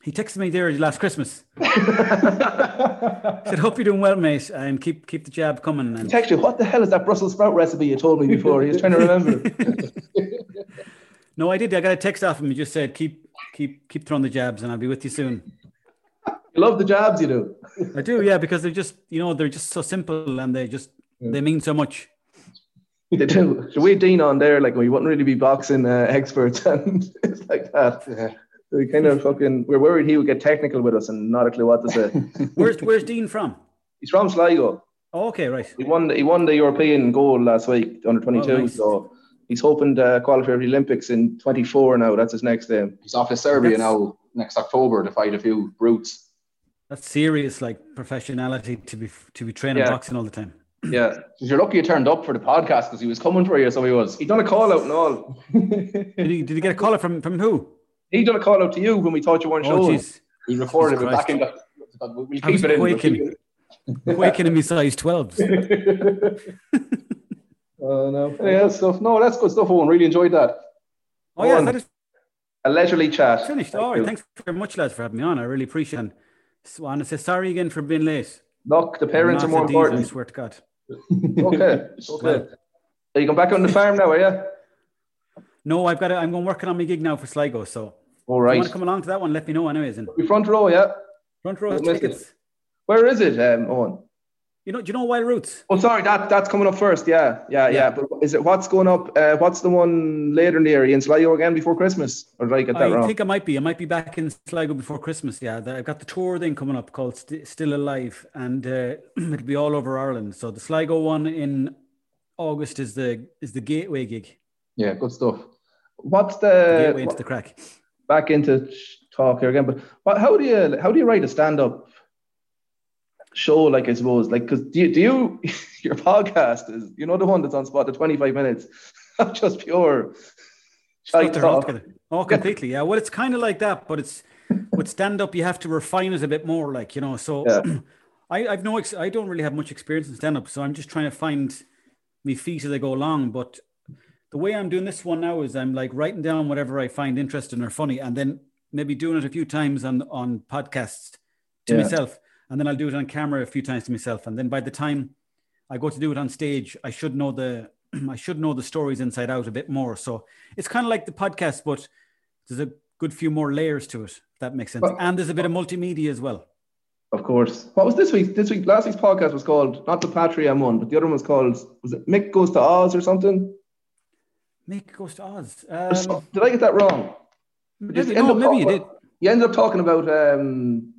S6: He texted me there last Christmas. said, "Hope you're doing well, mate, and keep keep the jab coming." And
S8: Text you, what the hell is that Brussels sprout recipe you told me before? He was trying to remember.
S6: no, I did. I got a text off him. He just said, "Keep keep keep throwing the jabs, and I'll be with you soon."
S8: You love the jobs you do.
S6: I do, yeah, because they're just you know they're just so simple and they just they mean so much.
S8: They do. So we had Dean on there, like we wouldn't really be boxing uh, experts and it's like that. We kind of fucking we're worried he would get technical with us and not a clue what to say.
S6: Where's where's Dean from?
S8: He's from Sligo.
S6: Oh, okay, right.
S8: He won the, he won the European goal last week under twenty two.
S6: Oh, nice.
S8: So he's hoping to qualify for the Olympics in twenty four now. That's his next um, game.
S20: He's off to Serbia
S6: That's-
S20: now next October to fight a few brutes.
S6: That's serious, like professionality to be to be training
S20: Yeah.
S6: boxing all the time.
S8: Yeah.
S20: You're lucky you turned up for the podcast because he was coming for you, so he was.
S8: He done a call out and all.
S6: Did he, did he get a caller from from who?
S8: He done a call out to you when we thought you weren't
S6: Oh,
S8: showing.
S6: jeez.
S20: We recorded it
S6: Jesus
S20: back
S6: Christ.
S20: in the. We'll keep
S6: I was
S20: it in. we'll keep
S6: quaking.
S20: it in.
S6: Waking in me size twelves.
S8: Oh no.
S20: Any other stuff? No, that's good stuff, Owen. Really enjoyed that.
S6: Oh yeah,
S8: Owen.
S6: that is
S8: A leisurely chat.
S6: finished.
S8: Thank
S6: All
S8: you.
S6: right, thanks very much, lads, for having me on. I really appreciate it. So, and I say sorry again for being late.
S8: Look, the parents are
S6: Not
S8: more
S6: the diesel, I
S8: important.
S6: swear to God.
S8: Okay. Okay.
S6: Well,
S8: Are you going back on the farm now? Are you?
S6: No, I've got. To, I'm going working on my gig now for Sligo. So,
S8: all
S6: If
S8: right.
S6: you want to come along to that one? Let me know, anyways. And
S8: Be front row, yeah.
S6: front row
S8: Don't miss it.
S6: tickets.
S8: Where is it, um, Owen?
S6: You know, do you know Wild Roots?
S8: Oh, sorry, that that's coming up first. Yeah, yeah, yeah. But is it what's going up? Uh, what's the one later in the year? Are you in Sligo again before Christmas? Or did I get that
S6: I
S8: wrong?
S6: think I might be. I might be back in Sligo before Christmas. Yeah, The- I've got the tour thing coming up called St- Still Alive, and uh, it'll be all over Ireland. So the Sligo one in August is the is the gateway gig.
S8: Yeah, good stuff. What's
S6: The
S8: the,
S6: gateway into
S8: what-
S6: the crack.
S8: back into sh- talk here again? But what, how do you how do you write a stand up show? Like I suppose, like because do you, do you your podcast is you know the one that's on spot the twenty five minutes of just pure shite
S6: Put their all
S8: talk.
S6: together. Oh, completely. Yeah. Well, it's kind of like that, but it's with stand up, you have to refine it a bit more, like, you know. So
S8: Yeah.
S6: I, I've no, ex- I don't really have much experience in stand up. So I'm just trying to find my feet as I go along. But the way I'm doing this one now is I'm like writing down whatever I find interesting or funny and then maybe doing it a few times on, on podcasts to
S8: Yeah.
S6: myself. And then I'll do it on camera a few times to myself. And then by the time I go to do it on stage, I should know the I should know the stories inside out a bit more. So it's kind of like the podcast, but there's a good few more layers to it. If that makes sense.
S8: Well- uh,
S6: and there's a bit of multimedia as well.
S8: Of course. What was this week? This week, last week's podcast was called not the Patreon one, but the other one was called was it Mick goes to Oz or something?
S6: Make goes to Oz.
S8: Or so-
S6: Um,
S8: did I get that wrong?
S6: maybe,
S8: You
S6: no,
S8: end up
S6: maybe you
S8: talk-
S6: did.
S8: You ended up talking about um,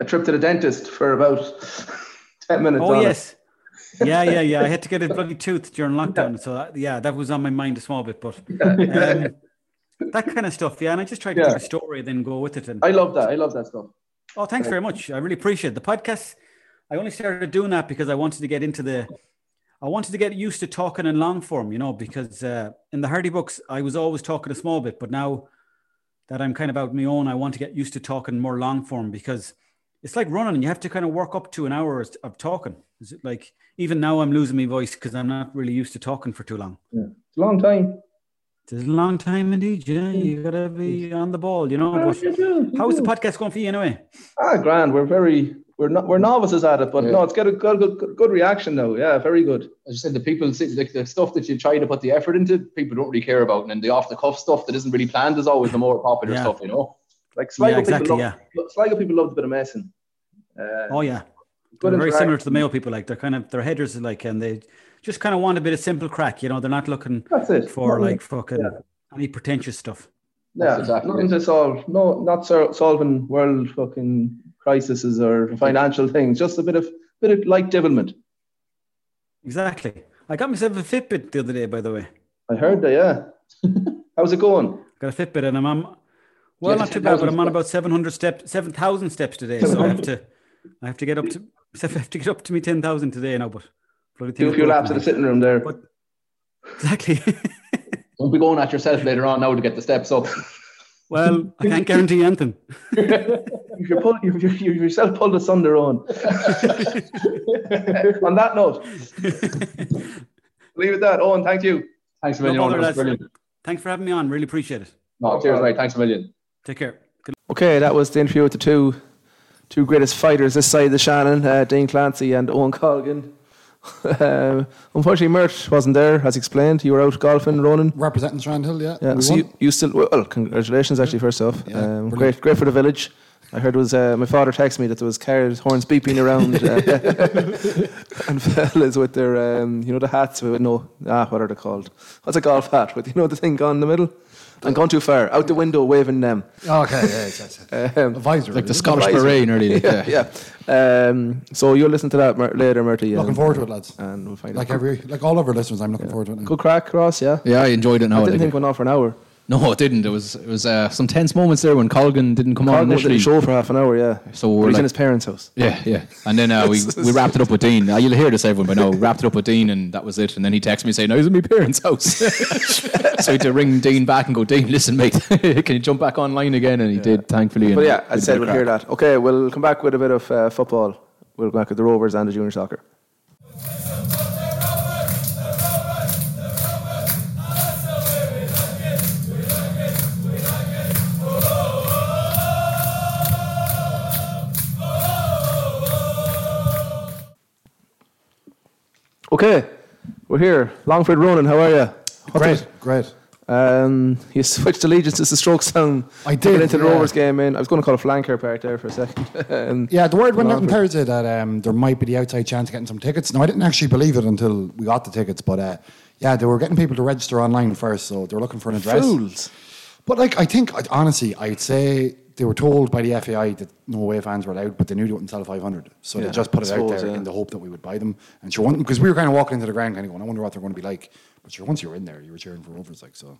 S8: a trip to the dentist for about ten minutes.
S6: Oh
S8: on it.
S6: yes. yeah, yeah, yeah. I had to get a bloody tooth during lockdown, so that, yeah, that was on my mind a small bit. But um, that kind of stuff, yeah. And I just tried to
S8: Yeah.
S6: pick a story, then go with it. And
S8: I love that. I love that stuff.
S6: Oh, thanks very much. I really appreciate it. the podcast. I only started doing that because I wanted to get into the, I wanted to get used to talking in long form, you know, because uh, in the Hardy books, I was always talking a small bit, but now that I'm kind of out my own, I want to get used to talking more long form because it's like running. You have to kind of work up to an hour of- of talking. Is it like, even now I'm losing my voice because I'm not really used to talking for too long.
S8: It's a long time.
S6: It's a long time indeed. Yeah, you gotta be on the ball, you know. But how's the podcast going for you anyway?
S8: Ah, grand. We're very we're not we're novices at it, but no, it's got a good, good good reaction though. Yeah, very good.
S21: As you said, the people see the, the stuff that you try to put the effort into, people don't really care about, and then the off the cuff stuff that isn't really planned is always the more popular
S6: Yeah.
S21: stuff, you know.
S8: Like Sligo
S6: Yeah, exactly,
S8: people love, Sligo people love a bit of messing. Uh,
S6: Oh yeah,
S8: Good
S6: they're very
S8: interaction.
S6: similar to the Mayo people. Like they're kind of their headers are like, and they just kind of want a bit of simple crack. You know, they're not looking
S8: That's it.
S6: for
S8: Nothing-
S6: like fucking any pretentious stuff.
S8: Yeah, nothing to solve. No, not sol- solving world fucking crises or financial things. Just a bit of bit of light devilment.
S6: Exactly. I got myself a Fitbit the other day, by the way.
S8: I heard that. Yeah. How's it going?
S6: Got a Fitbit, and I'm on. Well,
S8: Yeah,
S6: not too bad, but
S8: 10,000
S6: I'm on about seven hundred steps, seven thousand steps today. So I have to, I have to get up to, I have to get up to me ten thousand today now. But bloody
S8: Do a
S6: thing's
S8: few
S6: broken
S8: laps in
S6: now.
S8: the sitting room there.
S21: Don't be going at yourself later on now to get the steps up.
S6: Well, I can't guarantee anything.
S8: If you're, pull, if you're, you're yourself pulled asunder on. on that note, leave it that. Owen, thank you.
S21: Thanks a
S6: No
S21: million. Owen.
S6: bother,
S21: That was
S6: lads.
S21: brilliant.
S6: Thanks for having me on. Really appreciate it.
S21: No, cheers, mate. Thanks a million.
S6: Take care.
S22: Okay, that was the interview with the two two greatest fighters this side of the Shannon, uh, Dean Clancy and Owen Colgan. um, unfortunately, Mert wasn't there, as explained. You were out golfing, Ronan.
S7: Representing Strandhill, yeah.
S22: Yeah,
S7: We
S22: so
S7: won.
S22: you, you still well. Congratulations, actually. First off, um, great, great for the village. I heard it was uh, my father texted me that there was cars horns beeping around uh, and fellas with their um, you know the hats with no ah what are they called? What's a golf hat with you know the thing gone in the middle? And gone too far out the window waving them.
S7: Oh, Okay, yeah, yes, yes.
S22: Um,
S7: Advisor.
S23: Like the Scottish Beret nearly, like,
S22: yeah, yeah. Um, so you'll listen to that Mur- later, Murty.
S7: Looking
S22: and-
S7: forward to it, lads.
S22: And we'll find
S7: Like
S22: out.
S7: every, like all of our listeners, I'm looking forward to it. now.
S22: Good crack, Ross. Yeah.
S23: Yeah, I enjoyed it.
S22: I
S23: Now
S22: didn't
S23: like,
S22: think it went on for an hour.
S23: no, it didn't. It was it was uh, some tense moments there when Colgan didn't come on
S22: Cargo did
S23: initially.
S22: the show for half an hour. Yeah.
S23: So
S22: But
S23: we're
S22: he's
S23: like-
S22: in his parents' house.
S23: Yeah, yeah. And then uh, we,
S22: This is-
S23: we wrapped it up with Dean. Uh, you'll hear this, everyone, by now. Wrapped it up with Dean, and that was it. And then he texted me saying, "No, he's in my parents' house." so I had to ring Dean back and go, "Dean, listen, mate, can you jump back online again?" And he did, thankfully. and
S22: But yeah, I
S23: with a bit
S22: said
S23: of
S22: we'll hear
S23: crack.
S22: that. Okay, we'll come back with a bit of uh, football. We'll come back with the Rovers and the junior soccer. Okay,
S6: We're here. Longford Ronan, how are you?
S7: Great, great.
S6: Um, you switched allegiances to Strokestown. to
S7: I
S6: get
S7: did,
S6: into the
S7: yeah.
S6: Rovers game, man. I was going to call a flanker part there for a second. Um,
S7: Yeah, the word went out on
S6: Longford.
S7: Thursday that um, there might be the outside chance of getting some tickets. Now, I didn't actually believe it until we got the tickets, but uh, yeah, they were getting people to register online first, so they were looking for an address.
S6: Fools.
S7: But like, I think I- honestly, I'd say they were told by the FAI that no way fans were allowed, but they knew they wouldn't sell 500, so
S6: Yeah,
S7: they just put
S6: I
S7: it out
S6: suppose,
S7: there
S6: yeah.
S7: in the hope that we would buy them. And sure, because we were kind of walking into the ground, kind of going, I wonder what they're going to be like. But sure, once you were in there, you were cheering for Rovers, like so.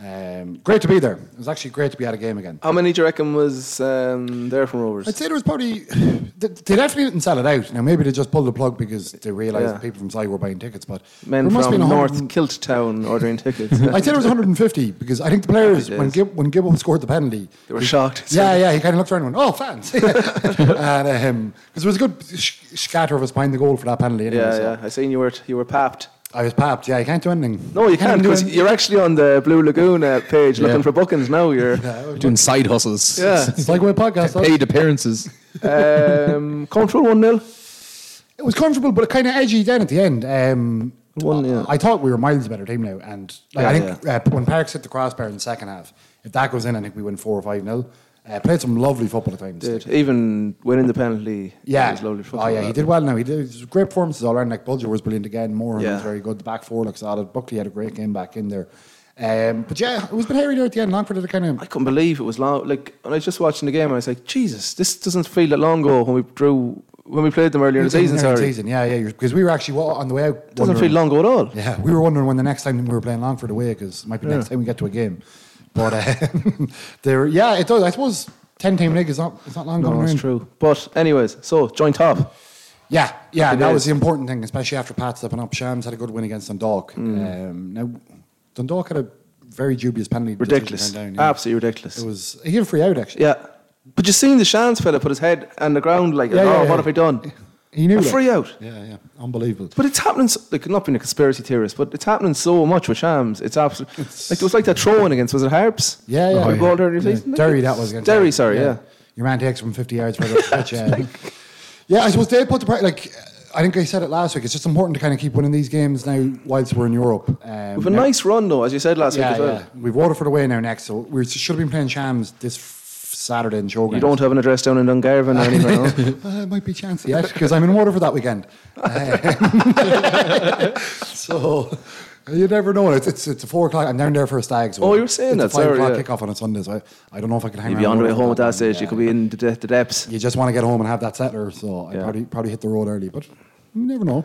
S7: Um, great to be there. It was actually great to be at a game again.
S6: How many do you reckon was um, there from Rovers?
S7: I'd say there was probably they, they definitely didn't sell it out. Now maybe they just pulled the plug because they realised
S6: Yeah.
S7: people from Sligo were buying tickets, but
S6: Men
S7: there must
S6: from
S7: be
S6: North Kilt Town ordering tickets.
S7: I'd say there was 150 because I think the players
S6: Happy
S7: when
S6: days.
S7: Gib, when Gibbo scored the penalty,
S6: They were shocked.
S7: yeah, yeah, he kind of looked around and went, "Oh, fans," and because there was a good sh- scatter of us behind the goal for that penalty. Anyway,
S6: Yeah,
S7: so.
S6: yeah. I seen you were you were papped. um,
S7: I was papped. Yeah, you can't do anything.
S6: No, you
S7: Can't
S6: can't
S7: do
S6: because
S7: any-
S6: you're actually on the Blue Lagoon uh, page looking
S24: Yeah.
S6: for bookings now. You're
S24: doing side hustles.
S6: Yeah.
S7: It's like my podcast. huh?
S24: Paid appearances.
S6: um, comfortable one 0
S7: It was comfortable, but kind of edgy then at the end. Um,
S6: One, yeah.
S7: I thought we were miles better team now, and like,
S6: Yeah,
S7: I think uh, when Parks hit the crossbar in the second half, if that goes in, I think we win four or five nil. Uh, played some lovely football at times.
S6: Did even winning the penalty.
S7: Yeah.
S6: it was lovely football.
S7: Oh yeah, he did well now. He did it was great performances all around. Like Bulger was brilliant again. Moore
S6: Yeah.
S7: was very good. The back four looks solid. Buckley had a great game back in there. Um, but yeah, it was a bit hairy there at the end. Longford had a kind of
S6: I couldn't believe it was long. Like when I was just watching the game, I was like, Jesus, this doesn't feel that long ago when we drew when we played them earlier in the season.
S7: Early
S6: Sorry,
S7: season. Yeah, yeah. you're- Because we were actually wa- on the way out.
S6: doesn't
S7: wondering-
S6: feel long ago at all.
S7: Yeah, we were wondering when the next time we were playing Longford away because it might be the next
S6: Yeah.
S7: time we get to a game. But uh, there, yeah, it does. I suppose ten team league is not it's not long
S6: No,
S7: going.
S6: that's
S7: around.
S6: true. But anyways, so joint top.
S7: Yeah, yeah,
S6: It
S7: that
S6: is.
S7: was the important thing, especially after Pat stepping up. Shams had a good win against Dundalk.
S6: Mm.
S7: Um, now Dundalk had a very dubious penalty. decision
S6: Ridiculous.
S7: turned down, yeah.
S6: Absolutely ridiculous.
S7: It was he had a free out actually.
S6: Yeah. But you seen the Shans fella put his head on the ground like,
S7: Yeah,
S6: oh,
S7: yeah,
S6: what
S7: yeah.
S6: have I done?
S7: He knew
S6: A
S7: that.
S6: free out.
S7: Yeah, yeah, unbelievable.
S6: But it's happening, so, like, not being a conspiracy theorist, but it's happening so much with Shams. It's absolutely, like, it was like that throwing against, was it Harps?
S7: Yeah, yeah.
S6: The goal there in the
S7: Yeah,
S6: season?
S7: Derry, that was against
S6: Derry, sorry, yeah.
S7: Your man takes from 50 yards further up the pitch. Yeah. yeah, I suppose they put the pressure, like, I think I said it last week. It's just important to kind of keep winning these games now whilst we're in Europe. Um,
S6: With a
S7: now-
S6: nice run, though, as you said last
S7: yeah,
S6: week as well.
S7: yeah. We've Waterford away now next, so we should have been playing Shams this f- Saturday in Shogun.
S6: You don't have an address down in Dungarvan or anywhere, no?
S7: Uh, it might be chancy yet because I'm in Waterford that weekend. Um, so you never know. It's, it's it's a four o'clock. I'm down there for a stag. So
S6: Oh, you were saying
S7: it's
S6: that,
S7: a five
S6: sorry,
S7: o'clock
S6: yeah.
S7: kickoff on a Sunday. So I, I don't know if I can hang
S6: You'd
S7: around.
S6: be on the way home at
S7: Waterford
S6: that
S7: long,
S6: stage. You
S7: yeah.
S6: could be in the, de- the depths.
S7: You just want to get home and have that settler. So I probably probably hit the road early, but you never know.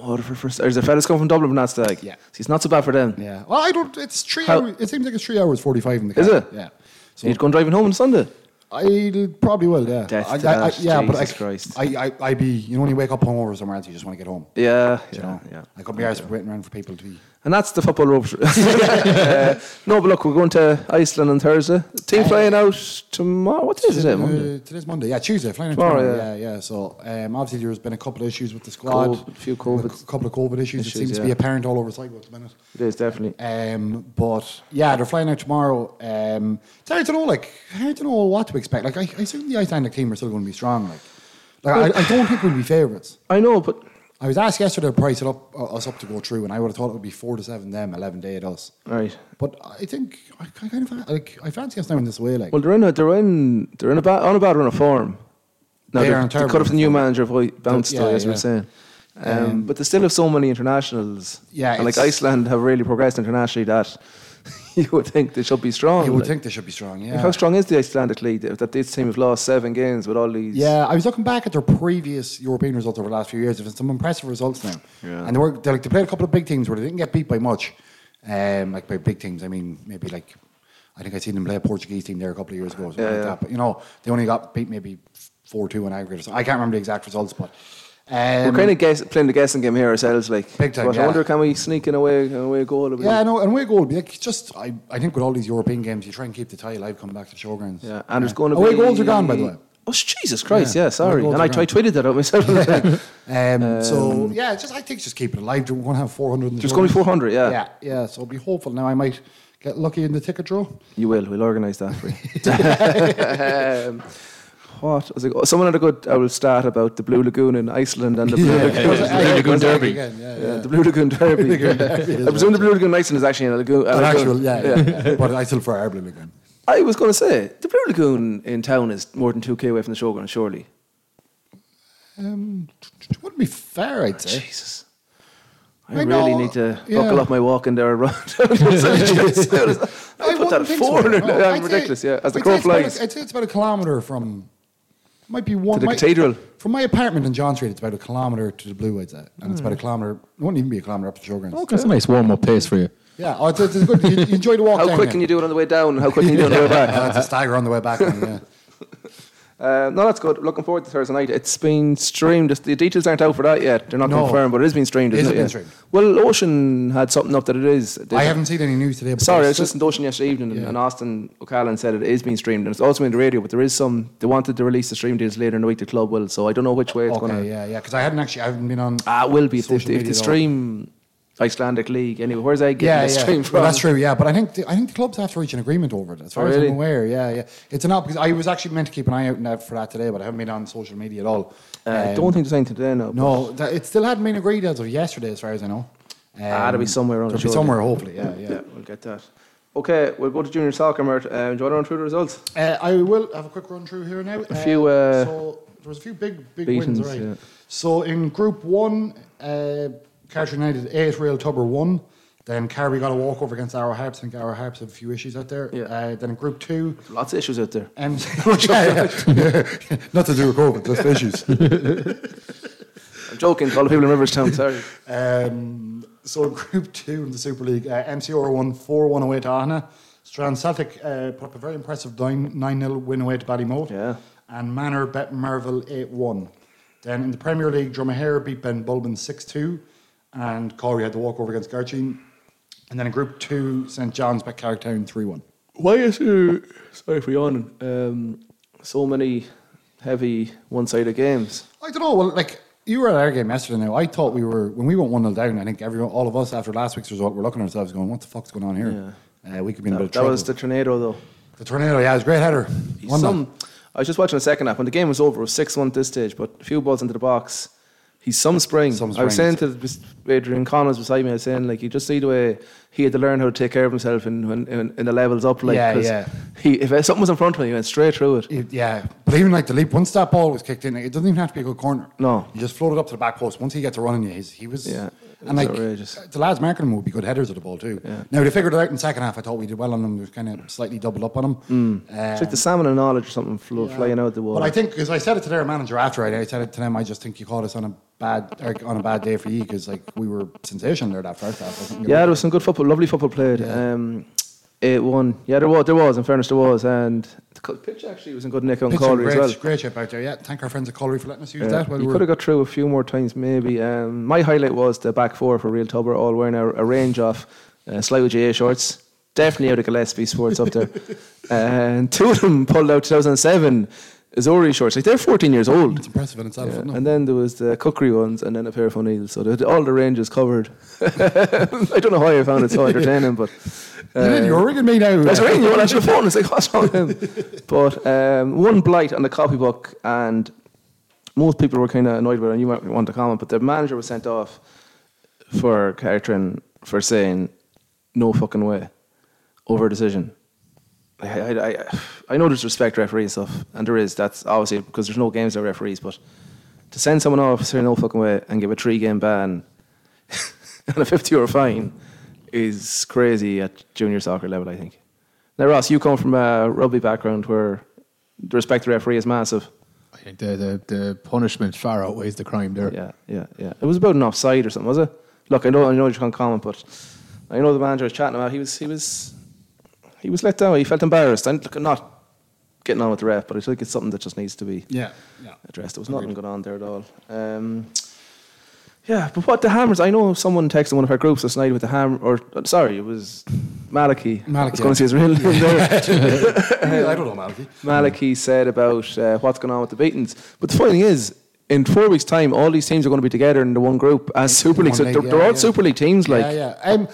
S6: Waterford first. There's a fella's come from Dublin from that stag. Yeah. So it's not so bad for them.
S7: Yeah. Well, I don't. It's three.
S6: How-
S7: Hours, it seems like it's three hours forty five in the car.
S6: Is it?
S7: Yeah.
S6: So you'd go and driving home on Sunday.
S7: I probably will, yeah.
S6: Death
S7: I,
S6: to
S7: I- I-
S6: that,
S7: yeah, but I,
S6: Jesus Christ.
S7: I, I, I be, you know, when you wake up hungover somewhere else, you just want to get home.
S6: Yeah,
S7: You
S6: yeah,
S7: know?
S6: yeah.
S7: I couldn't be arsed waiting around for people to be
S6: And that's the football ropes. Uh, no, but look, we're going to Iceland on Thursday. Team flying out tomorrow. What day is it? today? Monday.
S7: Uh, today's Monday. Yeah, Tuesday. Flying out
S6: Tomorrow,
S7: tomorrow. yeah. yeah, So um, obviously there's been a couple of issues with the squad.
S6: COVID, a few COVID.
S7: A couple of COVID issues.
S6: Issues,
S7: it seems to
S6: yeah.
S7: be apparent all over Sligo at the minute.
S6: It is definitely.
S7: Um, but yeah, they're flying out tomorrow. Um, it's hard to know, like, hard to know what to expect. Like, I, I assume the Icelandic team are still going to be strong. Like, like I, I don't think we'll be favourites.
S6: I know, but
S7: I was asked yesterday to price it up, uh, us up to go through, and I would have thought it would be four to seven them, eleven to eight us.
S6: right.
S7: But I think I, I kind of like I fancy us now in this way. Like,
S6: Well, they're in a they're in they're in a bad, on a bad run of form. Now
S7: They
S6: they
S7: are in
S6: they cut
S7: terrible
S6: off the new manager. Boy, bounced
S7: yeah,
S6: though, as we
S7: yeah.
S6: were saying. Um,
S7: Um,
S6: but they still have so many internationals.
S7: Yeah,
S6: and like
S7: it's-
S6: Iceland have really progressed internationally that you would think they should be strong.
S7: Oh, you would
S6: like.
S7: think they should be strong.
S6: Like,
S7: Yeah,
S6: How strong is the Icelandic league that that this team have lost seven games with all these?
S7: Yeah, I was looking back at their previous European results over the last few years. There's some impressive results now.
S6: Yeah.
S7: And they were they like they played a couple of big teams where they didn't get beat by much. Um, like by big teams, I mean maybe like I think I seen them play a Portuguese team there a couple of years ago, something
S6: Yeah,
S7: like
S6: yeah.
S7: that. But you know, they only got beat maybe four two in aggregate. Or something. I can't remember the exact results, but um,
S6: We're kind of guess, playing the guessing game here ourselves, like.
S7: Big time,
S6: But I
S7: yeah.
S6: wonder, can we sneak in away, an away goal? It'll be-
S7: yeah, no, and way goal would be like just I, I think with all these European games, you try and keep the tie alive. Come back to showgrounds.
S6: Yeah, and there's going to
S7: away
S6: be
S7: goals are gone by the way.
S6: Oh Jesus Christ!
S7: Yeah,
S6: Yeah, sorry.
S7: away goals
S6: And I,
S7: are
S6: I
S7: gone.
S6: tweeted that out myself.
S7: Um, so yeah, it's just I think it's just keep it alive. We're going to have 400. in the
S6: There's gonna be
S7: tournament.
S6: 400, yeah.
S7: yeah, yeah. So be hopeful. Now I might
S6: Oh,
S7: get lucky in the ticket draw.
S6: you will. We'll organise that for you. um, what was it? oh, Someone had a good old stat about the Blue Lagoon in Iceland and the Blue
S24: Yeah,
S6: Lagoon,
S24: yeah, yeah. Blue Lagoon
S6: Was it-
S24: Derby.
S6: Yeah,
S24: yeah.
S6: the Blue Lagoon Derby.
S24: Blue Lagoon Derby is
S6: I presume the Blue Lagoon in Iceland is actually in a lagoon. a
S7: An
S6: lagoon.
S7: actual, yeah, yeah. yeah. but I still prefer our Blue Lagoon.
S6: I was going to say the Blue Lagoon in town is more than two k away from the Shogun, surely.
S7: Um, wouldn't be fair, I'd say.
S6: Jesus. I,
S7: I
S6: really
S7: know,
S6: need to
S7: yeah.
S6: buckle up my walking there around. I put that
S7: wouldn't
S6: at
S7: think
S6: four
S7: so.
S6: hundred.
S7: No,
S6: I'm
S7: I'd say-
S6: ridiculous. Yeah, as the
S7: I'd
S6: crow
S7: say it's about a-
S6: flies.
S7: I'd say it's about a kilometre from. Might be one
S6: the
S7: might-
S6: cathedral.
S7: From my apartment in John Street, it's about a kilometre to the Blue, I'd say. And it's
S6: Hmm.
S7: about a kilometre, it won't even be a kilometre up to the showgrounds.
S24: That's a nice warm up pace for you.
S7: Yeah, oh, it's, it's a good. You, you enjoy the walk.
S6: How
S7: down
S6: quick
S7: there.
S6: can you do it on the way down? How quick can you do it on the way back?
S7: Yeah, it's a stagger on the way back. yeah.
S6: Uh, no, that's good. Looking forward to Thursday night. It's been streamed. It's- The details aren't out for that yet. They're not
S7: No.
S6: confirmed, but it is being streamed.
S7: Is
S6: Isn't
S7: it
S6: it
S7: being
S6: yeah.
S7: streamed?
S6: Well, Ocean had something up that it is.
S7: I haven't seen any news today. But
S6: Sorry, I
S7: there's
S6: was listening to Ocean yesterday evening, and- and Austin O'Callaghan said it is being streamed, and it's also in the radio. But there is some. They wanted to release the stream deals later in the week. The club will, so I don't know which way it's
S7: Okay,
S6: going to.
S7: yeah, yeah. Because I hadn't actually, I haven't been on.
S6: Ah, it will be if they,
S7: social
S6: if
S7: media
S6: they
S7: at all.
S6: stream Icelandic League anyway. Where's I getting
S7: yeah,
S6: the
S7: yeah.
S6: stream
S7: Well,
S6: from?
S7: that's true. Yeah, but I think the, I think the clubs have to reach an agreement over it. As far as
S6: Really?
S7: I'm aware, yeah, yeah. It's an op because I was actually meant to keep an eye out now for that today, but I haven't been on social media at all.
S6: Uh, I
S7: Um,
S6: don't think there's anything today. No.
S7: No, that, it still hadn't been agreed as of yesterday, as far as I know.
S6: ah, it'll be
S7: Um,
S6: somewhere around.
S7: It'll
S6: surely.
S7: be somewhere, hopefully. Yeah, yeah.
S6: We'll get that. Okay, we'll go to junior soccer, Mert. Um, do you want to run through the results?
S7: Uh, I will have a quick run through here now. Um,
S6: A few, uh,
S7: so there was a few big big
S6: beatings,
S7: wins, right?
S6: yeah.
S7: So in Group One, uh, Carter United eight, Real Tubber one. Then Carby got a walkover against Arrow Harps. I think Arrow Harps have a few issues out there. Uh, then in Group Two,
S6: Lots of issues out there.
S7: um, yeah, yeah. not to do with COVID, just issues.
S6: I'm joking. to All the people in Riverstown. Sorry.
S7: Um, so in Group 2 in the Super League, uh, MCR won 4-1 away to Ahna. Strand Celtic uh, put up a very impressive 9- 9-0 win away to Ballymote. Yeah. And Manor bet Marvel 8-1. Then in the Premier League, Drumahair beat Ben Bulbin 6-2. And Corey had the walkover against Garchin. And then in Group 2, St John's bet Carricktown 3-1.
S6: Why is there, sorry for yawning, um, so many heavy one sided games?
S7: I don't know. Well, like you were at our game yesterday. Now I thought we were when we went one 0 down. I think everyone, all of us, after last week's result, were looking at ourselves going, "What the fuck's going on here?" Uh, we could be in a bit of
S6: That
S7: trouble.
S6: was the tornado, though.
S7: The tornado, yeah, it was a great header. One
S6: Some, I was just watching the second half. When the game was over, it was 6 1 at this stage, but a few balls into the box. He's some spring. I was saying
S7: spring.
S6: to this- Adrian Connors beside me, I was saying, like, you just see the way he had to learn how to take care of himself in, when, in, in the levels up. Like,
S7: Yeah,
S6: 'cause
S7: yeah.
S6: He, if something was in front of him, he went straight through it.
S7: yeah. But even like the leap, once that ball was kicked in, it doesn't even have to be a good corner.
S6: No.
S7: You just float it up to the back post. Once he gets a run in you, he's, he was.
S6: Yeah, it
S7: And
S6: was
S7: like
S6: outrageous.
S7: the lads marking him would be good headers of the ball too. Now they figured it out in the second half. I thought we did well on them. We kind of slightly doubled up on them.
S6: Hmm.
S7: Um,
S6: it's like the salmon of knowledge or something flo- flying out the wall.
S7: But I think, because I said it to their manager after I, I said it to them, I just think you caught us on a bad or on a bad day for you because like we were sensational there that first half. wasn't it?
S6: Yeah, there was some good football, lovely football played. Um, eight one. Yeah, there was. There was. In fairness, there was, and the co- pitch actually was in good nick on
S7: Pitch and
S6: Calder
S7: great,
S6: as well.
S7: great shape out there. Yeah, thank our friends at Colliery for letting us use
S6: Yeah,
S7: that. While
S6: you
S7: we
S6: could
S7: were,
S6: have got through a few more times, maybe. Um, my highlight was the back four for Real Tubber, all wearing a, a range of uh, Sligo GA shorts. Definitely out of Gillespie sports up there. Uh, and two of them pulled out 2007 Azori shorts. Like they're 14 years old. It's
S7: impressive in itself. isn't it?
S6: And then there was the cookery ones, and then a pair of O'Neill's. So they had all the ranges covered. I don't know why I found it so entertaining, but uh,
S7: You did, you were ringing me now.
S6: That's ringing you on your phone. It's like what's wrong with him? But um, one blight on the copybook, and most people were kind of annoyed with it. And you might want to comment, but the manager was sent off for Catherine for saying no fucking way over a decision. I, I, I, I know there's respect referee and stuff, and there is. That's obviously because there's no games there referees, but to send someone off saying no fucking way and give a three game ban and a 50 euro fine is crazy at junior soccer level, I think. Now, Ross, you come from a rugby background where the respect to referee is massive.
S24: I think the, the, the punishment far outweighs the crime there.
S6: Yeah, yeah, yeah. It was about an offside or something, was it? Look, I know, I know you can't comment, but I know the manager was chatting about. He was, he was, he was let down. He felt embarrassed. And look, I'm not getting on with the ref, but I think it's something that just needs to be
S7: yeah, yeah.
S6: addressed. There was nothing going on there at all. Um, yeah, but what the hammers? I know someone texted one of our groups last night with the hammer, or uh, sorry, it was Maliki. I was
S7: Maliki,
S6: going to say his real name there.
S7: Yeah, I don't know, Maliki.
S6: Maliki said about uh, what's going on with the beatings. But the funny thing is, in four weeks' time, all these teams are going to be together in the one group as Super League.
S7: one
S6: So
S7: league,
S6: they're, they're
S7: yeah,
S6: all
S7: yeah.
S6: Super League teams, like.
S7: yeah, yeah. Um,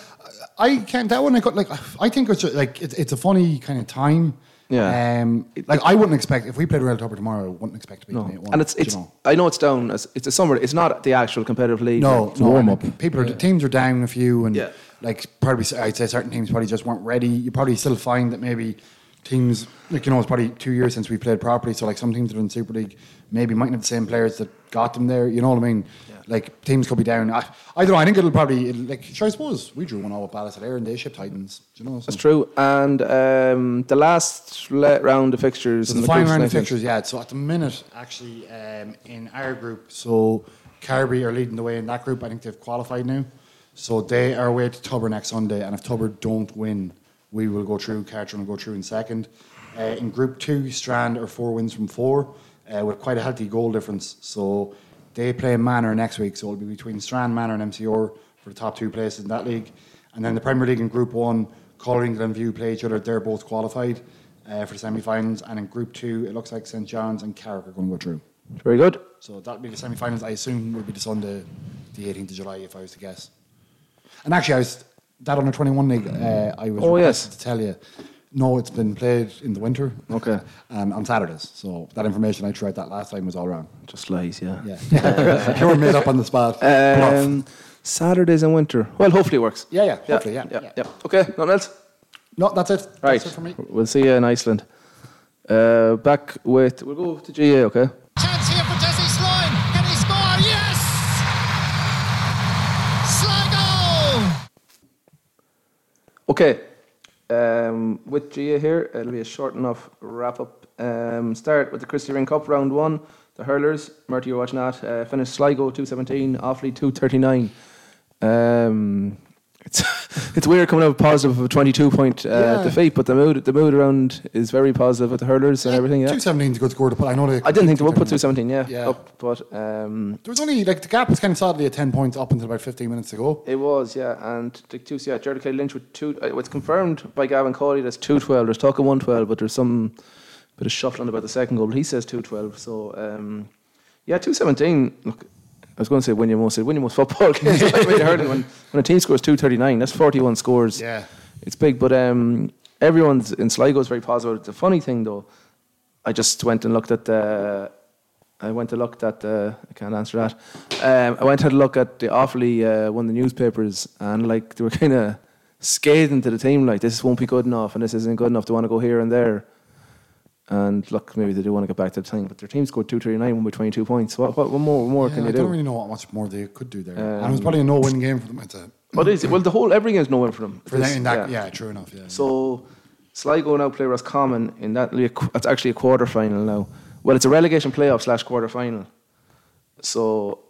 S7: I can't. That one I got like I think it's like it's, it's a funny kind of time.
S6: Yeah.
S7: Um, like I wouldn't expect if we played Real Tupper tomorrow, I wouldn't expect to be at one.
S6: And it's
S7: do you
S6: it's.
S7: know?
S6: I know it's down. It's, it's a summer. It's not the actual competitive league.
S7: No,
S6: it's
S7: no,
S6: warm
S7: and
S6: up.
S7: People are the teams are down a few, and like probably I'd say certain teams probably just weren't ready. You probably still find that maybe teams like you know it's probably two years since we played properly, so like some teams that are in Super League maybe mightn't have the same players that got them there. You know what I mean? Like teams could be down. I, I don't know. I think it'll probably it'll, like sure. I suppose we drew one all with Ballas Air and they shipped Titans. Do you know?
S6: That's true. And um, the last le- round of fixtures.
S7: So
S6: in
S7: the final
S6: groups
S7: round of
S6: tonight,
S7: fixtures, yeah. So at the minute, actually, um, in our group, so Carby are leading the way in that group. I think they've qualified now. So they are away to Tubber next Sunday, and if Tubber don't win, we will go through. Cartron will go through in second. Uh, in Group Two, Strand are four wins from four, uh, with quite a healthy goal difference. So they play Manor next week, so it'll be between Strand, Manor, and MCR for the top two places in that league. And then the Premier League in Group One, Color England View play each other. They're both qualified uh, for the semi-finals, and in Group Two, it looks like St John's and Carrick are going to go through.
S6: Very good.
S7: So that'll be the semi-finals. I assume will be the Sunday, the 18th of July, if I was to guess. And actually, I was that under 21 league. Uh, I was
S6: Oh, yes.
S7: requested to tell you. No, it's been played in the winter. Okay. And on Saturdays. So that information I tried that last time was all wrong.
S6: Just lies, yeah.
S7: Yeah. Pure made up on the spot. Bluff.
S6: Um, Saturdays in winter. Well, hopefully it works.
S7: Yeah, yeah, hopefully, yeah, yeah,
S6: Okay, nothing else?
S7: No, that's it.
S6: Right.
S7: That's it for me.
S6: We'll see you in Iceland. Uh, back with. We'll go to GA, okay?
S25: Chance here for Jesse Sloan. Can he score? Yes! Sligo!
S6: Okay. Um, with Gia here, it'll be a short enough wrap up. Um, start with the Christie Ring Cup round one. The hurlers, Marty, you're watching that. Uh, finished Sligo 217, Offaly 239. Um, it's it's weird coming out with positive of a 22 point uh,
S7: Yeah.
S6: defeat, but the mood the mood around is very positive with the hurlers and everything. Yeah,
S7: 217 is a good score to put. I know they.
S6: I didn't think they would put 217. Yeah,
S7: Yeah.
S6: up, but um,
S7: There was only like the gap was kind of solidly at 10 points up until about 15 minutes ago.
S6: It was, yeah. And the two, yeah, Jared Kelly Lynch with two. uh, It's confirmed by Gavin Cawley that's two twelve. There's talk of one twelve, but there's some bit of shuffling about the second goal. But he says two twelve. So um, yeah, two seventeen. Look, I was going to say win your most, win your most football games. I mean, hurling when when a team scores two thirty nine, that's forty one scores.
S7: Yeah.
S6: it's big. But um, everyone's in Sligo is very positive. The funny thing though, I just went and looked at the. I went to look at the. I can't answer that. Um, I went to look at the awfully uh, one of the newspapers, and like they were kind of scathing to the team, like this won't be good enough, and this isn't good enough. They want to go here and there, and look, maybe they do want to get back to the thing, but their team scored two thirty nine, won by twenty two points. What, what, what more? What more
S7: Yeah,
S6: can you
S7: I
S6: do?
S7: don't really know what much more they could do there. and it was
S6: Um,
S7: probably a no-win game for them. I'd say.
S6: What is it? Well, the whole every game's no win for them.
S7: For
S6: This-
S7: them in that, yeah. true enough. Yeah.
S6: So Sligo now play Roscommon in that. league. That's actually a quarter final now. Well, it's a relegation playoff slash quarter final. So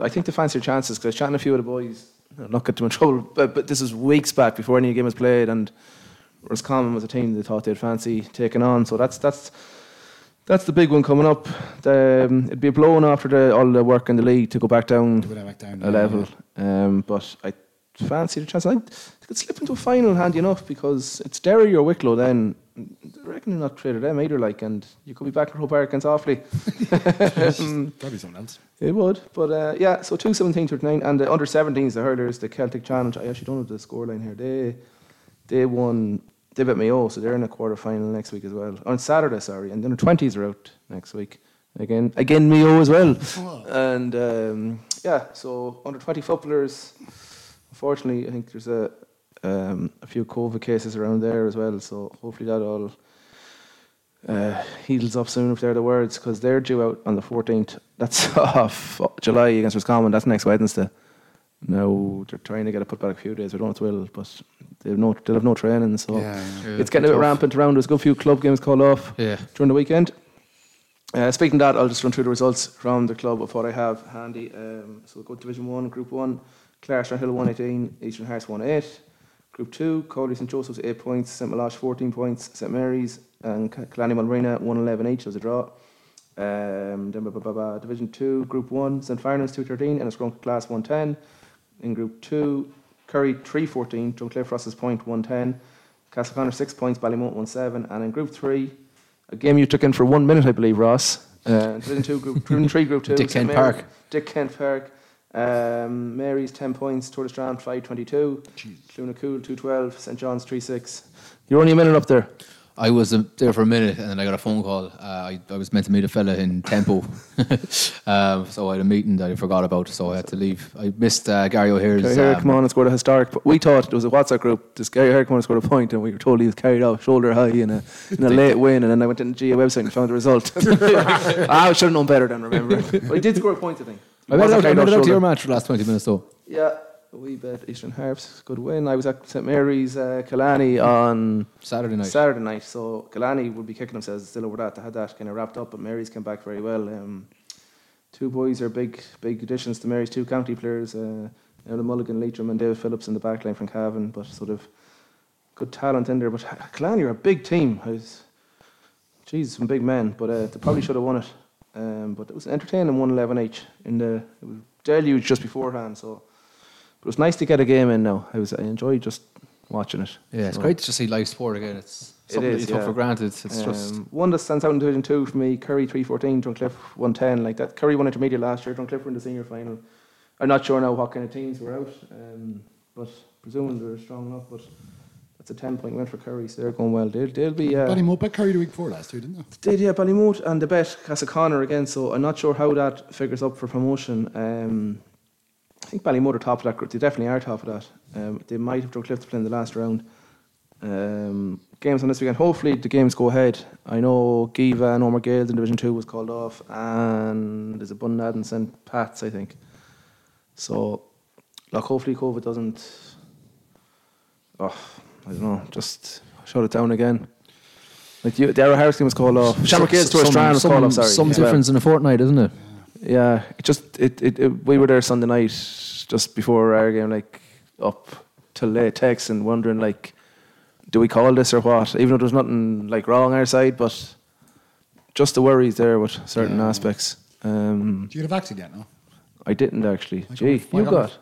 S6: I think they fancy their chances because chatting a few of the boys, I'm not get them in trouble. But, but this is weeks back before any game was played, and Roscommon was a team they thought they'd fancy taking on. So that's that's that's the big one coming up. The, um, it'd be a blown after the, all the work in the league to go back down, a level. Um, but I fancy the chance. I think they could slip into a final handy enough because it's Derry or Wicklow then. I reckon you're not traded them either, like, and you could be back in Hope against Offaly.
S7: That'd be something else.
S6: It would, but uh, yeah, so 217 39 and the under 17s, the hurlers, the Celtic Challenge. I actually don't have the scoreline here. They they won, they beat Mayo, so they're in a quarter final next week as well. On Saturday, sorry, and then the 20s are out next week. Again, again Mayo as well. And um, yeah, so under 20 footballers, unfortunately, I think there's a, um, a few COVID cases around there as well, so hopefully that all uh, heals up soon if they're the words because they're due out on the 14th. That's off July against Roscommon. That's next Wednesday. No, they're trying to get it put back a few days. We don't know if they will, but they'll no, they'll have no training, so
S24: Yeah, yeah. Yeah,
S6: it's getting a bit
S24: tough.
S6: rampant around. There's a good few club games called off
S24: Yeah.
S6: during the weekend. Uh, speaking of that, I'll just run through the results from the club of what I have handy. Um, so go to Division 1, Group 1, Clare Hill 118, Eastern Hearts 18. Group 2, Cody St Joseph's 8 points, St Milosh 14 points, St Mary's and Clanny Mulrina 111 each, as a draw. Um, then blah, blah, blah, blah. Division 2, Group 1, St Farnham's 213 and Scrum Class 110. In Group 2, Curry 314, Drunkcliffe Ross's point 110, Castleconnor 6 points, Ballymont 17, and in Group 3, a game you took in for one minute, I believe, Ross. Uh, Division two group, Division three group two.
S24: Dick Kent
S6: St. Mary-
S24: Park.
S6: Dick Kent Park. Um, Mary's ten points. Torres Strand five twenty two. Clunacool two twelve. St John's three six. You're only a minute up there.
S24: I was uh, there for a minute and then I got a phone call. Uh, I, I was meant to meet a fella in Tempo. um, so I had a meeting that I forgot about, so I had to leave. I missed uh, Gary O'Hare's.
S6: Gary O'Hare
S24: um,
S6: come on and scored a historic. po- We thought it was a WhatsApp group. This Gary O'Hare come on and scored a point, and we were told he was carried out shoulder high in a, in a late win. And then I went to the GA website and found the result. I should have known better than remember. But he did score a point, I think.
S24: I made it
S6: Wasn't
S24: out, I
S6: carried
S24: made
S6: out
S24: it out to
S6: shoulder.
S24: your match for the last 20 minutes, though.
S6: Yeah, we bet Eastern Harps. Good win. I was at St Mary's uh, Killarney on
S24: Saturday night.
S6: Saturday night. So Killarney would be kicking themselves still over that. They had that kind of wrapped up, but Mary's came back very well. Um, two boys are big, big additions to Mary's. Two county players, uh, Ella Mulligan, Leitrim, and David Phillips in the back line from Cavan. But sort of good talent in there. But Killarney are a big team. I was, geez, some big men. But uh, they probably should have won it. Um, but it was an entertaining one eleven each in the it was deluge just beforehand. So but it was nice to get a game in now. I was I enjoyed just watching it.
S24: Yeah, it's
S6: So-
S24: great to see live sport again. It's something that you took
S6: yeah.
S24: for granted. It's just.
S6: Um, one that stands out in Division Two for me. Curry three fourteen, Duncliffe one ten. Like that, Curry won intermediate last year. Duncliffe were in the senior final. I'm not sure now what kind of teams were out, um, but presuming they're strong enough. But that's a ten point win for Curry, so they're going well. They'll, they'll be. Uh,
S7: Ballymote bet Curry the week before last too, didn't they?
S6: did yeah, Ballymote and the bet Casa Connor again. So I'm not sure how that figures up for promotion. Um, I think Ballymote are top of that group. They definitely are top of that. Um, they might have Drumcliff to play in the last round. Um, games on this weekend. Hopefully the games go ahead. I know Giva and Omer Gales in Division Two was called off, and there's a Bunad and St Pat's, I think. So, like, hopefully COVID doesn't. Oh, I don't know. Just shut it down again. Like you, the Arrow Harris game was called off. Shamrock Gales to
S24: Some-
S6: Strand was
S24: some-
S6: called off. Sorry,
S24: Some
S6: as well.
S24: difference in a fortnight, isn't it?
S6: Yeah, it just it, it, it we were there Sunday night just before our game, like up till late text and wondering like, do we call this or what? Even though there's nothing like wrong our side, but just the worries there with certain aspects. Um,
S7: Do you get a vaccine yet? No.
S6: I didn't actually.
S7: I got
S6: Gee,
S7: my- I
S6: you
S7: got my-
S6: got?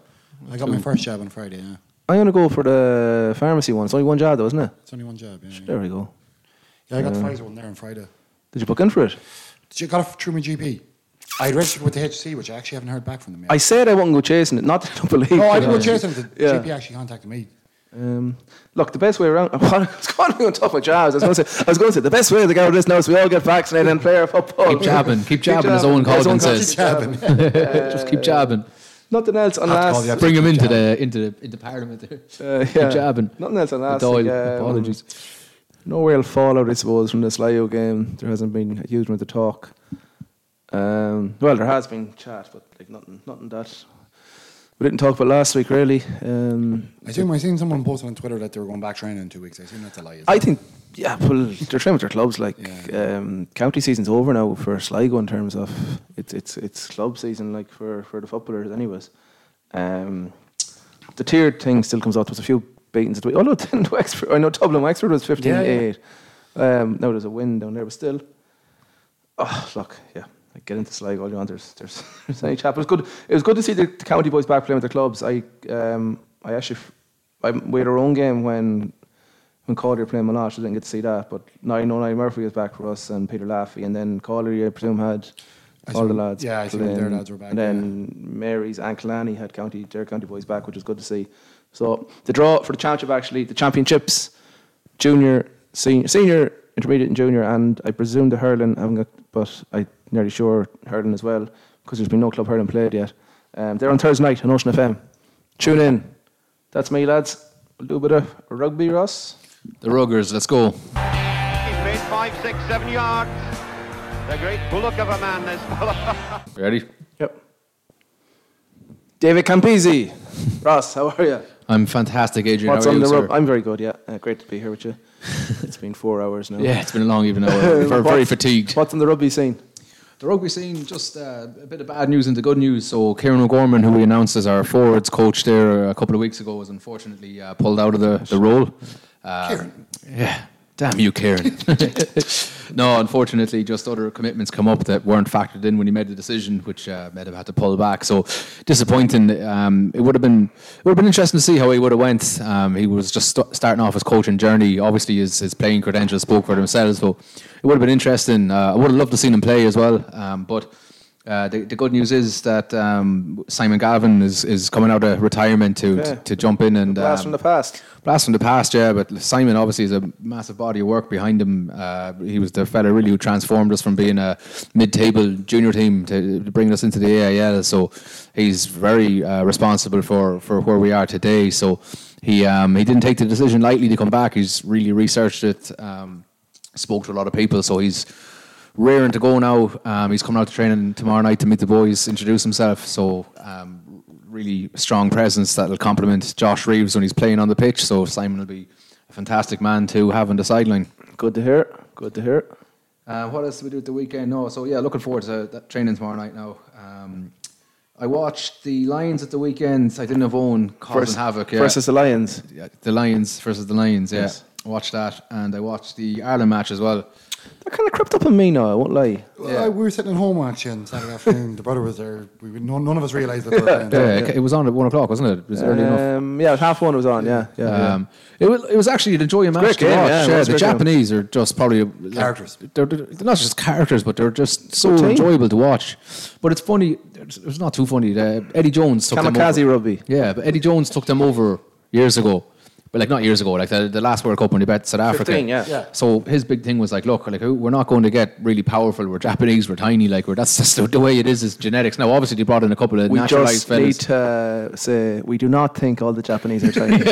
S7: I got my first jab on Friday. Yeah,
S6: I'm gonna go for the pharmacy one. It's only one job though, isn't it?
S7: it's only one jab. Yeah,
S6: There we go.
S7: yeah I got the
S6: Um,
S7: Pfizer one there on Friday.
S6: Did you book in for it?
S7: Did you got it through my GP? I had registered with the HC, which I actually haven't heard back from them yet.
S6: I said I wouldn't go chasing it. Not that I don't believe.
S7: No, Oh, I
S6: it.
S7: didn't go chasing it. The
S6: Yeah.
S7: GP actually contacted me.
S6: Um, look, the best way around. I was going to talk about jabs. I was going to say. I was going to say the best way to get out of this now is we all get vaccinated and play our football.
S24: Keep jabbing, keep jabbing, as Owen
S6: As
S24: Colgan
S6: Colgan
S24: says.
S6: jabbing.
S24: Just keep jabbing.
S6: Nothing else on last.
S24: Bring him into the into the into Parliament there.
S6: Uh,
S24: Keep
S6: yeah.
S24: jabbing.
S6: Nothing else on
S24: The
S6: last.
S24: Doyle,
S6: like, um,
S24: apologies.
S6: No real fallout, I suppose, from this Lio game. There hasn't been a huge amount of talk. Um, well, there has been chat, but like nothing, nothing that we didn't talk about last week, really. Um,
S7: I assume I seen someone posted on Twitter that they were going back training in two weeks. I assume that's a lie. is
S6: I
S7: it?
S6: think, yeah, well, they're trying with their clubs. Like, um, county season's over now for Sligo in terms of it's it's it's club season, like for for the footballers, anyways. Um, the tiered thing still comes out. There was a few beatings. At the, although then Wexford, I know Dublin Wexford was fifteen eight. Um, now there's a win down there, but still, oh look, yeah. like, Get into Sligo all you want. There's there's, there's any chat. But it's good. It was good to see the county boys back playing with their clubs. I um I actually f- I, we had our own game when when Calder were playing Malash, I didn't get to see that. But now I know Niall Murphy was back for us and Peter Laffey, and then Calder, I presume, had
S7: I
S6: all the
S7: assume-
S6: lads.
S7: yeah, I assume their
S6: playing.
S7: lads were back,
S6: And then Mary's and Killarney had county their county boys back, which was good to see. So the draw for the championship actually, the championships, junior, senior, senior, intermediate, and junior, and I presume the hurling. I haven't got, but I'm nearly sure hurling as well because there's been no club hurling played yet. Um, they're on Thursday night on Ocean FM. Tune in. That's me, lads. We'll do a bit of rugby, Ross.
S24: The Ruggers, let's go.
S26: He's made five, six, seven yards. The great bullock of a man, this fellow.
S24: Ready?
S6: Yep. David Campisi. Ross, how are you?
S24: I'm fantastic, Adrian.
S6: What's
S24: How are
S6: on
S24: you,
S6: the
S24: sir?
S6: rope? I'm very good, yeah. Uh, great to be here with you. it's been four hours now.
S24: Yeah, it's been a long evening hour. Very- very fatigued.
S6: What's on the rugby scene?
S24: The rugby scene, just uh, a bit of bad news into good news. So, Kieran O'Gorman, who we announced as our forwards coach there a couple of weeks ago, was unfortunately uh, pulled out of the, the role. Uh, Yeah. Damn you, Kieran. no, unfortunately, just other commitments come up that weren't factored in when he made the decision, which uh, made him have to pull back. So disappointing. Um, it would have been it would have been interesting to see how he would have went. Um, he was just st- starting off his coaching journey. Obviously, his, his playing credentials spoke for themselves. So it would have been interesting. Uh, I would have loved to seen him play as well. Um, but
S6: Uh, the, the good news is that um, Simon Galvin is, is coming out of retirement to,
S8: Yeah.
S6: to, to jump in and
S8: Blast
S6: um,
S8: from the past.
S6: Blast from the past, yeah. But Simon obviously is a massive body of work behind him. Uh, he was the fella really who transformed us from being a mid-table junior team to bringing us into the AIL. So he's very uh, responsible for for where we are today. So he um, he didn't take the decision lightly to come back. He's really researched it, um, spoke to a lot of people. So he's raring to go now. Um, he's coming out to training tomorrow night to meet the boys, introduce himself. So um, really strong presence that'll complement Josh Reeves when he's playing on the pitch. So Simon will be a fantastic man to have on the sideline.
S8: Good to hear. Good to hear.
S6: Uh, what else did we do at the weekend? No, so yeah, looking forward to that training tomorrow night now. Um, I watched the Lions at the weekend. I didn't have own causing
S8: Versus-
S6: havoc. Yeah.
S8: versus the Lions.
S6: Yeah, the Lions versus the Lions, yeah.
S8: Yes.
S6: Watched that and I watched the Ireland match as well.
S8: That kind of crept up on me now. I won't lie.
S7: Well, I- we were sitting at home watching Saturday afternoon. The brother was there. We were, none, none of us realised that they were
S6: Yeah,
S7: playing.
S6: it was on at one o'clock, wasn't it? It was early enough.
S8: Um, yeah, half one was on. Yeah, yeah. yeah.
S6: Um, It, was, it was actually an enjoyable
S8: It's a
S6: match to
S8: great game,
S6: watch.
S8: yeah, it
S6: yeah.
S8: was a
S6: the
S8: great game.
S6: Japanese are just probably like,
S8: Characters.
S6: They're, they're they're not just characters, but they're just so
S8: Good team.
S6: enjoyable to watch. But it's funny. It's, it's not too funny. The, Eddie Jones took
S8: Kamikaze
S6: them over.
S8: rugby.
S6: Yeah, but Eddie Jones took them over years ago. But like not years ago, like the, the last World Cup when they bet South Africa.
S8: 15, yeah. Yeah.
S6: So his big thing was like, look, like we're not going to get really powerful. We're Japanese. We're tiny. Like we're that's just the way it is. It's genetics. Now obviously they brought in a couple of
S8: we
S6: naturalized
S8: just need
S6: fellas.
S8: to uh, say we do not think all the Japanese are Chinese.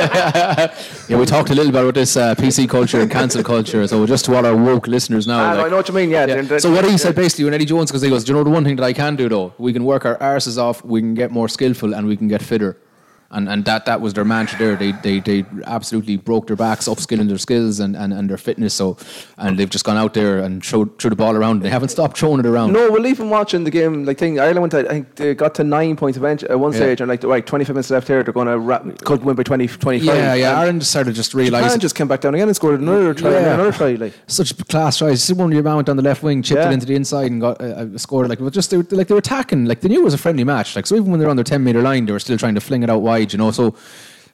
S6: Yeah, we talked a little bit about this uh, PC culture and cancel culture. So just to all our woke listeners now.
S8: Ah, no,
S6: like-
S8: I know what you mean. Yeah. they're- they're-
S6: so what he said basically when Eddie Jones, because he goes, "Do you know the one thing that I can do though? We can work our arses off, we can get more skillful, and we can get fitter." And and that that was their mantra there. They they they absolutely broke their backs, upskilling their skills and, and, and their fitness. So and they've just gone out there and throw threw the ball around. They haven't stopped throwing it around.
S8: No, well, even watching the game, like thing Ireland went. To, I think they got to nine points of edge at one
S6: Yeah.
S8: stage, and like right, twenty five minutes left here, they're going to wrap, could win by 20, 25.
S6: Yeah, yeah.
S8: And
S6: Ireland just started just realizing.
S8: Japan just came back down again and scored another try,
S6: Yeah.
S8: another try. Like
S6: such class tries. See one of your man went down the left wing, chipped
S8: Yeah.
S6: it into the inside, and got uh, uh, scored. Like, it was just they were, like they were attacking. Like they knew it was a friendly match. Like so, even when they're on their ten meter line, they were still trying to fling it out wide. You know, so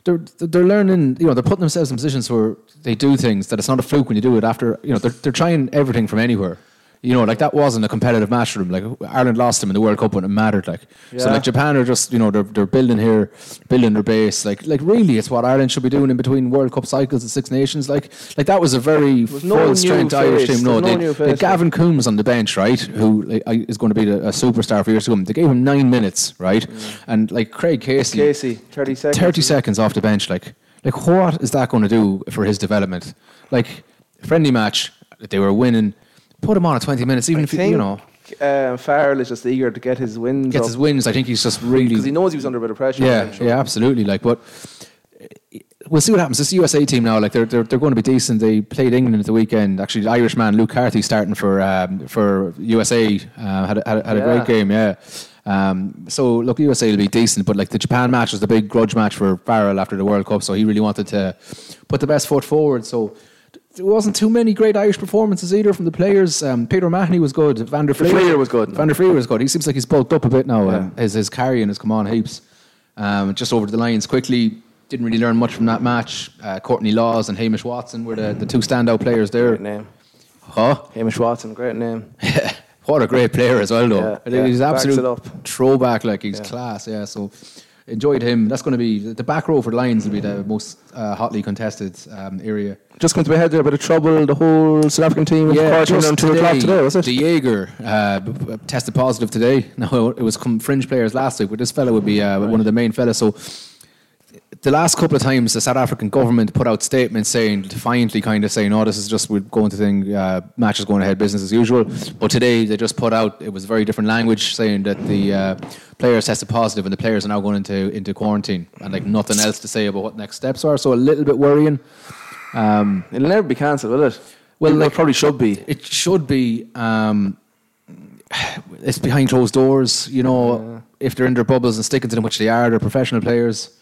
S6: they're they're learning. You know, they're putting themselves in positions where they do things that it's not a fluke when you do it. After you know, they're they're trying everything from anywhere. You know, like that wasn't a competitive match for them. Like Ireland lost them in the World Cup when it mattered. Like so,
S8: Yeah.
S6: like Japan are just you know they're they're building here, building their base. Like like really, it's what Ireland should be doing in between World Cup cycles and Six Nations. Like like that was a very
S8: was
S6: full
S8: no new
S6: strength Irish
S8: face.
S6: team. No,
S8: There's no
S6: they,
S8: new
S6: they
S8: face,
S6: Gavin Coombs on the bench, right? Who like, I- is going to be the, a superstar for years to come. They gave him nine minutes, right? And like Craig Casey,
S8: Casey, thirty seconds.
S6: thirty seconds off the bench. Like like what is that going to do for his development? Like friendly match, they were winning. Put him on at twenty minutes, even if you-
S8: Think,
S6: you know
S8: um, Farrell is just eager to get his wins.
S6: gets his wins. I think he's just really
S8: because he knows he was under a bit of pressure.
S6: yeah, yeah, absolutely. Like, but we'll see what happens. This USA team now, like they're they're, they're going to be decent. They played England at the weekend. Actually, the Irish man Luke Carthy starting for um, for USA uh, had a- had, a- had a
S8: Yeah.
S6: great game. Yeah. Um, so look, USA will be decent, but like the Japan match was the big grudge match for Farrell after the World Cup, so he really wanted to put the best foot forward. So there wasn't too many great Irish performances either from the players. Um, Peter Mahoney was good. Van der Fleer,
S8: Fleer was good.
S6: Van der Fleer was good. He seems like he's bulked up a bit now. Um, his, his carrying has come on heaps. Um, just over to the Lions quickly. Didn't really learn much from that match. Uh, Courtney Laws and Hamish Watson were the, the two standout players there.
S8: Great name.
S6: Huh?
S8: Hamish Watson, great name.
S6: What a great player as well, though.
S8: Yeah, yeah.
S6: He's
S8: Backs
S6: absolute
S8: it up.
S6: throwback, like he's
S8: Yeah.
S6: class. Yeah, so enjoyed him. That's going to be the back row for the Lions will be the most uh, hotly contested um, area.
S8: Just come to my head there, a bit of trouble. The whole South African team was caught
S6: just
S8: on two o'clock today, was it?
S6: De Jager uh, b- b- tested positive today. No, it was com- fringe players last week, but this fella would be uh, one of the main fellas. So the last couple of times the South African government put out statements saying defiantly, kind of saying, "Oh, this is just we're going to thing uh, matches going ahead, business as usual." But today they just put out it was very different language saying that the uh, players tested positive and the players are now going into into quarantine and like nothing else to say about what next steps are. So a little bit worrying. Um,
S8: It'll never be cancelled, will it?
S6: well,
S8: People
S6: like, probably should be. It should be. Um, it's behind closed doors, you know. If they're in their bubbles and sticking to them, which they are, they're professional players.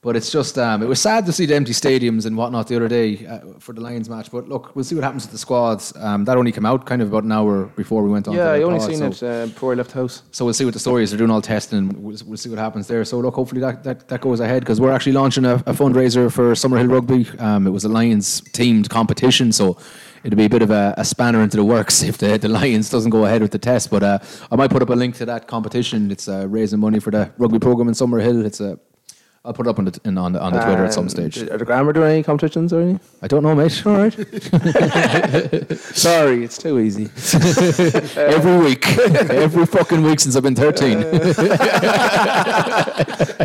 S6: But it's just, um, it was sad to see the empty stadiums and whatnot the other day uh, for the Lions match. But look, we'll see what happens with the squads. Um, that only came out kind of about an hour before we went on. to
S8: Yeah,
S6: the
S8: I only
S6: pod,
S8: seen
S6: oh, so-
S8: it uh, before I left the house.
S6: so we'll see what the story is. They're doing all testing. And we'll, we'll see what happens there. So look, hopefully that, that, that goes ahead because we're actually launching a, a fundraiser for Summerhill Rugby. Um, it was a Lions teamed competition, so it'd be a bit of a, a spanner into the works if the, the Lions doesn't go ahead with the test. But uh, I might put up a link to that competition. It's uh, raising money for the rugby program in Summerhill. It's a I'll put it up on the in, on the, on the Twitter at some
S8: Um,
S6: stage.
S8: Are the grammar doing any competitions or anything?
S6: I don't know, mate. All right.
S8: Sorry, it's too easy.
S6: every week, every fucking week since I've been thirteen.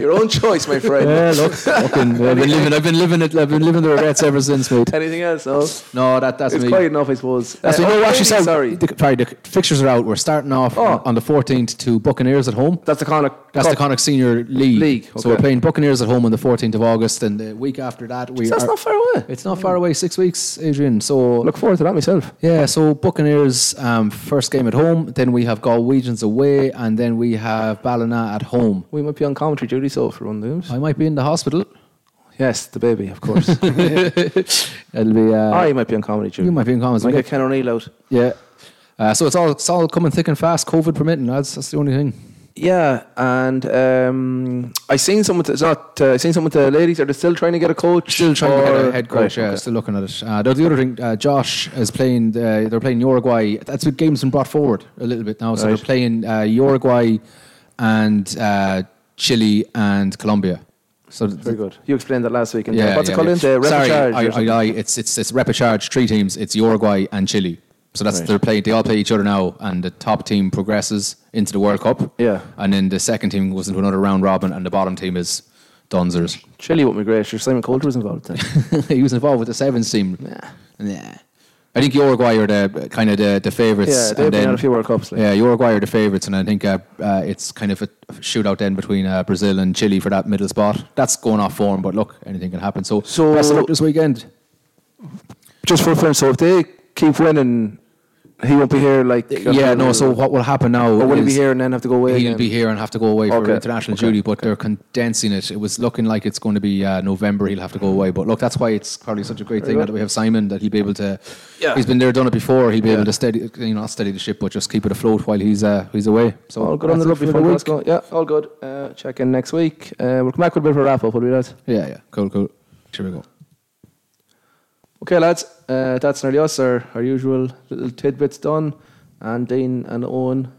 S8: Your own choice, my friend.
S6: Yeah, look, fucking, I've been living, I've been living it, I've been living the regrets ever since, mate.
S8: Anything else? No.
S6: No, that that's
S8: it's
S6: me.
S8: quite enough, I suppose.
S6: That's
S8: Uh,
S6: what-
S8: oh,
S6: no,
S8: really?
S6: actually, sorry.
S8: sorry. Oh.
S6: The, sorry, the fixtures are out. We're starting off on- on the 14th to Buccaneers at home.
S8: That's the Connacht.
S6: That's the Connacht Senior League.
S8: League,
S6: So we're
S8: okay.
S6: playing Buccaneers at home on the 14th of August, and the week after that we
S8: That's
S6: are-
S8: not far away.
S6: It's not far away. Six weeks, Adrian. So
S8: Look forward to that myself.
S6: yeah, so Buccaneers um, first game at home. Then we have Galwegians away, and then we have Ballina at home.
S8: We might be on commentary duty, so for one of those.
S6: I might be in the hospital.
S8: Yes, the baby, of course.
S6: It'll be. Uh,
S8: I might be on comedy duty.
S6: You might be in commentary.
S8: Might get Ken O'Neill out.
S6: Yeah. Uh, so it's all it's all coming thick and fast, COVID permitting. That's that's the only thing.
S8: Yeah, and um, I seen someone. It's not. Uh, I seen someone. The ladies are they still trying to get a coach.
S6: Still trying to get
S8: or-
S6: a head
S8: Right,
S6: coach. yeah,
S8: okay.
S6: still looking at it. Uh, the the other thing, uh, Josh is playing. Uh, they're playing Uruguay. That's what games been brought forward a little bit now. So
S8: Right.
S6: they're playing uh, Uruguay and uh, Chile and Colombia. So
S8: Very good. You explained that last week. And
S6: Yeah,
S8: what's it
S6: yeah,
S8: called?
S6: yeah.
S8: In the
S6: Sorry,
S8: repercharge or
S6: I, I
S8: something?
S6: lie. It's it's it's repercharge. Three teams. It's Uruguay and Chile. So that's
S8: Right.
S6: they're playing. They all play each other now, and the top team progresses into the World Cup.
S8: Yeah.
S6: and then the second team goes into another round robin, and the bottom team is Donzers.
S8: Chile won't be great. Sure, Simon Coulter was involved then.
S6: he was involved with the sevens team. Yeah, I think Uruguay are the kind of the, the favourites.
S8: Yeah, they've
S6: and
S8: been out a few World Cups, like.
S6: Yeah, Uruguay are the favourites, and I think uh, uh, it's kind of a shootout then between uh, Brazil and Chile for that middle spot. That's going off form, but look, anything can happen. So,
S8: So-
S6: best of luck this weekend.
S8: Just for fun. So if they keep winning, he won't be here. Like
S6: Yeah, no. So what will happen now?
S8: Or will he be
S6: is
S8: here and then have to go away?
S6: He'll
S8: again?
S6: be here and have to go away for
S8: Okay,
S6: international
S8: okay,
S6: duty, but they're condensing it. It was looking like it's going to be uh, November. He'll have to go away, but look, that's why it's probably such a great
S8: Very
S6: thing now
S8: good.
S6: that we have Simon that he'll be able to.
S8: Yeah.
S6: he's been there, done it before. He'll be
S8: Yeah.
S6: able to steady, you know, not steady the ship, but just keep it afloat while he's uh, he's away. So
S8: All good on the
S6: that's it
S8: rugby
S6: for the
S8: front.
S6: week.
S8: Let's go. Yeah, all good. Uh, check in next week. Uh, we'll come back with a bit of a wrap up. Will we that?
S6: Yeah, yeah, cool, cool. Here we go.
S8: Okay, lads. Uh, that's nearly us. Our, our usual little tidbits done. And Dean and Owen,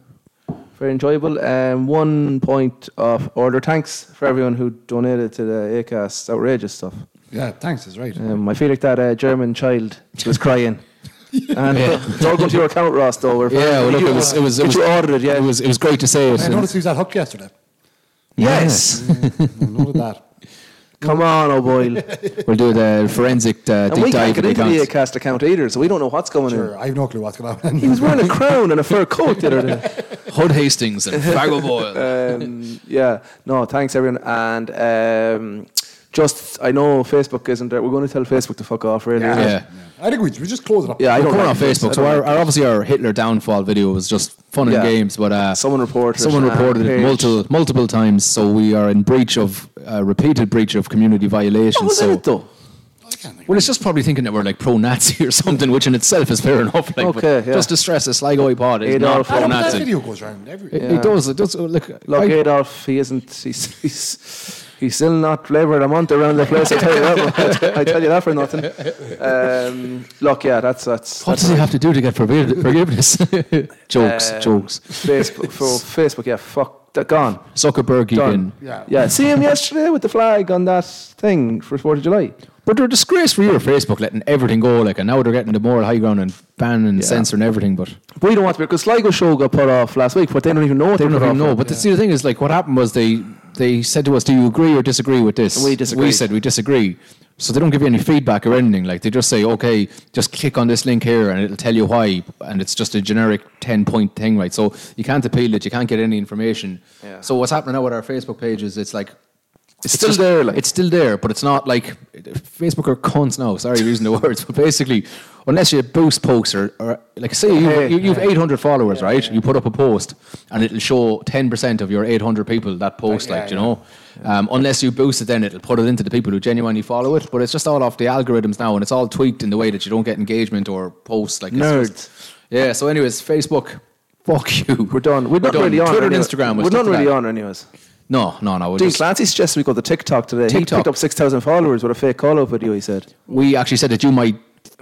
S8: very enjoyable. Um, one point of order. Thanks for everyone who donated to the ACAS outrageous stuff.
S7: Yeah, thanks. That's right.
S8: Um, I feel like that uh, German child was crying. And it's all going to your account, Ross. Though we're
S6: Yeah, well, look, it was it was it
S8: Did
S6: was
S8: you order it, yeah.
S6: It was it was great to say it.
S7: I
S6: and-
S7: noticed he was at Hook yesterday.
S6: yes,
S7: I noted that.
S8: Come on, O'Boyle.
S6: we'll do the forensic uh,
S8: And we can't
S6: deep dive.
S8: get
S6: into
S8: into the
S6: accounts.
S8: ACAST account either, so we don't know what's going
S7: Sure,
S8: on.
S7: I have no clue what's going to happen.
S8: He was wearing a crown and a fur coat the other day.
S6: Hood Hastings and Fagel Boyle.
S8: Um, yeah, no, thanks everyone. And um, just, I know Facebook isn't there. We're going to tell Facebook to fuck off, really. isn't it?
S6: yeah.
S7: I think we, we just close it up.
S8: Yeah, I
S6: I
S8: don't
S6: don't
S8: like
S6: on
S8: this. I
S6: Facebook. So
S8: don't
S6: our,
S8: like
S6: our obviously our Hitler downfall video was just fun and
S8: Yeah.
S6: games, but uh,
S8: Someone reported it,
S6: someone
S8: uh,
S6: reported it
S8: page.
S6: multiple multiple times. So we are in breach of uh, repeated breach of community violations.
S8: What was
S6: so
S8: in Oh, it, though?
S6: well, it's just probably thinking that we're like pro-Nazi or something, which in itself is fair enough. Like, but
S8: Okay, yeah.
S6: just to stress, the Sligo pod is
S8: Adolf
S6: not
S7: I don't know, but that
S6: pro-Nazi.
S7: video goes around every.
S6: It, it does. It does. Look,
S8: Look,
S6: I-
S8: Adolf, he isn't. He's, he's, he's still not flavour of the month around the place. I tell you that. I tell you that for nothing. Um, look, yeah, that's that's.
S6: what
S8: that's
S6: does he have to do to get forgiv- forgiveness? jokes,
S8: Um,
S6: jokes.
S8: Facebook for Facebook, yeah, fuck, that gone.
S6: Zuckerberg, you
S8: Done.
S6: can.
S7: Yeah.
S8: Yeah, see him yesterday with the flag on that thing for Fourth of July.
S6: But they're a disgrace for you, Facebook, letting everything go. Like, and now they're getting the moral high ground and banning and censoring everything. But
S8: We don't want to be because Sligo show got put off last week, but they don't even know. What
S6: They
S8: put
S6: don't even
S8: off
S6: know.
S8: for.
S6: But the, see, the thing is, like, what happened was they they said to us, "Do you agree or disagree with this?"
S8: We disagreed.
S6: said we disagree. So they don't give you any feedback or anything. Like they just say, "Okay, just click on this link here, and it'll tell you why." And it's just a generic ten point thing, right? So you can't appeal it. You can't get any information.
S8: Yeah.
S6: So what's happening now with our Facebook page is it's like
S8: It's still there, like.
S6: it's still there, but it's not like Facebook are cunts now. Sorry, using the words, but basically, unless you boost posts or, or like say you,
S8: Hey,
S6: you, you've 800 followers, right? You put up a post and it'll show 10% of your 800 people that post, like, you know. Um, unless you boost it, then it'll put it into the people who genuinely follow it. But it's just all off the algorithms now, and it's all tweaked in the way that you don't get engagement or posts. Like it's
S8: Nerds.
S6: just- yeah. So, anyways, Facebook, fuck you.
S8: We're done. We're, not
S6: done.
S8: really on.
S6: Twitter and
S8: anyway.
S6: Instagram. we'll
S8: We're
S6: stick
S8: not
S6: to
S8: really
S6: that.
S8: on, anyways.
S6: No, no, no. we'll
S8: Dean
S6: just-
S8: Clancy suggested we go to TikTok today. He
S6: TikTok.
S8: picked up six thousand followers with a fake call-out video. He said.
S6: we actually said that you might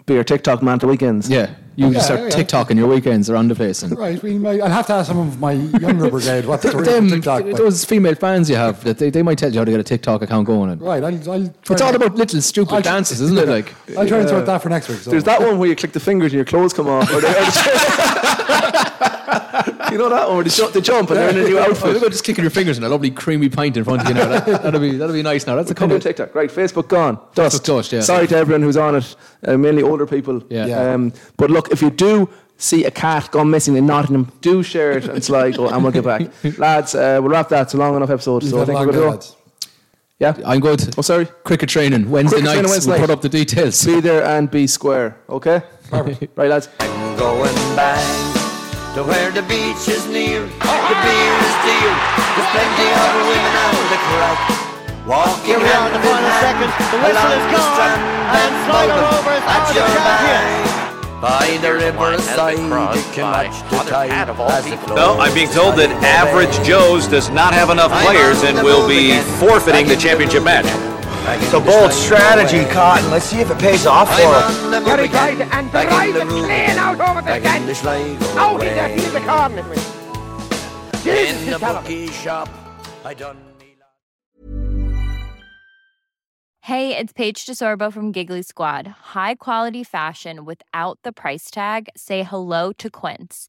S8: be your TikTok man at the weekends.
S6: Yeah, you
S7: Yeah,
S6: just start
S7: yeah.
S6: TikToking your weekends around the place. And
S7: Right, we might, I'll have to ask someone of my younger brigade what the story
S6: them,
S7: on TikTok. but-
S6: those female fans you have, that they, they might tell you how to get a TikTok account going. And
S7: Right, I'll, I'll try
S6: it's all about little stupid dances, isn't it? Like
S7: I'll try and sort that for next week. So.
S8: There's that one where you click the fingers and your clothes come off. Or they, or they- you know that one where they, ju- they jump and they're in a new
S6: What
S8: outfit.
S6: about Oh, just kicking your fingers in a lovely creamy pint in front of you now? That, that'll be that'll be nice. Now that's a
S8: Come
S6: kind
S8: on
S6: of
S8: TikTok. Right, Facebook gone. Dust.
S6: dust, yeah.
S8: Sorry to everyone who's on it, uh, mainly older people.
S6: Yeah. Yeah.
S8: Um, but look, if you do see a cat gone missing in Nottingham, do share it and Sligo and we'll get back. Lads, uh, we'll wrap that. It's a long enough episode.
S7: You've
S8: So I
S7: had
S8: think
S7: long
S8: we're going
S7: day,
S8: to go. Yeah.
S6: I'm good.
S8: Oh, sorry.
S6: Cricket training Wednesday
S8: Cricket training
S6: nights.
S8: Wednesday
S6: we'll
S8: night.
S6: put up the details.
S8: Be there and be square. Okay? right, lads.
S2: Going back to where the beach is near, the beer is dear, there's plenty of women out the crack. Walking
S27: Here we are in
S2: hand
S27: the
S2: in
S27: final
S2: hand
S27: seconds. The whistle
S2: along
S27: is
S2: the
S27: gone,
S2: strand
S27: and Sligo
S2: Bogan
S27: Rovers
S2: at
S27: are the
S2: your
S27: champions.
S2: back. By the river side, you can watch the tide as it flows.
S10: No, I'm being told that Average Joe's does not have enough players and will be forfeiting the championship match.
S2: It's
S10: a bold
S2: strategy,
S10: Cotton. Let's see if it pays off
S2: I'm on the
S28: Gary
S2: move again.
S28: Guyton and
S2: Back in
S28: drives it
S2: room
S28: clean out
S2: again.
S28: over the
S2: Back
S28: fence.
S2: in the Sligo
S28: Out in the
S2: way.
S28: heat of the corner. Jesus,
S2: In the
S28: it's terrible.
S2: bookie shop, I done
S29: Hey, it's Paige DeSorbo from Giggly Squad. High quality fashion without the price tag. Say hello to Quince.